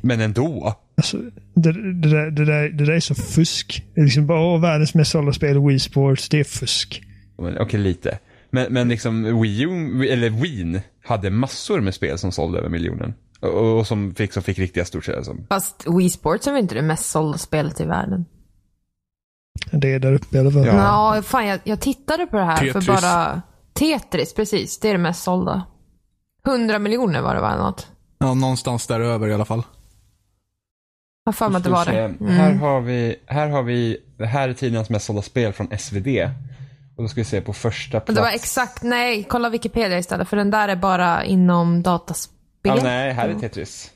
Speaker 4: Men ändå.
Speaker 1: Alltså, det, det, där, det, där, det där är så fusk. Det är liksom bara, åh, världens mest sålda spel, Wii Sports, det är fusk.
Speaker 4: Men, Okej, lite. Men, men liksom Wii U, eller Wien, hade massor med spel som sålde över miljonen. Och, och som fick, som fick riktiga storsäljare. Som.
Speaker 2: Fast Wii Sports är väl inte det mest sålda spelet i världen?
Speaker 1: Det är där uppe i alla fall.
Speaker 4: Ja.
Speaker 2: Ja, fan jag, jag tittade på det här
Speaker 3: Tetris.
Speaker 2: för bara... Tetris, precis. Det är det mest sålda. 100 miljoner var det va, eller något?
Speaker 3: Ja, någonstans där över i alla fall.
Speaker 2: Jag har för mig att det var det. Mm.
Speaker 4: Ska vi se. Här har vi, här har vi, det här är tidens mest sålda spel från SvD. Och då ska vi se på första plats.
Speaker 2: Men det var exakt, nej, kolla Wikipedia istället för den där är bara inom dataspel.
Speaker 4: ja, nej, här är Tetris.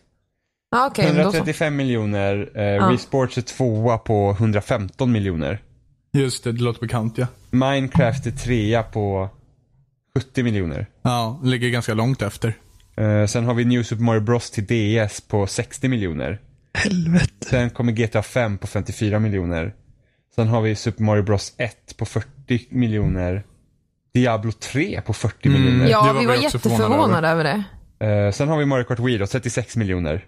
Speaker 2: Ja, okej, men då så.
Speaker 4: 135 miljoner, eh, Wii Sports är tvåa på 115 miljoner.
Speaker 3: Just det, det låter bekant ja.
Speaker 4: Minecraft är trea på 70 miljoner.
Speaker 3: Ja, ligger ganska långt efter.
Speaker 4: Eh, sen har vi New Super Mario Bros till DS på 60 miljoner.
Speaker 1: Helvete.
Speaker 4: Sen kommer GTA 5 på 54 miljoner. Sen har vi Super Mario Bros 1 på 40 miljoner. Diablo 3 på 40 miljoner.
Speaker 3: Det
Speaker 2: Ja,
Speaker 3: var
Speaker 2: vi
Speaker 3: vi
Speaker 2: var
Speaker 3: också
Speaker 2: jätteförvånade över det.
Speaker 4: Eh, sen har vi Mario Kart Wii då, 36 miljoner.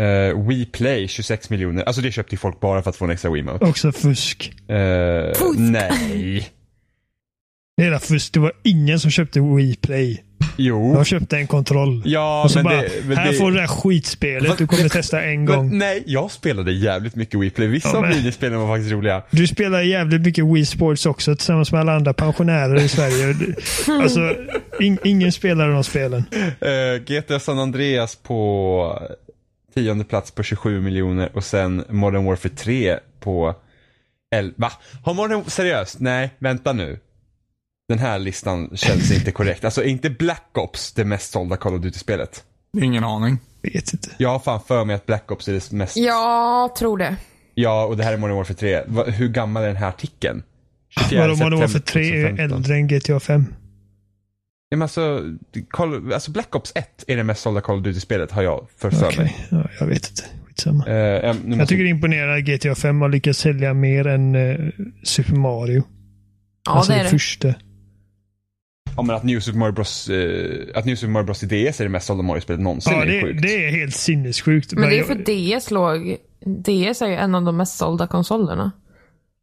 Speaker 4: Uh, Wii Play 26 miljoner. Alltså det köpte ju folk bara för att få en extra Wiimote.
Speaker 1: Också fusk.
Speaker 4: Eh,
Speaker 2: Fusk.
Speaker 4: nej.
Speaker 1: Det är där fusk. Det var ingen som köpte Wii Play.
Speaker 4: Jo.
Speaker 1: De köpte en kontroll.
Speaker 4: Ja,
Speaker 1: och så
Speaker 4: men
Speaker 1: bara,
Speaker 4: det... Men
Speaker 1: här
Speaker 4: det
Speaker 1: får du det här skitspelet. Du kommer testa en
Speaker 4: men,
Speaker 1: gång.
Speaker 4: Nej, jag spelade jävligt mycket Wii Play. Vissa
Speaker 1: Ja,
Speaker 4: av
Speaker 1: men-
Speaker 4: minispelen var faktiskt roliga.
Speaker 1: Du spelar jävligt mycket Wii Sports också tillsammans med alla andra pensionärer i Sverige. Du- Alltså, in, ingen spelar de spelen.
Speaker 4: Eh, GTA San Andreas på tionde plats på 27 miljoner och sen Modern Warfare 3 på 11. Va? Har Modern... Seriöst? Nej, vänta nu. Den här listan känns inte korrekt. Alltså är inte Black Ops det mest sålda Call of Duty-spelet?
Speaker 3: Ingen aning.
Speaker 1: Vet inte.
Speaker 4: Jag har fan för mig att Black Ops är det mest...
Speaker 2: Jag tror det.
Speaker 4: Ja, och det här är Modern Warfare 3. Va, hur gammal är den här artikeln? 24
Speaker 1: Vadå, Modern Warfare
Speaker 4: september alltså
Speaker 1: 3 är
Speaker 4: 2015.
Speaker 1: äldre än GTA 5.
Speaker 4: Ja, men alltså, Call, alltså Black Ops 1 är det mest sålda Call of Duty-spelet har jag för för
Speaker 1: Okej,
Speaker 4: mig.
Speaker 1: ja, jag vet inte. Skitsamma.
Speaker 4: Eh, ja, nu
Speaker 1: Jag
Speaker 4: måste-
Speaker 1: tycker det imponerar att GTA 5 har lyckats sälja mer än eh, Super Mario.
Speaker 2: Ja,
Speaker 1: alltså
Speaker 2: det är det.
Speaker 1: första.
Speaker 4: Ja men att New Super Mario Bros, eh, att New Super Mario Bros i DS är det mest sålda Mario-spelet någonsin
Speaker 1: Ja,
Speaker 4: är
Speaker 1: det,
Speaker 4: sjukt.
Speaker 1: det är helt sinnessjukt.
Speaker 2: Men det är
Speaker 1: jag-
Speaker 2: för DS låg... DS är ju en av de mest sålda konsolerna.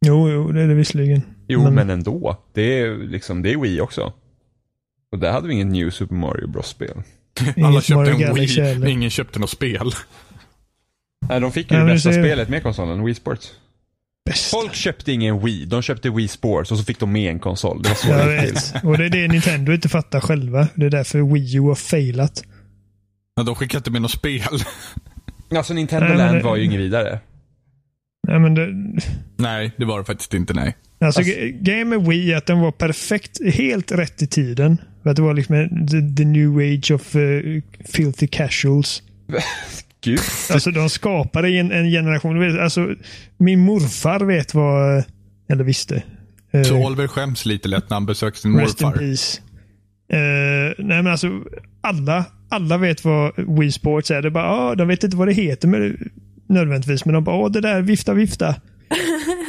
Speaker 1: Jo, jo, det är det visserligen.
Speaker 4: Jo
Speaker 1: men-
Speaker 4: men... ändå. Det är liksom, det är Wii också. Och där hade vi inget New Super Mario Bros-spel.
Speaker 3: Alla
Speaker 1: Inget
Speaker 3: köpte
Speaker 1: Mario
Speaker 3: en Wii,
Speaker 1: Galaxy heller.
Speaker 3: men ingen köpte något spel.
Speaker 4: Nej de fick ju
Speaker 1: Nej,
Speaker 4: det
Speaker 1: men
Speaker 4: bästa
Speaker 1: det ser-
Speaker 4: spelet med konsolen, Wii Sports.
Speaker 1: Bäst.
Speaker 4: Folk köpte ingen Wii, de köpte Wii Sports och så fick de med en konsol. Det var så
Speaker 1: Jag
Speaker 4: det gick till.
Speaker 1: vet. Och det är det Nintendo inte fattar själva. Det är därför Wii U har failat.
Speaker 3: Men de skickade inte med något spel.
Speaker 4: Alltså Nintendo
Speaker 1: Nej, men
Speaker 4: Land
Speaker 1: det-
Speaker 4: var ju inget vidare.
Speaker 1: Nej, men det,
Speaker 3: Nej, det var det faktiskt inte. Nej.
Speaker 1: alltså, ge- grejen med Wii är att den var perfekt, helt rätt i tiden. För att det var liksom en- the, the new age of eh, filthy casuals.
Speaker 4: Gud.
Speaker 1: Alltså de skapade en, en generation. Du vet, Alltså, min morfar vet vad, eller visste. Eh,
Speaker 3: Så Oliver skäms lite lätt när han besöker sin
Speaker 1: Rest in
Speaker 3: morfar.
Speaker 1: peace. Eh, nej men alltså alla alla vet vad Wii Sports är. Det är bara, ah, de vet inte vad det heter men, nödvändigtvis, men de bara, åh det där, vifta, vifta.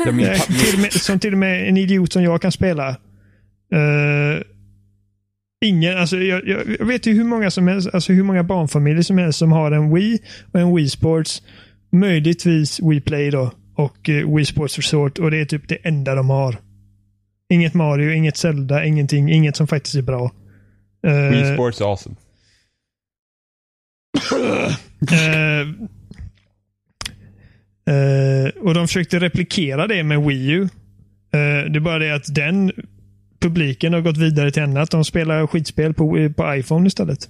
Speaker 4: Ja, min
Speaker 1: Eh,
Speaker 4: pappa-
Speaker 1: till och med, som till och med en idiot som jag kan spela. Eh, ingen, alltså jag, jag, jag vet ju hur många som helst, alltså hur många barnfamiljer som helst som har en Wii och en Wii Sports. Möjligtvis Wii Play då och eh, Wii Sports Resort och det är typ det enda de har. Inget Mario, inget Zelda, ingenting, inget som faktiskt är bra. Eh,
Speaker 4: Wii Sports är awesome.
Speaker 1: Eh, eh, och de försökte replikera det med Wii U. Eh, det är bara det att den publiken har gått vidare till annat. De spelar skitspel på, på iPhone istället.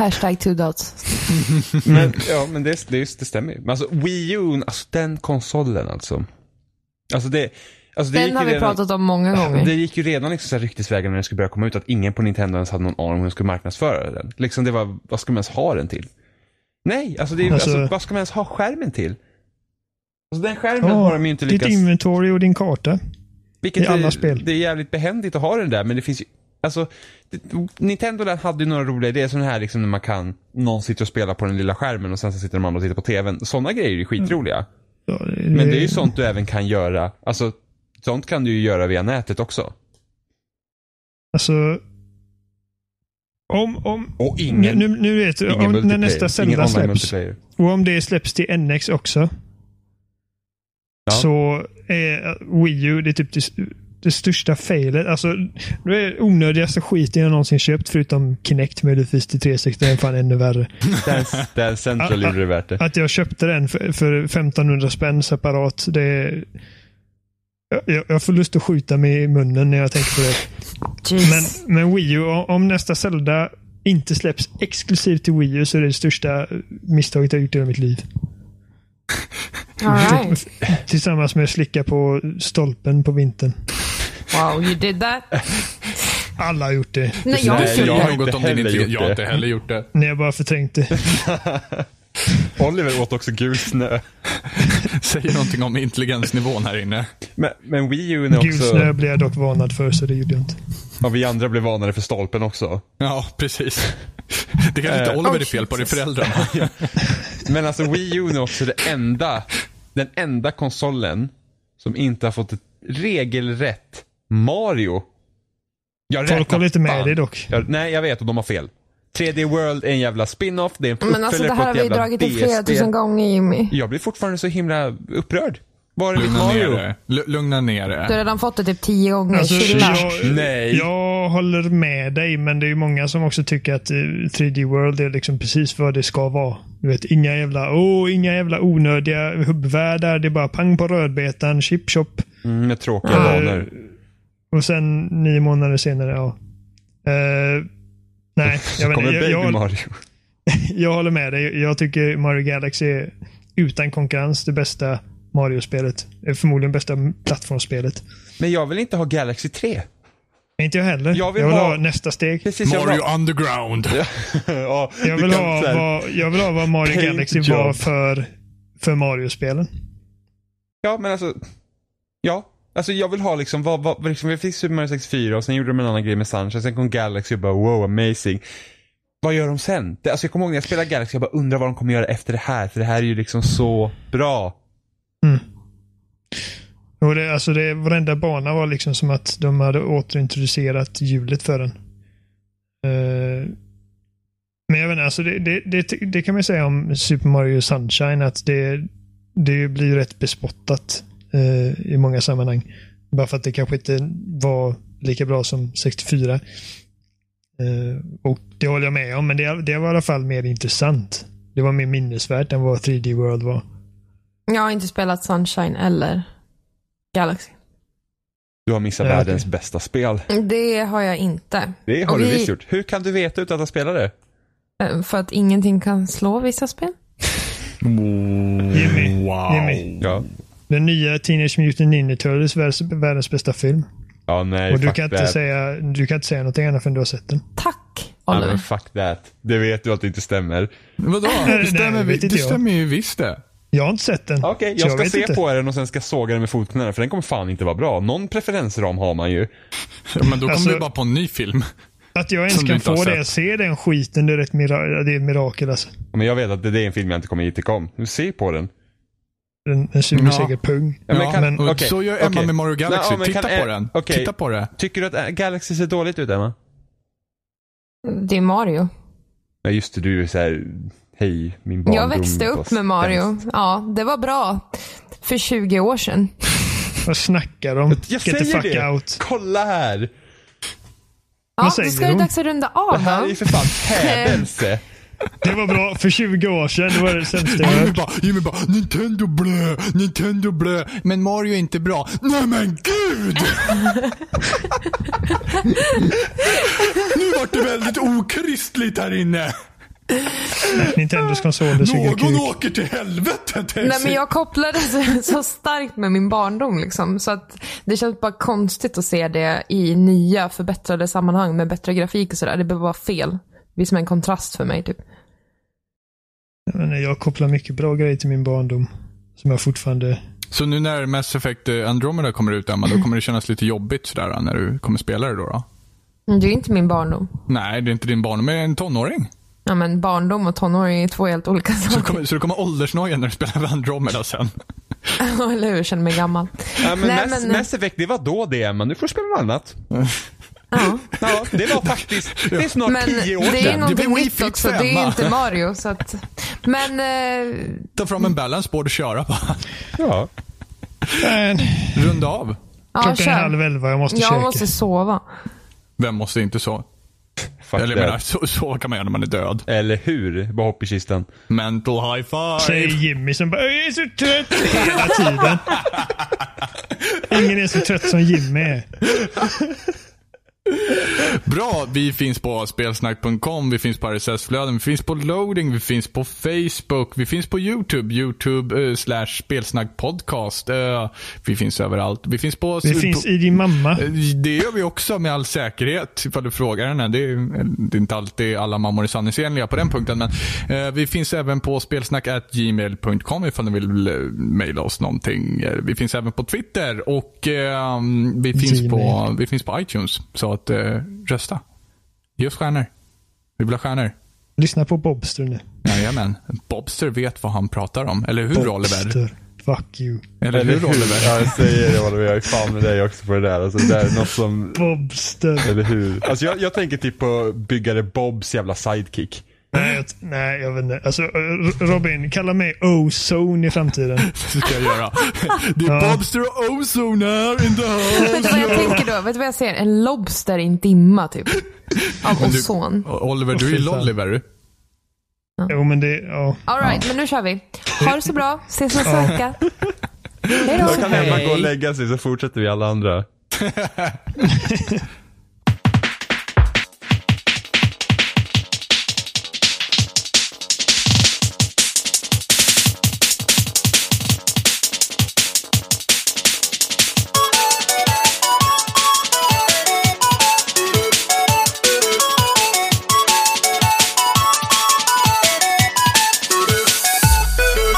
Speaker 2: Hashtag two dots.
Speaker 4: Men,
Speaker 1: Mm.
Speaker 4: ja, men det, det, det stämmer ju. Men alltså Wii U, alltså den konsolen alltså. Alltså det, alltså det gick
Speaker 2: Den
Speaker 4: ju
Speaker 2: har vi
Speaker 4: redan,
Speaker 2: pratat om många gånger.
Speaker 4: Det gick ju redan liksom så här ryktesvägen när den skulle börja komma ut att ingen på Nintendo ens hade någon aning om hur de skulle marknadsföra den. Liksom det var, vad ska man ens ha den till? Nej, alltså, det, är-
Speaker 1: Alltså-
Speaker 4: alltså vad ska man ens ha skärmen till? Alltså den skärmen
Speaker 1: Ja,
Speaker 4: har de ju inte
Speaker 1: Ditt
Speaker 4: lyckats...
Speaker 1: inventory och din karta.
Speaker 4: Vilket
Speaker 1: I alla
Speaker 4: är,
Speaker 1: spel.
Speaker 4: Det är jävligt behändigt att ha den där, men det finns ju... Alltså, det, Nintendo där hade ju några roliga idéer. Sådana här liksom när man kan, någon sitter och spelar på den lilla skärmen och sen så sitter de andra och tittar på TVn. Sådana grejer är ju skitroliga.
Speaker 1: Mm. Ja,
Speaker 4: Men det är ju
Speaker 1: Mm.
Speaker 4: sånt du även kan göra, alltså sånt kan du ju göra via nätet också.
Speaker 1: Alltså, om, om,
Speaker 4: Och ingen,
Speaker 1: nu, nu, nu vet du,
Speaker 4: ingen
Speaker 1: om, när
Speaker 4: multiplayer,
Speaker 1: nästa
Speaker 4: ingen
Speaker 1: Zelda
Speaker 4: online
Speaker 1: släpps
Speaker 4: multiplayer.
Speaker 1: och om det släpps till NX också.
Speaker 4: Ja.
Speaker 1: Så är Wii U det, är typ det, det största failet. Alltså, det är det onödigaste skiten jag någonsin köpt förutom Kinect möjligtvis till 360. Det är fan ännu värre.
Speaker 4: Dance, Dance Central gjorde det värt det.
Speaker 1: Att jag köpte den för, för 1500 spänn separat. Det är, jag- jag, jag får lust att skjuta mig i munnen när jag tänker på det.
Speaker 2: Jeez.
Speaker 1: Men, men Wii U, o- om nästa Zelda inte släpps exklusivt till Wii U så är det det största misstaget jag gjort i hela mitt liv.
Speaker 2: All
Speaker 1: Mm.
Speaker 2: right.
Speaker 1: Tillsammans med att slicka på stolpen på vintern.
Speaker 2: Wow, you did that.
Speaker 1: Alla har gjort det.
Speaker 2: Nej, jag har
Speaker 4: Nej,
Speaker 2: inte gjort
Speaker 4: jag
Speaker 3: Jag
Speaker 4: har
Speaker 3: har
Speaker 2: det.
Speaker 4: inte
Speaker 3: något om din
Speaker 4: heller gjort
Speaker 3: intelligens. Jag har
Speaker 4: det.
Speaker 3: inte heller gjort det.
Speaker 1: När jag bara förträngt det.
Speaker 4: Oliver åt också gul snö.
Speaker 3: Säger någonting om intelligensnivån här inne.
Speaker 4: Men, men Wii U är
Speaker 1: Gul snö
Speaker 4: också,
Speaker 1: blev jag dock varnad för så det gjorde jag inte.
Speaker 4: ja, vi andra blev vanare för stolpen också.
Speaker 3: Ja, precis. Det kanske inte
Speaker 4: Eh,
Speaker 3: Oliver
Speaker 2: oh,
Speaker 3: är fel på, det är
Speaker 2: Jesus.
Speaker 3: föräldrarna.
Speaker 4: Men alltså Wii U är också det enda, den enda konsolen som inte har fått ett regelrätt Mario. Jag
Speaker 1: Folk
Speaker 4: räknar
Speaker 1: håller inte med
Speaker 4: fan.
Speaker 1: dig dock.
Speaker 4: Jag, nej, jag vet och de har fel. 3D World är en jävla spin-off, det är en
Speaker 2: Men alltså det här har
Speaker 4: uppföljare på ett
Speaker 2: vi
Speaker 4: jävla
Speaker 2: dragit upp flera
Speaker 4: DSD.
Speaker 2: tusen gånger Jimmy.
Speaker 4: Jag blir fortfarande så himla upprörd. Var är mitt
Speaker 3: Lugna ner
Speaker 4: Mario?
Speaker 3: dig. Lu- Lugna ner
Speaker 2: Du har
Speaker 3: dig.
Speaker 2: redan fått det typ tio gånger.
Speaker 1: Alltså,
Speaker 2: Chilla.
Speaker 1: jag,
Speaker 4: Nej.
Speaker 1: jag håller med dig men det är ju många som också tycker att eh, 3D World är liksom precis vad det ska vara. Du vet, inga jävla, åh, inga jävla onödiga hubbvärldar. Det är bara pang på rödbetan, chip chop.
Speaker 4: Mm, med tråkiga
Speaker 1: Ja.
Speaker 4: banor.
Speaker 1: Och sen nio månader senare, ja. Eh, nej, jag,
Speaker 4: Så
Speaker 1: vet,
Speaker 4: kommer
Speaker 1: inte.
Speaker 4: Baby
Speaker 1: jag, jag,
Speaker 4: Mario.
Speaker 1: jag håller med dig. Jag tycker Mario Galaxy är utan konkurrens det bästa Mario-spelet. Det är Förmodligen bästa plattformsspelet.
Speaker 4: Men jag vill inte ha Galaxy 3.
Speaker 1: Men Inte jag heller.
Speaker 4: Jag vill
Speaker 1: ha,
Speaker 4: ha-
Speaker 1: nästa steg.
Speaker 4: Precis, jag vill
Speaker 3: Mario
Speaker 4: ha...
Speaker 3: Underground.
Speaker 4: ja,
Speaker 1: Jag
Speaker 4: du
Speaker 1: vill,
Speaker 4: kan
Speaker 1: ha
Speaker 4: så här-
Speaker 1: vad, jag vill ha vad Mario
Speaker 4: Paint
Speaker 1: Galaxy
Speaker 4: job.
Speaker 1: var för, för Mario-spelen.
Speaker 4: Ja, men alltså. Ja. Alltså jag vill ha liksom, vad, vad, liksom, vi fick Super Mario 64 och sen gjorde de en annan grej med Sunshine, sen kom Galaxy och bara wow amazing. Vad gör de sen? Det, alltså jag kommer ihåg när jag spelade Galaxy, jag bara undrar vad de kommer göra efter det här, för det här är ju liksom så bra.
Speaker 1: Och det, alltså det, varenda bana var liksom som att de hade återintroducerat hjulet för den. Eh, men jag vet inte, alltså det, det, det, det kan man ju säga om Super Mario Sunshine att det, det blir ju rätt bespottat eh, i många sammanhang. Bara för att det kanske inte var lika bra som 64. Eh, och Det håller jag med om, men det, det var i alla fall mer intressant. Det var mer minnesvärt än vad 3D World var.
Speaker 2: Jag har inte spelat Sunshine eller Galaxy.
Speaker 4: Du har missat
Speaker 1: Ja,
Speaker 4: världens bästa spel.
Speaker 2: Det har jag inte.
Speaker 4: Det har
Speaker 2: Och
Speaker 4: du
Speaker 2: vi-
Speaker 4: visst gjort. Hur kan du veta utan att ha spelat det?
Speaker 2: Eh, För att ingenting kan slå vissa spel.
Speaker 1: Jimmy,
Speaker 3: Wow.
Speaker 1: Jimmy.
Speaker 4: Ja.
Speaker 1: Den nya Teenage Mutant Ninja Turtles, världens, världens bästa film.
Speaker 4: Ja, nej,
Speaker 1: och du
Speaker 4: fuck
Speaker 1: kan, inte
Speaker 4: that.
Speaker 1: säga, du kan inte säga någonting annat förrän du har sett den.
Speaker 2: Tack,
Speaker 4: Ja, men
Speaker 2: Oliver.
Speaker 4: fuck that. Det vet du att det inte stämmer.
Speaker 3: Vadå?
Speaker 1: det
Speaker 3: Det stämmer,
Speaker 1: vet
Speaker 3: vi-
Speaker 1: inte
Speaker 3: det
Speaker 1: jag.
Speaker 3: stämmer ju visst det.
Speaker 1: Jag har inte sett den.
Speaker 4: Okej,
Speaker 1: så
Speaker 4: jag ska
Speaker 1: vet
Speaker 4: se
Speaker 1: inte.
Speaker 4: på den och sen ska jag såga den med fotknölarna för den kommer fan inte vara bra. Någon preferensram har man ju.
Speaker 3: Ja, Men då kommer
Speaker 1: Alltså-
Speaker 3: vi bara på en ny film.
Speaker 1: Att jag ens
Speaker 3: Som du
Speaker 1: kan
Speaker 3: inte har
Speaker 1: få det,
Speaker 3: sett.
Speaker 1: se den skiten, det är, ett mira- det är ett mirakel alltså.
Speaker 4: Men jag vet att det det är en film jag inte kommer att tycka om. Se på den.
Speaker 1: En, en 20
Speaker 3: Ja.
Speaker 1: seger pung.
Speaker 4: Ja, men kan-
Speaker 1: men-
Speaker 3: och
Speaker 4: okej,
Speaker 3: så gör Emma
Speaker 4: okej.
Speaker 3: med Mario Galaxy.
Speaker 4: Ja, men
Speaker 3: Titta
Speaker 4: kan Em-
Speaker 3: på den.
Speaker 4: okej.
Speaker 3: Titta på det.
Speaker 4: Tycker du att äh, Galaxy ser dåligt ut Emma?
Speaker 2: Det är Mario.
Speaker 4: Ja just det, du är såhär, hej min barndom.
Speaker 2: jag växte upp
Speaker 4: fast
Speaker 2: med Mario.
Speaker 4: hemskt.
Speaker 2: Ja, det var bra. För 20 år sedan.
Speaker 1: Vad snackar de?
Speaker 4: Jag
Speaker 1: Get the
Speaker 4: säger
Speaker 1: fuck
Speaker 4: det!
Speaker 1: out.
Speaker 4: Kolla här!
Speaker 2: Ja, då
Speaker 1: säger
Speaker 2: ska det
Speaker 1: hon?
Speaker 2: dags att runda av
Speaker 4: Det här är
Speaker 2: va?
Speaker 4: ju för fan hädelse.
Speaker 1: Det var bra. För 20 år sedan, det var det sämsta jag
Speaker 3: Jimmy
Speaker 1: hört.
Speaker 3: bara, Jimmy bara, Nintendo blö, Nintendo blö. Men Mario är inte bra. Nej men gud! nu vart det väldigt okristligt här inne.
Speaker 1: Nintendos konsoler suger
Speaker 3: Någon
Speaker 1: kuk.
Speaker 3: åker till helvetet
Speaker 2: Nej, men
Speaker 3: Elsie.
Speaker 2: jag kopplade så, så starkt med min barndom. Liksom, så att Det känns bara konstigt att se det i nya förbättrade sammanhang med bättre grafik och sådär. Det behöver vara fel. Det blir som en kontrast för mig. Typ.
Speaker 1: Men Jag kopplar mycket bra grejer till min barndom. Som jag fortfarande...
Speaker 3: Så nu när Mass Effect eh, Andromeda kommer ut Emma, då kommer det kännas lite jobbigt sådär eh, när du kommer spela det då? då?
Speaker 2: Men Det är ju inte min barndom.
Speaker 3: Nej, det är inte din barn, men en tonåring.
Speaker 2: Ja, men barndom och tonåring är två helt olika
Speaker 3: Så
Speaker 2: saker.
Speaker 3: du kommer, så du kommer åldersnoja när du spelar Andromeda sen.
Speaker 2: Ja, Eller hur? Jag känner mig gammal.
Speaker 4: Ja, men
Speaker 2: Nej,
Speaker 4: Mass,
Speaker 2: men-
Speaker 4: Mass Effect, det var då det Emma. Nu får du spela något annat.
Speaker 2: Ja.
Speaker 4: Ja, det var faktiskt, det är snart
Speaker 2: Men
Speaker 4: tio år
Speaker 2: det är ju
Speaker 4: sedan.
Speaker 3: någon-
Speaker 2: någonting
Speaker 3: Wii
Speaker 2: nytt
Speaker 3: Fit
Speaker 2: också. Det är ju
Speaker 3: femma.
Speaker 2: inte Mario. Så att... Men eh,
Speaker 3: Ta fram en balance board och köra bara.
Speaker 4: Ja.
Speaker 1: Men,
Speaker 3: Runda av.
Speaker 2: ja,
Speaker 1: klockan är
Speaker 2: kör.
Speaker 1: halv elva, jag måste käka.
Speaker 2: Jag måste sova.
Speaker 3: Vem måste inte så?
Speaker 4: Fuck
Speaker 3: Eller jag menar, så, så kan man göra när man är död.
Speaker 4: that. Eller hur? Bara hopp i kistan.
Speaker 3: Mental high five.
Speaker 1: Säger Jimmy som bara jag är så trött hela tiden. Ingen är så trött som Jimmy är.
Speaker 3: Bra, vi finns på spelsnack.com, vi finns på RSS-flöden, vi finns på loading, vi finns på Facebook, vi finns på YouTube, YouTube eh, slash spelsnackpodcast. Eh, vi finns överallt. Vi finns på...
Speaker 1: Vi finns i din mamma.
Speaker 3: Eh, Det gör vi också med all säkerhet, ifall du frågar henne. Det är, det är inte alltid alla mammor är sanningsenliga på den punkten. Men eh, Vi finns även på spelsnack.gmail.com ifall ni vill eh, mejla oss någonting. Eh, Vi finns även på Twitter och eh, vi, finns på,
Speaker 1: Gmail.
Speaker 3: vi finns på iTunes. Så att eh, rösta. Ge oss stjärnor. Vi vill ha stjärnor.
Speaker 1: Lyssna på Bobster nu.
Speaker 3: Jajamän. Bobster vet vad han pratar om. Eller hur Oliver?
Speaker 1: Bobster. Fuck you.
Speaker 3: Eller hur Oliver?
Speaker 4: Ja, jag säger det Oliver. Jag är fan med dig också på det där. Alltså, det där är något som...
Speaker 1: Bobster.
Speaker 4: Eller hur? Alltså jag, jag tänker typ på byggare Bobs jävla sidekick.
Speaker 1: Nej, jag, nej, jag vet inte. Alltså, R- Robin, kalla mig Ozone i framtiden.
Speaker 3: Det ska jag göra. Det är Bobster och Ozone här in the house.
Speaker 2: Vet du vad jag tänker då? Vet du vad jag ser? En lobster i en dimma typ. Av
Speaker 3: Men du-
Speaker 2: ozon.
Speaker 3: Oliver, du är
Speaker 1: fy fan.
Speaker 3: Lolliver.
Speaker 1: Jo, men det... Ja.
Speaker 2: Alright, men nu kör vi. Ha det så bra. Ses nästa vecka. Hej då.
Speaker 4: Då kan Emma gå och lägga sig så fortsätter vi alla andra.
Speaker 5: Thank you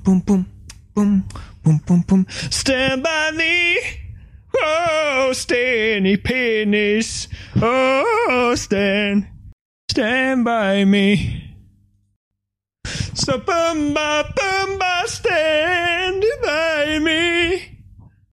Speaker 1: Boom, boom, boom, boom. Stand by me. Oh, Stanny Penis. Oh, Stan. Stand by me. So, Bumba, Bumba, stand by me.